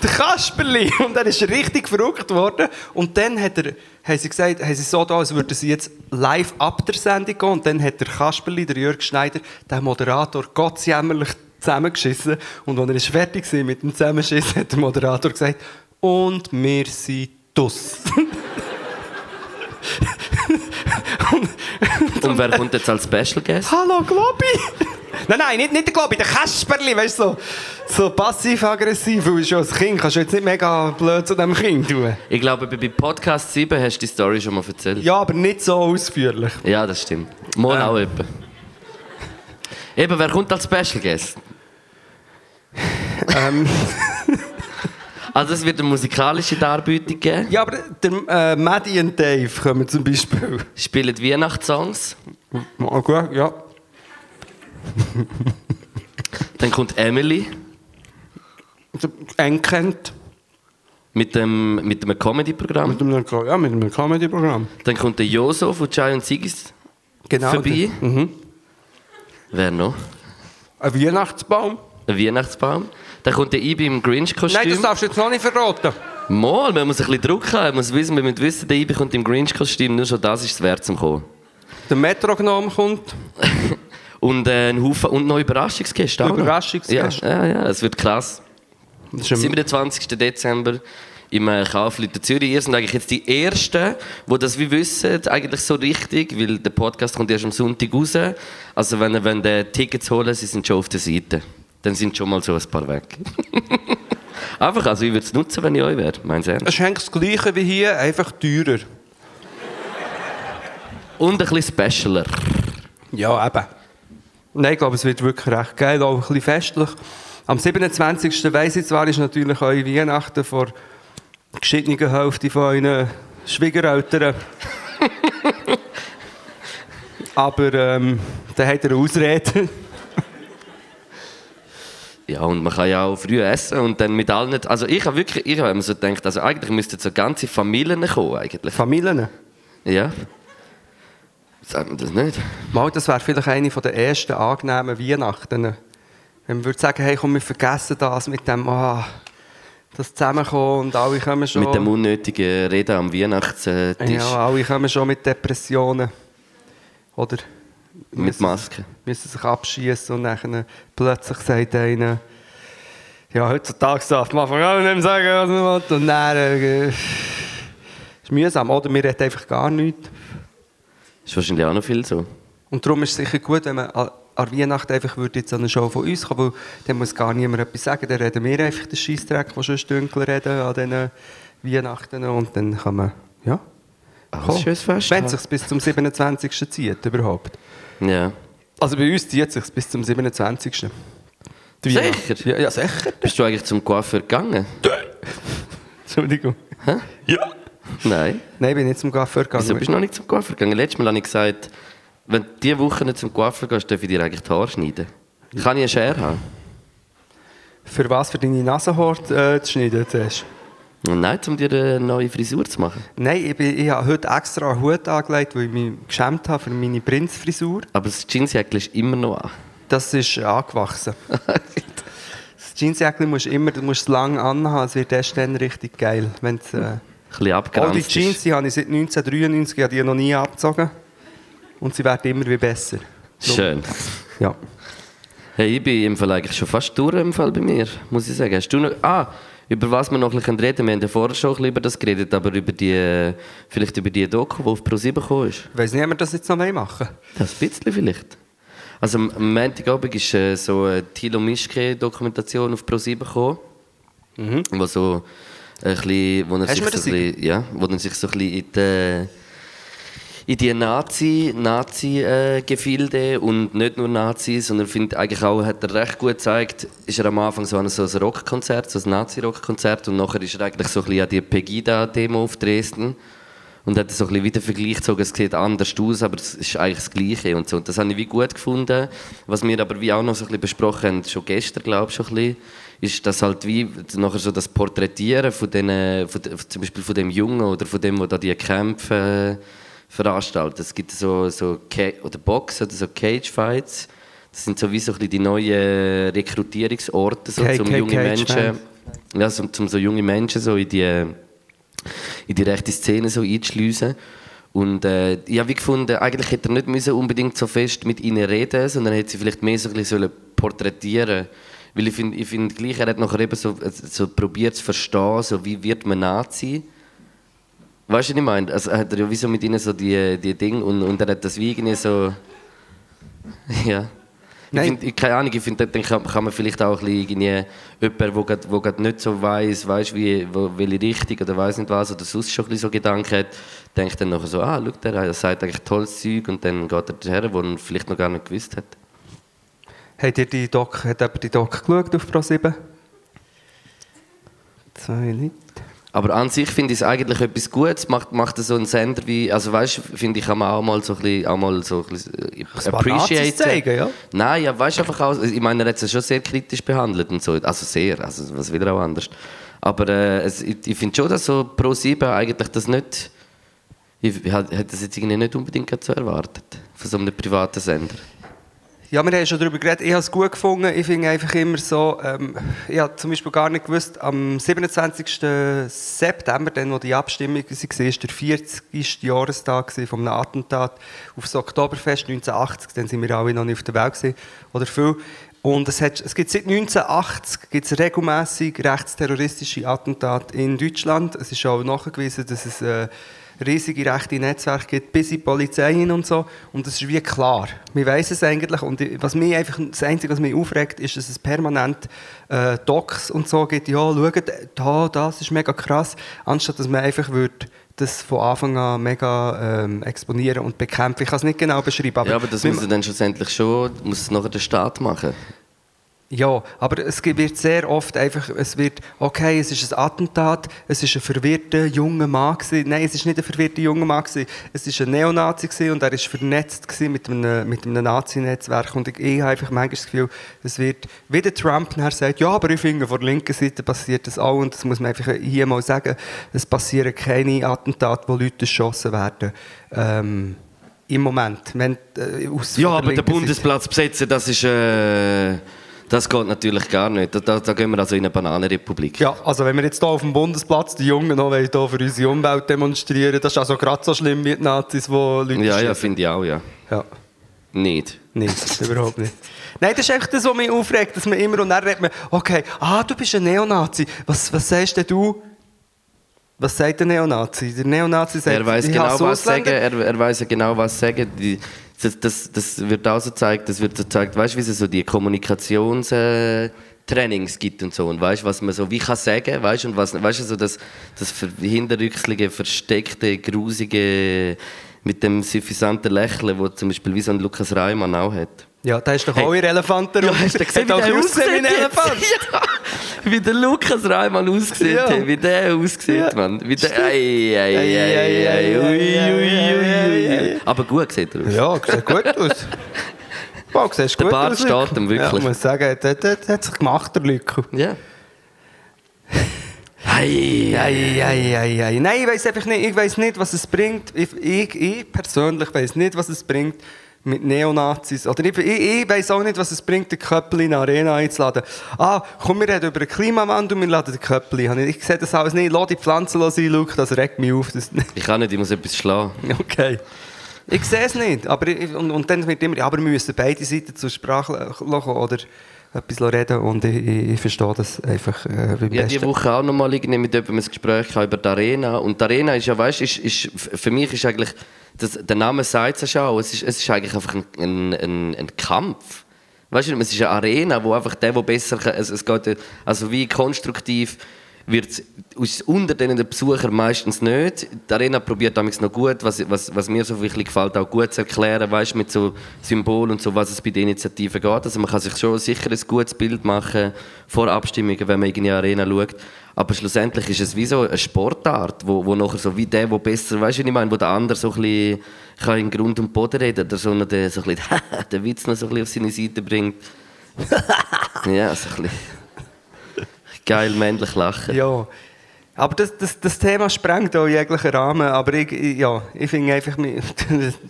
Speaker 3: der Kasperli. Und er ist richtig verrückt worden. Und dann hat er, haben sie gesagt, haben sie so da, als würden sie jetzt live ab der Sendung gehen. Und dann hat der Kasperli, der Jörg Schneider, der Moderator, gottsjämmerlich zusammengeschissen. Und als er ist fertig war mit dem Zusammenschissen, hat der Moderator gesagt: Und wir sind dus.
Speaker 4: Und wer kommt jetzt als Special Guest?
Speaker 3: Hallo, Globi! nein, nein, nicht, nicht der Globi, der Kasperli, weißt du, so, so passiv-aggressiv, weil schon als Kind kannst du jetzt nicht mega blöd zu dem Kind tun.
Speaker 4: Ich glaube, bei bei Podcast 7 hast du die Story schon mal erzählt.
Speaker 3: Ja, aber nicht so ausführlich.
Speaker 4: Ja, das stimmt. Mal auch etwa. Eben, wer kommt als Special Guest? Ähm. Also es wird eine musikalische Darbietung geben.
Speaker 3: Ja, aber der äh, Maddie und Dave kommen zum Beispiel.
Speaker 4: Spielen Weihnachtssongs.
Speaker 3: Okay, Ah, ja.
Speaker 4: Dann kommt Emily
Speaker 3: Eng kennt
Speaker 4: mit dem mit einem Comedy-Programm.
Speaker 3: mit einem, ja, mit einem Comedy-Programm.
Speaker 4: Dann kommt der Joso von Chai und Sigis.
Speaker 3: Genau.
Speaker 4: Vorbei.
Speaker 3: der- Mhm.
Speaker 4: Wer noch?
Speaker 3: Ein Weihnachtsbaum.
Speaker 4: Ein Weihnachtsbaum. Dann kommt der Ibi im
Speaker 3: Nein, das
Speaker 4: Grinch-Kostüm.
Speaker 3: darfst du jetzt noch nicht verraten.
Speaker 4: Mal, man muss ein bisschen Druck haben. Man muss wissen, man muss wissen, der Ibi kommt im Grinch-Kostüm. Nur schon das ist es wert zum Kommen.
Speaker 3: Der Metrognom kommt.
Speaker 4: Und äh, ein Haufen und noch Überraschungsgäste. auch noch.
Speaker 3: Überraschungsgäste.
Speaker 4: Ja, ja, ja, es wird krass.
Speaker 3: Das ist ein-
Speaker 4: 27. Dezember im äh, Kaufleuten Zürich. Ihr seid eigentlich jetzt die Ersten, die das wie wissen, eigentlich so richtig, weil der Podcast kommt erst am Sonntag raus. Also wenn ihr wollt, äh, Tickets holen sie sind schon auf der Seite. Dann sind schon mal so ein paar weg. Einfach, also ich würde es nutzen, wenn ich euch wäre, meins
Speaker 3: Es
Speaker 4: ernst.
Speaker 3: ist eigentlich das Gleiche wie hier, einfach teurer.
Speaker 4: Und ein bisschen specialer.
Speaker 3: Ja, eben. Nein, ich glaube, es wird wirklich recht geil, auch ein bisschen festlich. Am 27. weiss ich zwar, ist natürlich eure Weihnachten vor der geschiedenen Hälfte von euren Schwiegereltern. Aber ähm, dann habt ihr eine Ausrede.
Speaker 4: Ja, und man kann ja auch früh essen und dann mit allen... Also ich habe wirklich, ich habe immer so gedacht, also eigentlich müssten so ganze Familien kommen eigentlich.
Speaker 3: Familien.
Speaker 4: Ja. Sagt man das nicht?
Speaker 3: Mal, das wäre vielleicht eine der ersten angenehmen Weihnachten. Wenn man würde sagen, hey, komm, wir vergessen das mit dem, ah, das Zusammenkommen und alle kommen schon...
Speaker 4: Mit dem unnötigen Reden am Weihnachtstisch.
Speaker 3: Ja, alle kommen schon mit Depressionen. Oder
Speaker 4: mit
Speaker 3: müssen,
Speaker 4: Maske.
Speaker 3: müssen sich abschießen und dann plötzlich sagt einer, ja, heutzutage darf man von allem nicht mehr sagen, was man will. Und dann äh, ist es mühsam. Oder man redet einfach gar nichts.
Speaker 4: Ist wahrscheinlich auch noch viel so.
Speaker 3: Und darum ist es sicher gut, wenn man an an Weihnachten einfach würde jetzt an eine Show von uns kommen, weil dann muss gar niemand etwas sagen, dann reden wir einfach den Scheissdreck, den sonst Dünkel reden an diesen Weihnachten und dann kann man, ja.
Speaker 4: Ah,
Speaker 3: kommen.
Speaker 4: das ist ein schönes Fest,
Speaker 3: Wenn
Speaker 4: ja.
Speaker 3: es sich bis zum 27. zieht überhaupt.
Speaker 4: Ja.
Speaker 3: Also bei uns zieht es sich bis zum 27. Die
Speaker 4: Sicher?
Speaker 3: Weihnachten. Ja, ja sicher.
Speaker 4: Bist du eigentlich zum Coiffeur gegangen?
Speaker 3: Entschuldigung. Ja.
Speaker 4: Nein.
Speaker 3: Nein, ich bin nicht zum Gaffeur gegangen.
Speaker 4: Wieso bist du noch nicht zum Coiffeur gegangen? Letztes Mal habe ich gesagt, wenn du diese Woche nicht zum Coiffeur gehst, darf ich dir eigentlich die Haare schneiden. Kann ich eine Schere haben?
Speaker 3: Für was? Für deine Nasenhaut äh, zu schneiden zuerst?
Speaker 4: Nein, um dir eine neue Frisur zu machen.
Speaker 3: Nein, ich, bin, ich habe heute extra einen Hut angelegt, weil ich mich geschämt habe für meine Prinzfrisur.
Speaker 4: Aber das Jeanshäckchen ist immer noch an.
Speaker 3: Das ist angewachsen. das Jeansjäckchen musst du immer du musst es lang anhaben, es wird erst dann richtig geil. Wenn's, äh,
Speaker 4: Ein bisschen
Speaker 3: all
Speaker 4: abgeranzt
Speaker 3: die Jeans
Speaker 4: Genau, ist.
Speaker 3: die habe ich seit 1993, ich habe die noch nie abgezogen. Und sie werden immer wie besser.
Speaker 4: Schön.
Speaker 3: Ja.
Speaker 4: Hey, ich bin im Fall eigentlich schon fast durch im Fall bei mir, muss ich sagen. Hast du noch... Ah, über was wir noch ein bisschen reden können. Wir haben ja vorher schon ein bisschen über das geredet, aber über die... Vielleicht über die Doku, die auf Pro7 gekommen ist.
Speaker 3: Ich weiss nicht, ob wir das jetzt noch machen wollen.
Speaker 4: Das ein bisschen vielleicht. Also am am Montagabend ist äh, so eine Thilo Mischke-Dokumentation auf Pro7 gekommen. Wo so ein bisschen, wo er
Speaker 3: Mhm. Hast
Speaker 4: sich
Speaker 3: du mir das
Speaker 4: so ein bisschen, ja, wo er sich so ein bisschen in die, in die Nazi, Nazi äh, Gefilde und nicht nur Nazis, sondern finde eigentlich auch hat er recht gut gezeigt, ist er am Anfang so an so ein Rockkonzert, so ein Nazi Rockkonzert und nachher ist er eigentlich so ein bisschen an die Pegida Demo auf Dresden und hat so ein bisschen wieder Vergleich gezogen, es sieht anders aus, aber es ist eigentlich das Gleiche und so. Und das habe ich wie gut gefunden. Was wir aber wie auch noch so ein bisschen besprochen haben, schon gestern glaube ich schon ein bisschen, ist das halt wie nachher so das Porträtieren von den, von, den- zum Beispiel von dem Jungen oder von dem, der da die Kämpfe äh, veranstaltet. Es gibt so, so Ca- oder Box oder so Cagefights. Das sind so wie so ein bisschen die neuen Rekrutierungsorte so,
Speaker 3: Ca-
Speaker 4: zum
Speaker 3: Ca-
Speaker 4: junge
Speaker 3: Cagefights.
Speaker 4: Menschen ja, so, um so junge Menschen so in die, in die rechte Szene so einzuschliessen. Und äh, ich habe wie gefunden, eigentlich hätte er nicht müssen unbedingt so fest mit ihnen reden sondern hätte sie vielleicht mehr so ein bisschen sollen porträtieren Weil ich finde ich find gleich, er hat nachher eben so, äh, so probiert zu verstehen, so wie wird man Nazi. Weißt du, was ich meine? Also, er hat ja wie so mit ihnen so die, die Dinge und, und er hat das wie irgendwie so... Ja. Ich
Speaker 3: Nein.
Speaker 4: find, ich- keine Ahnung, ich finde, dann kann, kann man vielleicht auch ein bisschen irgendwie jemanden, wo grad, wo grad nicht so weiss, weiss wie, wo, welche Richtung oder weiss nicht was, oder sonst schon ein bisschen so Gedanken hat, denkt dann nachher so, ah, schau, der er sagt eigentlich tolles Zeug und dann geht er daher, wo er vielleicht noch gar nicht gewusst hat.
Speaker 3: Habt ihr die Doc, hat jemand die Doc geschaut auf Pro7? Zwei Leute.
Speaker 4: Aber an sich finde ich es eigentlich etwas Gutes, macht, macht so einen Sender wie, also weißt du, finde ich, kann man auch mal so ein bisschen, auch mal so ein bisschen äh,
Speaker 3: Ein paar Nazis zeigen, ja?
Speaker 4: Nein, ja, weißt du einfach auch, ich meine, er hat es schon sehr kritisch behandelt und so, also sehr, also was wieder auch anders. Aber äh, es, ich, ich finde schon, dass so Pro 7 eigentlich das nicht, ich ich hat- hätte das jetzt irgendwie nicht unbedingt gerade so erwartet, von so einem privaten Sender.
Speaker 3: Ja, wir haben schon darüber geredet. Ich habe es gut gefunden. Ich finde einfach immer so, ähm, ich habe zum Beispiel gar nicht gewusst, am 27. September, dann, wo die Abstimmung war, war der 40. Jahrestag vom Attentat auf das Oktoberfest 1980. Dann sind wir alle noch nicht auf der Welt gewesen, oder viel. Und es, hat, es gibt seit 1980 gibt's regelmässig rechtsterroristische Attentate in Deutschland. Es ist auch nachgewiesen, dass es äh, riesige rechte Netzwerke gibt, bis in die Polizei hin und so. Und das ist wie klar. Wir wissen es eigentlich. Und ich- was mich einfach, das Einzige, was mich aufregt, ist, dass es permanent äh, Docs und so gibt. Ja, schaut, da, das ist mega krass. Anstatt, dass man einfach würde das von Anfang an mega ähm, exponieren und bekämpfen. Ich kann es nicht genau beschreiben. Aber,
Speaker 4: ja, aber das
Speaker 3: wir-
Speaker 4: muss er dann schlussendlich schon, muss es nachher der Staat machen.
Speaker 3: ja, aber es gibt- wird sehr oft einfach, es wird, okay, es ist ein Attentat, es ist ein verwirrter junger Mann gewesen. Nein, es ist nicht ein verwirrter junger Mann gewesen. Es ist ein Neonazi gewesen und er ist vernetzt gewesen mit einem, mit einem Nazi-Netzwerk. Und ich, ich habe einfach manchmal das Gefühl, es wird, wie der Trump nachher sagt, ja, aber ich finde, von der linken Seite passiert das auch und das muss man einfach hier mal sagen, es passieren keine Attentate, wo Leute erschossen werden. Ähm, im Moment. Wenn, äh, aus
Speaker 4: Ja,
Speaker 3: von
Speaker 4: aber
Speaker 3: linken
Speaker 4: der
Speaker 3: Seite.
Speaker 4: Bundesplatz besetzen, das ist. Äh, das geht natürlich gar nicht. Da, da, da gehen wir also in eine Bananenrepublik.
Speaker 3: Ja, also wenn wir jetzt hier auf dem Bundesplatz die Jungen noch wollen, hier für unsere Umwelt demonstrieren, das ist also gerade so schlimm wie die Nazis, die Leute
Speaker 4: ja, ja
Speaker 3: schießen.
Speaker 4: finde ich auch, ja.
Speaker 3: ja.
Speaker 4: Nicht.
Speaker 3: Nicht, überhaupt nicht. Nein, das ist echt das, was mich aufregt, dass man immer und dann redet man, okay, ah, du bist ein Neonazi, was, was sagst denn du? Was sagt der Neonazi? Der Neonazi sagt,
Speaker 4: Er weiß
Speaker 3: ich
Speaker 4: genau,
Speaker 3: hasse
Speaker 4: was sagen.
Speaker 3: Ausländer.
Speaker 4: Er, er weiß ja genau, was sagen. Die, das, das, das wird auch so gezeigt, das wird so gezeigt, weißt du, wie es so die Kommunikations... Äh, Trainings gibt und so und weißt was man so wie kann sagen weißt und was weißt du so das das ver- hinterrückselige versteckte grusige mit dem suffisanten Lächeln wo zum Beispiel wie so ein Lukas Reimann auch hat
Speaker 3: Ja, der ist doch auch irrelevant. darum.
Speaker 4: ja, hast du gesehen,
Speaker 3: Hat auch
Speaker 4: wie der
Speaker 3: ausgesehen
Speaker 4: aussieht
Speaker 3: wie ein Elefant.
Speaker 4: jetzt? ja, wie der Lukas Reimann ausgesehen
Speaker 3: Ja.
Speaker 4: hat, wie der aussieht,
Speaker 3: Ja.
Speaker 4: Mann. Wie der, ei, ei, ei, ei, ei, ui, ui, ui, ui. Aber gut sieht er aus.
Speaker 3: Ja, sieht gut aus. Wow, siehst
Speaker 4: Der
Speaker 3: gut
Speaker 4: Bart
Speaker 3: aus,
Speaker 4: steht ihm wirklich.
Speaker 3: Ja, ich muss sagen, der, der, der hat sich gemacht, der Lücke.
Speaker 4: Ja. Ei, ei.
Speaker 3: Eieieiei. Nein, ich weiß einfach nicht, ich weiß nicht, was es bringt. Ich, ich, ich persönlich weiß nicht, was es bringt mit Neonazis. Oder ich, ich, ich weiß auch nicht, was es bringt, den Köppli in die Arena einzuladen. Ah, komm, wir reden über den Klimawandel und wir laden den Köppli ein. Ich sehe das alles nicht. Lass die Pflanzen sein, Luke, das regt mich auf. Das,
Speaker 4: Ich kann nicht, ich muss etwas schlagen.
Speaker 3: okay. Ich sehe es nicht. Aber ich, und, und dann wird immer, ja, aber wir müssen beide Seiten zur Sprache kommen oder etwas reden. Und ich, ich, ich verstehe das einfach äh, beim
Speaker 4: Ja, die
Speaker 3: besten.
Speaker 4: Woche auch nochmal irgendwie mit jemandem ein Gespräch gehabt über die Arena. Und die Arena ist ja, weißt du, ist, ist, f- für mich ist eigentlich, das, der Name sagt es ja schon, es ist, es ist eigentlich einfach ein, ein, ein, ein Kampf. Weißt du, es ist eine Arena, wo einfach der, der besser kann, es, es geht, also wie konstruktiv wird es unter denen der Besucher meistens nicht. Die Arena probiert damals noch gut, was, was, was mir so ein bisschen gefällt, auch gut zu erklären, weißt, mit so Symbolen und so, was es bei den Initiativen geht. Also man kann sich schon sicher ein gutes Bild machen vor Abstimmungen, wenn man in die Arena schaut. Aber schlussendlich ist es wie so eine Sportart, wo, wo nachher so wie der, der besser, weißt du, wie ich meine, wo der andere so ein bisschen kann in Grund und Boden reden, der so noch den, so ein bisschen, den Witz noch so ein bisschen auf seine Seite bringt. ja, so ein bisschen geil männlich lachen.
Speaker 3: Ja. Aber das, das, das Thema sprengt auch jeglichen Rahmen. Aber ich, ich- ja, ich finde einfach, mi-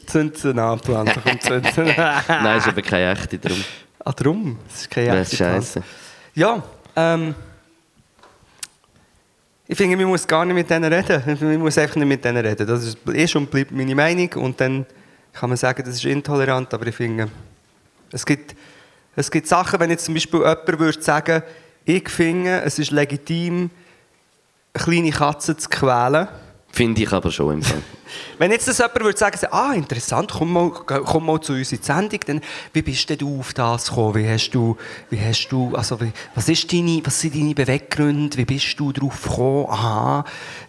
Speaker 3: zünden sie an, die Pflanze. Komm, zünden sie an.
Speaker 4: Nein, ist eben keine echte drum.
Speaker 3: Ah, darum? Das ist keine
Speaker 4: Ja,
Speaker 3: echte
Speaker 4: scheiße.
Speaker 3: Pflanze. Ja, ähm... Ich finde, man muss gar nicht mit denen reden. Man muss einfach nicht mit denen reden. Das ist, ist und bleibt meine Meinung. Und dann kann man sagen, das ist intolerant. Aber ich finde, es gibt, es gibt Sachen, wenn jetzt zum Beispiel jemand würde sagen, ich finde, es ist legitim, kleine Katzen zu quälen.
Speaker 4: Finde ich aber schon im Fall.
Speaker 3: Wenn jetzt das jemand würde sagen, ah, interessant, komm mal, komm mal zu uns in die Sendung, dann, wie bist denn du auf das gekommen? Wie hast du, wie hast du, also, wie, was, ist deine, was sind deine Beweggründe? Wie bist du drauf gekommen? Ah, Aha,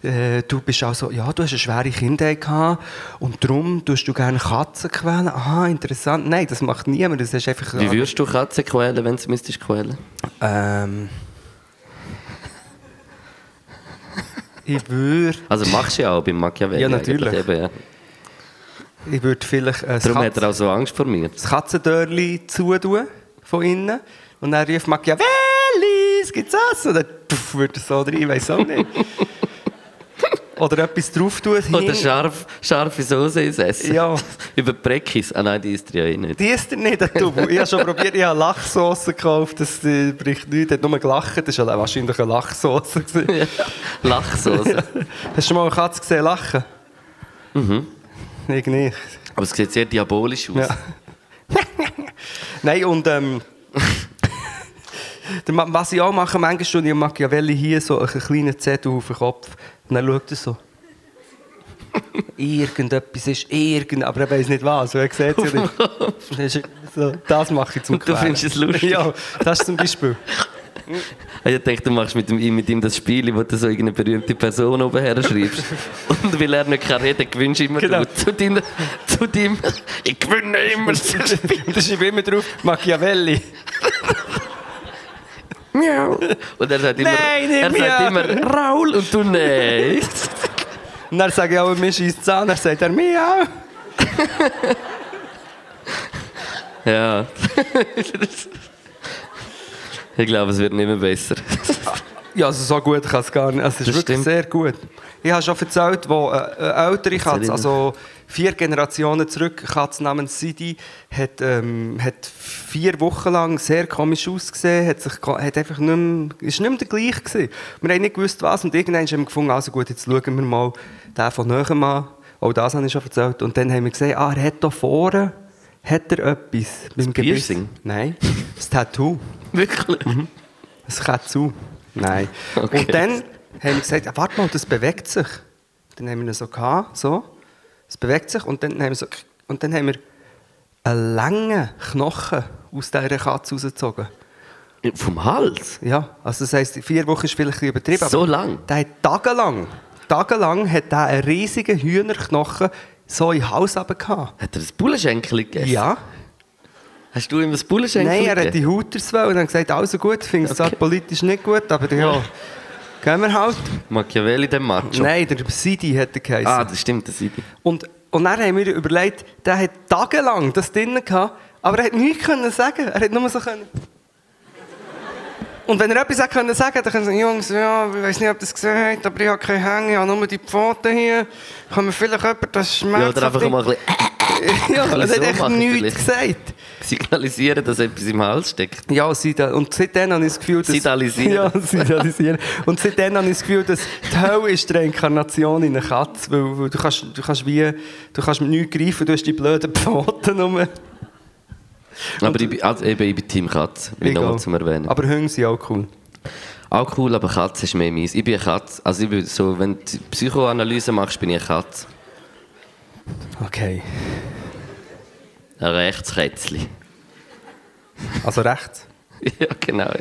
Speaker 3: äh, du bist also, ja, du hast eine schwere Kindheit gehabt und darum tust du gerne Katzen quälen. Aha, interessant. Nein, das macht niemand, das ist einfach...
Speaker 4: Wie würdest du Katzen quälen, wenn du sie müsstest quälen?
Speaker 3: Ähm... Ich würde...
Speaker 4: Also machst du ja auch beim Machiavelli.
Speaker 3: Ja, natürlich.
Speaker 4: eigentlich Eben, ja.
Speaker 3: Ich würde vielleicht... Äh,
Speaker 4: Darum hat
Speaker 3: Katzen-
Speaker 4: er auch so Angst vor mir.
Speaker 3: das Katzendörli zutun von innen. Und dann rief Machiavelli, es gibt das. Und dann pff, wird es so drin, ich weiß auch nicht. Oder etwas drauf tun.
Speaker 4: Oder
Speaker 3: hin-
Speaker 4: scharf, scharfe Soße ins Essen.
Speaker 3: Ja.
Speaker 4: Über Prekis. Ah nein, die isst ja eh nicht.
Speaker 3: Die ist dir nicht, der Tubu. Ich habe schon probiert, ich habe Lachsauce gekauft, das äh, bricht nichts. Hat nur gelacht, das war halt wahrscheinlich eine Lachsauce. gewesen.
Speaker 4: Lachsoße.
Speaker 3: Hast du schon mal eine Katze gesehen lachen? Mhm. Ich nicht.
Speaker 4: Aber es sieht sehr diabolisch aus.
Speaker 3: Ja. Nein, und ähm, der Ma- was ich auch mache, manchmal tue ich dem Machiavelli hier so einen kleinen Zettel auf den Kopf und dann schaut er so. Irgendetwas ist irgend, aber er weiß nicht was. Er sieht es ja nicht. Dann ist er so, das mache ich zum
Speaker 4: Und du
Speaker 3: Quälen.
Speaker 4: findest es lustig? Ah,
Speaker 3: Ja, das ist zum Beispiel.
Speaker 4: Ich dachte, du machst mit, ihm- mit ihm das Spiel, wo du so irgendeine berühmte Person oben her schreibst. Und weil er nicht kann reden, gewinnst du immer
Speaker 3: Genau.
Speaker 4: du. Zu deinem, zu deinem... Ich gewinne immer das Spiel.
Speaker 3: Und da schreibe ich immer drauf, Machiavelli.
Speaker 4: Miau. Und er sagt immer,
Speaker 3: Nein, nicht
Speaker 4: er sagt
Speaker 3: miau.
Speaker 4: immer Raul und du nein.
Speaker 3: Und dann sage ich auch, mir schießt Zahn, dann sagt er, miau.
Speaker 4: ja. ich glaube, es wird nicht mehr besser.
Speaker 3: Ja, also so gut kann es gar nicht. Es ist
Speaker 4: Das
Speaker 3: wirklich
Speaker 4: stimmt.
Speaker 3: sehr gut. Ich habe schon erzählt, wo äh, eine ältere
Speaker 4: ich
Speaker 3: Katze,
Speaker 4: noch.
Speaker 3: also vier Generationen zurück, eine Katze namens Sidi, hat, ähm, hat vier Wochen lang sehr komisch ausgesehen, hat sich, ko- hat einfach nicht mehr, ist nicht mehr der gleiche gewesen. Wir haben nicht gewusst, was, und irgendwann haben wir gefunden, also gut, jetzt schauen wir mal den von näherem an. Auch das habe ich schon erzählt. Und dann haben wir gesehen, ah, er hat hier vorne, hat er etwas. Beim Gebiss.
Speaker 4: Piercing?
Speaker 3: Nein, das Tattoo.
Speaker 4: Wirklich?
Speaker 3: Es kommt zu. Nein.
Speaker 4: Okay.
Speaker 3: Und dann haben wir gesagt, ja, warte mal, das bewegt sich. Dann haben wir ihn so gehabt, so. Es bewegt sich und dann haben wir so... Und dann haben wir einen langen Knochen aus dieser Katze rausgezogen.
Speaker 4: Vom Hals?
Speaker 3: Ja, also das heisst, vier Wochen ist vielleicht ein bisschen übertrieben.
Speaker 4: So
Speaker 3: aber
Speaker 4: lang?
Speaker 3: Der hat tagelang, tagelang hat der einen riesigen Hühnerknochen so in den Hals runter gehabt.
Speaker 4: Hat er ein Bullenschenkel gegessen?
Speaker 3: Ja.
Speaker 4: Hast du ihm ein Bullenschenkel
Speaker 3: Nein, er hat
Speaker 4: gegeben?
Speaker 3: die Haut erzwählt und hat gesagt, also gut, ich finde es zwar politisch nicht gut, aber ja, gehen wir halt.
Speaker 4: Machiavelli, der Macho.
Speaker 3: Nein, der Sidi hat er geheißen.
Speaker 4: Ah, das stimmt, das ist
Speaker 3: Und, und dann haben wir überlegt, der hat tagelang das drin gehabt, aber er hat nichts können sagen. Er hat nur so können. Und wenn er etwas hat können sagen, dann können sie sagen, Jungs, ja, ich weiß nicht, ob ihr das gesehen habt, aber ich habe keine Hänge, ich habe nur die Pfoten hier. Können wir vielleicht jemand das
Speaker 4: Ja,
Speaker 3: schmerzt?
Speaker 4: oder einfach um mal ein bisschen
Speaker 3: Ja,
Speaker 4: bisschen
Speaker 3: er
Speaker 4: so
Speaker 3: hat echt
Speaker 4: machen
Speaker 3: nichts gesagt.
Speaker 4: signalisieren, dass etwas im Hals steckt.
Speaker 3: Ja, seit, und seitdem habe ich das Gefühl, dass...
Speaker 4: Sidalisieren.
Speaker 3: Ja, sidalisieren. Und seitdem habe ich das Gefühl, dass die Hölle ist die Reinkarnation in einer Katze, weil, weil du, kannst, du kannst wie... Du kannst mit nichts greifen, du hast die blöden Pfoten rum.
Speaker 4: Aber ich bin, also eben, ich bin Team Katz, wie nochmal zum Erwähnen.
Speaker 3: Aber Hunde sind auch cool.
Speaker 4: Auch cool, aber Katze ist mehr meins. Ich bin eine Katze. Also ich bin so, wenn du Psychoanalyse machst, bin ich eine Katze.
Speaker 3: Okay.
Speaker 4: Ein Rechtskätzchen.
Speaker 3: Also rechts.
Speaker 4: ja, genau.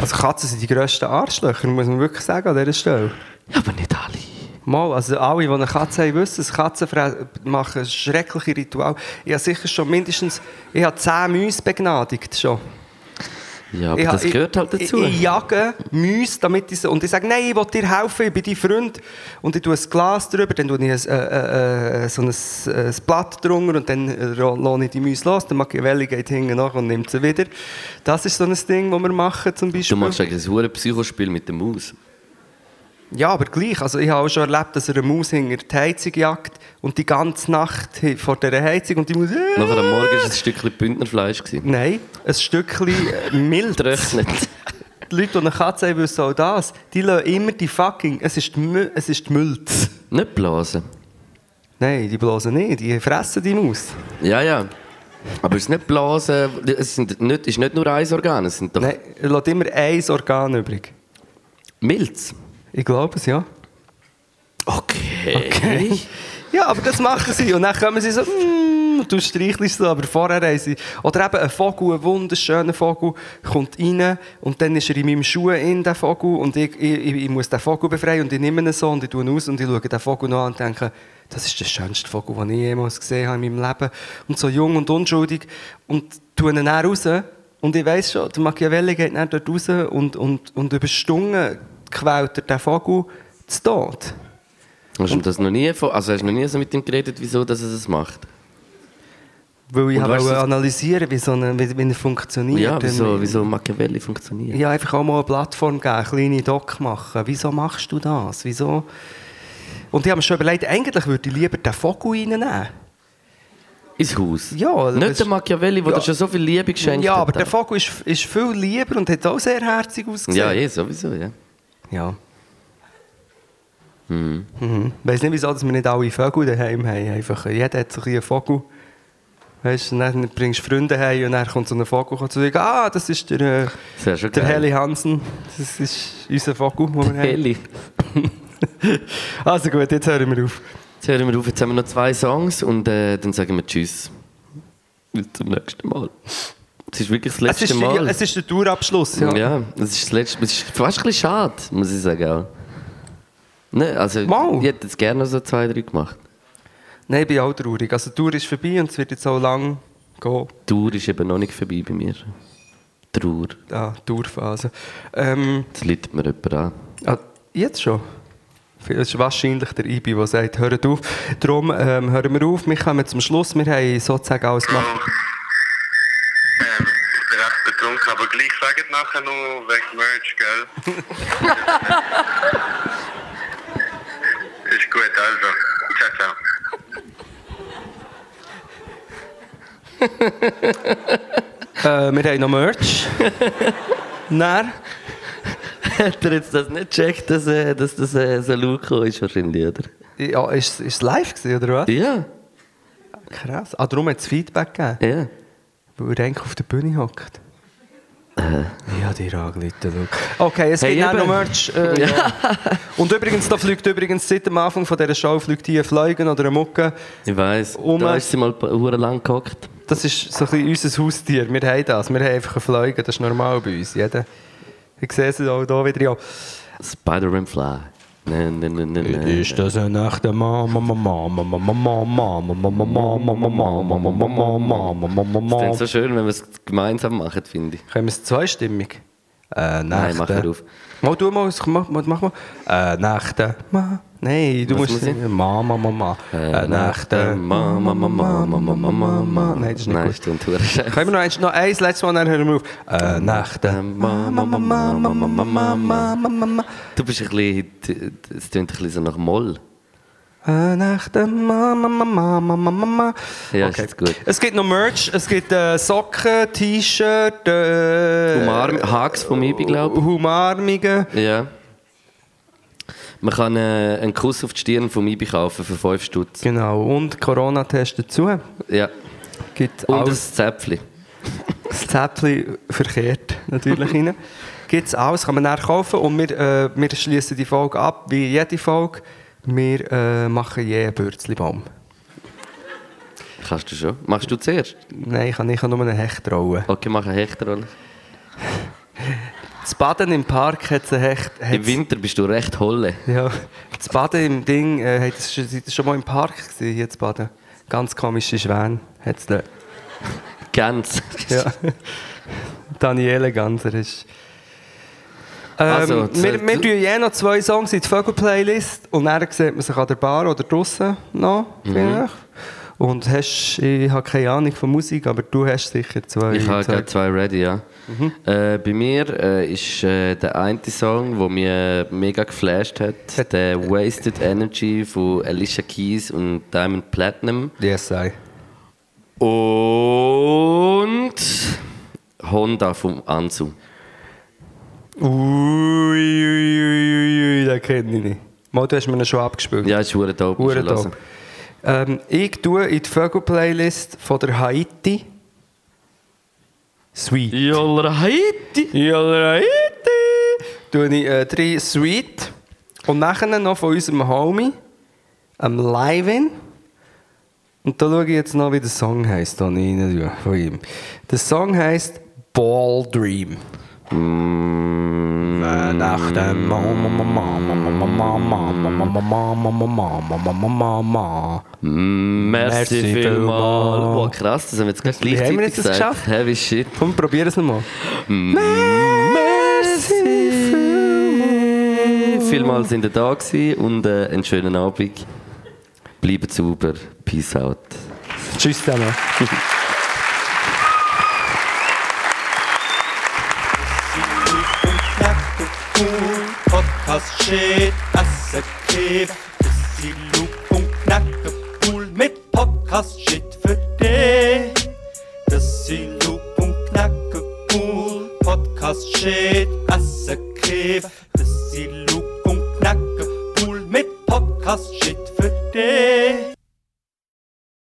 Speaker 3: Also Katzen sind die grössten Arschlöcher, muss man wirklich sagen an dieser Stelle.
Speaker 4: Ja, aber nicht alle.
Speaker 3: Mal, also alle, die eine Katze haben, wissen es. Katzen fre- machen schreckliche Rituale. Ich habe sicher schon mindestens... Ich habe zehn Mäuse begnadigt schon.
Speaker 4: Ja, aber
Speaker 3: Ich-
Speaker 4: das
Speaker 3: ich-
Speaker 4: gehört halt dazu.
Speaker 3: Ich, ich jage Mäuse, damit ich so, Und ich sage, nein, ich will dir helfen, ich bin dein Freund. Und ich tue ein Glas drüber, dann tue ich ein, äh, äh, äh, so ein, äh, ein Blatt drunter und dann äh, ro- lasse ich die Mäuse los. Dann Machiavelli geht hinten nach und nimmt sie wieder. Das ist so ein Ding, das wir machen zum Beispiel.
Speaker 4: du machst eigentlich ein hohes Psychospiel mit der Maus.
Speaker 3: Ja, aber gleich. Also ich habe auch schon erlebt, dass er eine Maus hinter die Heizung jagt und die ganze Nacht hi- vor dieser Heizung und die Maus... äh,
Speaker 4: Nachher am Morgen war es ein Stückchen Bündnerfleisch. gewesen.
Speaker 3: Nein, ein Stückchen äh, Milch.
Speaker 4: Getrocknet.
Speaker 3: Die Leute, die eine Katze haben, wissen auch das. Die lassen immer die fucking... Es ist die, Mü es ist die Mülz.
Speaker 4: nicht blasen.
Speaker 3: Nein, die blasen nicht. Die fressen die Maus.
Speaker 4: Ja, ja. Aber es ist nicht blasen, es sind nicht, ist nicht nur ein Organ, es sind doch
Speaker 3: Nein, er lässt immer ein Organ übrig.
Speaker 4: Milz.
Speaker 3: Ich glaube es, ja.
Speaker 4: Okay.
Speaker 3: Ja, aber das machen sie. Und dann kommen sie so... Mm, und du streichelst so, aber vorher haben sie... Oder eben ein Vogel, ein wunderschöner Vogel, kommt rein und dann ist er in meinem Schuh in, der Vogel. Und ich, ich, ich ich muss den Vogel befreien und ich nehme ihn so und ich tue ihn aus und ich schaue den Vogel noch an und denke, das ist der schönste Vogel, den ich jemals gesehen habe in meinem Leben. Und so jung und unschuldig. Und tue ihn dann raus. Und ich weiss schon, der Machiavelli geht dann dort raus und, und, und über Stunden quält er den Vogel zu Tod.
Speaker 4: Hast du das noch nie vor, also hast du noch nie so mit ihm geredet, wieso dass er das macht?
Speaker 3: Weil ich
Speaker 4: Und weißt du,
Speaker 3: wollte
Speaker 4: das-
Speaker 3: analysieren, wie, so eine, wie, wie er funktioniert.
Speaker 4: Ja, wieso,
Speaker 3: Ähm,
Speaker 4: wieso Machiavelli funktioniert?
Speaker 3: Ja, einfach auch mal eine Plattform geben, eine kleine Doc machen. Wieso machst du das? Wieso? Und ich habe mir schon überlegt, eigentlich würde ich lieber den Vogel reinnehmen.
Speaker 4: Ins Haus.
Speaker 3: Ja, das-
Speaker 4: nicht der Machiavelli, der
Speaker 3: Ja.
Speaker 4: dir schon so viel Liebe geschenkt
Speaker 3: ja,
Speaker 4: hat.
Speaker 3: aber der Vogel ist, ist viel lieber und hat auch sehr herzig ausgesehen.
Speaker 4: Ja, eh, sowieso, ja.
Speaker 3: Ja. Mhm. Ich weiss nicht, wieso dass wir nicht alle Vögel daheim haben. Einfach, jeder hat so ein bisschen einen Vogel. Weißt du, dann bringst du Freunde heim und dann kommt so ein Vogel und sagt, ah, das ist der, äh,
Speaker 4: Das wäre schon
Speaker 3: der
Speaker 4: geil.
Speaker 3: Heli Hansen. Das ist unser Vogel, den wir haben.
Speaker 4: Heli.
Speaker 3: Also gut, jetzt hören wir auf.
Speaker 4: Jetzt hören wir auf, jetzt haben wir noch zwei Songs und äh, dann sagen wir Tschüss. Bis zum nächsten Mal. Es ist wirklich das
Speaker 3: Es
Speaker 4: letzte
Speaker 3: ist,
Speaker 4: Mal.
Speaker 3: ja, es ist der Tourabschluss. Ja.
Speaker 4: Ja, das ist das letzte. Es ist fast ein bisschen schade, muss ich sagen. Auch. Ne, also,
Speaker 3: Mal.
Speaker 4: Ich hätte jetzt gerne noch so zwei, drei gemacht.
Speaker 3: Nein, ich bin auch traurig. Also die Tour ist vorbei und es wird jetzt auch lang gehen.
Speaker 4: Die Tour ist eben noch nicht vorbei bei mir. Trauer.
Speaker 3: Ah, die Tourphase. Ähm,
Speaker 4: Jetzt läutet mir jemand an.
Speaker 3: ah, jetzt schon? Es ist wahrscheinlich der Ibi, der sagt, hört auf. Darum ähm, hören wir auf. Wir kommen zum Schluss. Wir haben sozusagen alles gemacht.
Speaker 6: Ähm, ich bin recht betrunken, aber gleich sagt nachher noch wegen Merch, gell? Ist gut, also. Ciao, ciao.
Speaker 3: Äh, wir haben noch Merch. Nein.
Speaker 4: Hat er jetzt das nicht gecheckt, dass, äh, dass das äh, so Luco ist wahrscheinlich, oder?
Speaker 3: Ja, ist ist es live gewesen, oder was?
Speaker 4: Ja,
Speaker 3: Krass. Ah, darum hat es Feedback gegeben,
Speaker 4: ja.
Speaker 3: weil er eigentlich auf der Bühne hockt. Ich habe dir angelitten. schau. Okay, es
Speaker 4: Äh. Hey,
Speaker 3: gibt auch
Speaker 4: eben.
Speaker 3: noch Merch. Äh, ja. Und übrigens, da fliegt übrigens seit dem Anfang von dieser Show fliegt hier ein Fliegen oder eine Mucke.
Speaker 4: Ich weiss.
Speaker 3: Um-
Speaker 4: Da ist sie mal hure lang gehockt.
Speaker 3: Das ist so ein bisschen unser Haustier. Wir haben das. Wir haben einfach ein Fliegen. Das ist normal bei uns. Jeder. Ich sehe es auch hier wieder. Ja.
Speaker 4: Spider-Man Fly. Nein, nein, nein, nein. nein.
Speaker 3: Ist das ein echter Mama, Mama, Mama, Mama, Mama, Mama, Mama, Mama, Mama, Mama, Mama, Mama,
Speaker 4: Das
Speaker 3: Mama.
Speaker 4: ist so schön, wenn wir es gemeinsam machen, finde ich.
Speaker 3: Können wir es zweistimmig? Äh, Nächte.
Speaker 4: Nein, mach nicht auf.
Speaker 3: Mal du mal, mach, mach, mach mal. Äh, Nächte. Ma. Nein, du
Speaker 4: Was
Speaker 3: musst
Speaker 4: muss ich?
Speaker 3: singen. Ma, ma, ma, ma. Äh, Nächte.
Speaker 4: Ma, ma, ma, ma, ma, ma, ma, ma, ma.
Speaker 3: Nein, das ist nicht gut.
Speaker 4: stimmt, hure Scheiße.
Speaker 3: Können wir noch eins, noch eins letztes Mal, dann hören wir auf. Äh, Nächte. Ma, ma, ma, ma, ma, ma, ma, ma, ma, ma, ma, ma.
Speaker 4: Du bist ein bisschen, es tönt ein bisschen so nach Moll.
Speaker 3: Äh, Nächte. Ma, ma, ma, ma, ma, ma, ma, ma.
Speaker 4: Ja, ist jetzt gut.
Speaker 3: Es gibt noch Merch, es gibt äh, Socken, T-Shirt, äh,
Speaker 4: Umarm, Hacks vom Ibi, glaube
Speaker 3: Umarmungen.
Speaker 4: ich. Ja. Man kann äh, einen Kuss auf die Stirn vom Ibi kaufen für 5 Stutz.
Speaker 3: Genau, und Corona-Test dazu.
Speaker 4: Ja.
Speaker 3: Gibt
Speaker 4: Und ein
Speaker 3: alles,
Speaker 4: Zäpfli.
Speaker 3: das Zäpfchen verkehrt natürlich rein. Gibt es alles, kann man dann kaufen und wir, äh, wir schließen die Folge ab, wie jede Folge. Wir äh, machen je einen Bürzlibaum.
Speaker 4: Kannst du schon. Machst du zuerst?
Speaker 3: Nein, ich kann, ich kann nur einen Hecht rollen.
Speaker 4: Okay, mach eine Hechtrolle.
Speaker 3: Das Baden im Park hat einen Hecht.
Speaker 4: Im
Speaker 3: hat's-
Speaker 4: Winter bist du recht holle.
Speaker 3: Ja, das Baden im Ding, äh, hat- das ist- seid ihr schon mal im Park gewesen, hier zu baden? Ganz komische Schwäne hat es da.
Speaker 4: Ganz.
Speaker 3: Ja. Daniele Ganser ist... Ähm,
Speaker 4: Also, zu-
Speaker 3: wir, wir tun je noch zwei Songs in die Vögel-Playlist und dann sieht man sich an der Bar oder draussen noch, vielleicht. Und hast, ich habe keine Ahnung von Musik, aber du hast sicher zwei.
Speaker 4: Ich habe
Speaker 3: zwei-
Speaker 4: gerade zwei ready, ja.
Speaker 3: Mhm.
Speaker 4: Äh, bei mir äh, ist äh, der eine Song, der mich mega geflasht hat,
Speaker 3: Hat-
Speaker 4: der Wasted Energy von Alicia Keys und Diamond Platinum.
Speaker 3: Yes, I.
Speaker 4: Und Honda vom Anzu.
Speaker 3: Ui, ui, ui, ui, den kenne ich nicht. Mal, du hast mir ihn schon abgespielt.
Speaker 4: Ja, ist hure dope. musst du
Speaker 3: Hure
Speaker 4: hören.
Speaker 3: top. Ähm, ich tue in die Vögel-Playlist von der Haiti Sweet.
Speaker 4: Yolla Haiti.
Speaker 3: Ja, Haiti! Tue ich äh, drei Sweet und nachher noch von unserem Homie, am Livin. Und da schaue ich jetzt noch, wie der Song heisst, da rein tue, von ihm. Der Song heisst Ball Dream.
Speaker 4: Merci,
Speaker 3: Merci
Speaker 4: vielmal.
Speaker 3: vielmal.
Speaker 4: Wow, krass, das haben wir jetzt gerade
Speaker 3: Wie
Speaker 4: gleichzeitig
Speaker 3: haben wir jetzt das
Speaker 4: gesagt.
Speaker 3: geschafft?
Speaker 4: Heavy shit.
Speaker 3: Komm, probier es nochmal.
Speaker 4: Vielmals sind ihr da gewesen und äh, einen schönen Abend. Bleibt sauber. Peace out.
Speaker 3: Tschüss zusammen.
Speaker 1: Podcast shit, Asse Krebs, ist die Loop und Knacke, cool mit Podcast shit für dich. Das ist die Loop und Knacke, cool, Podcast shit, Asse Krebs, das ist die Loop und Knacke, cool mit Podcast shit für dich.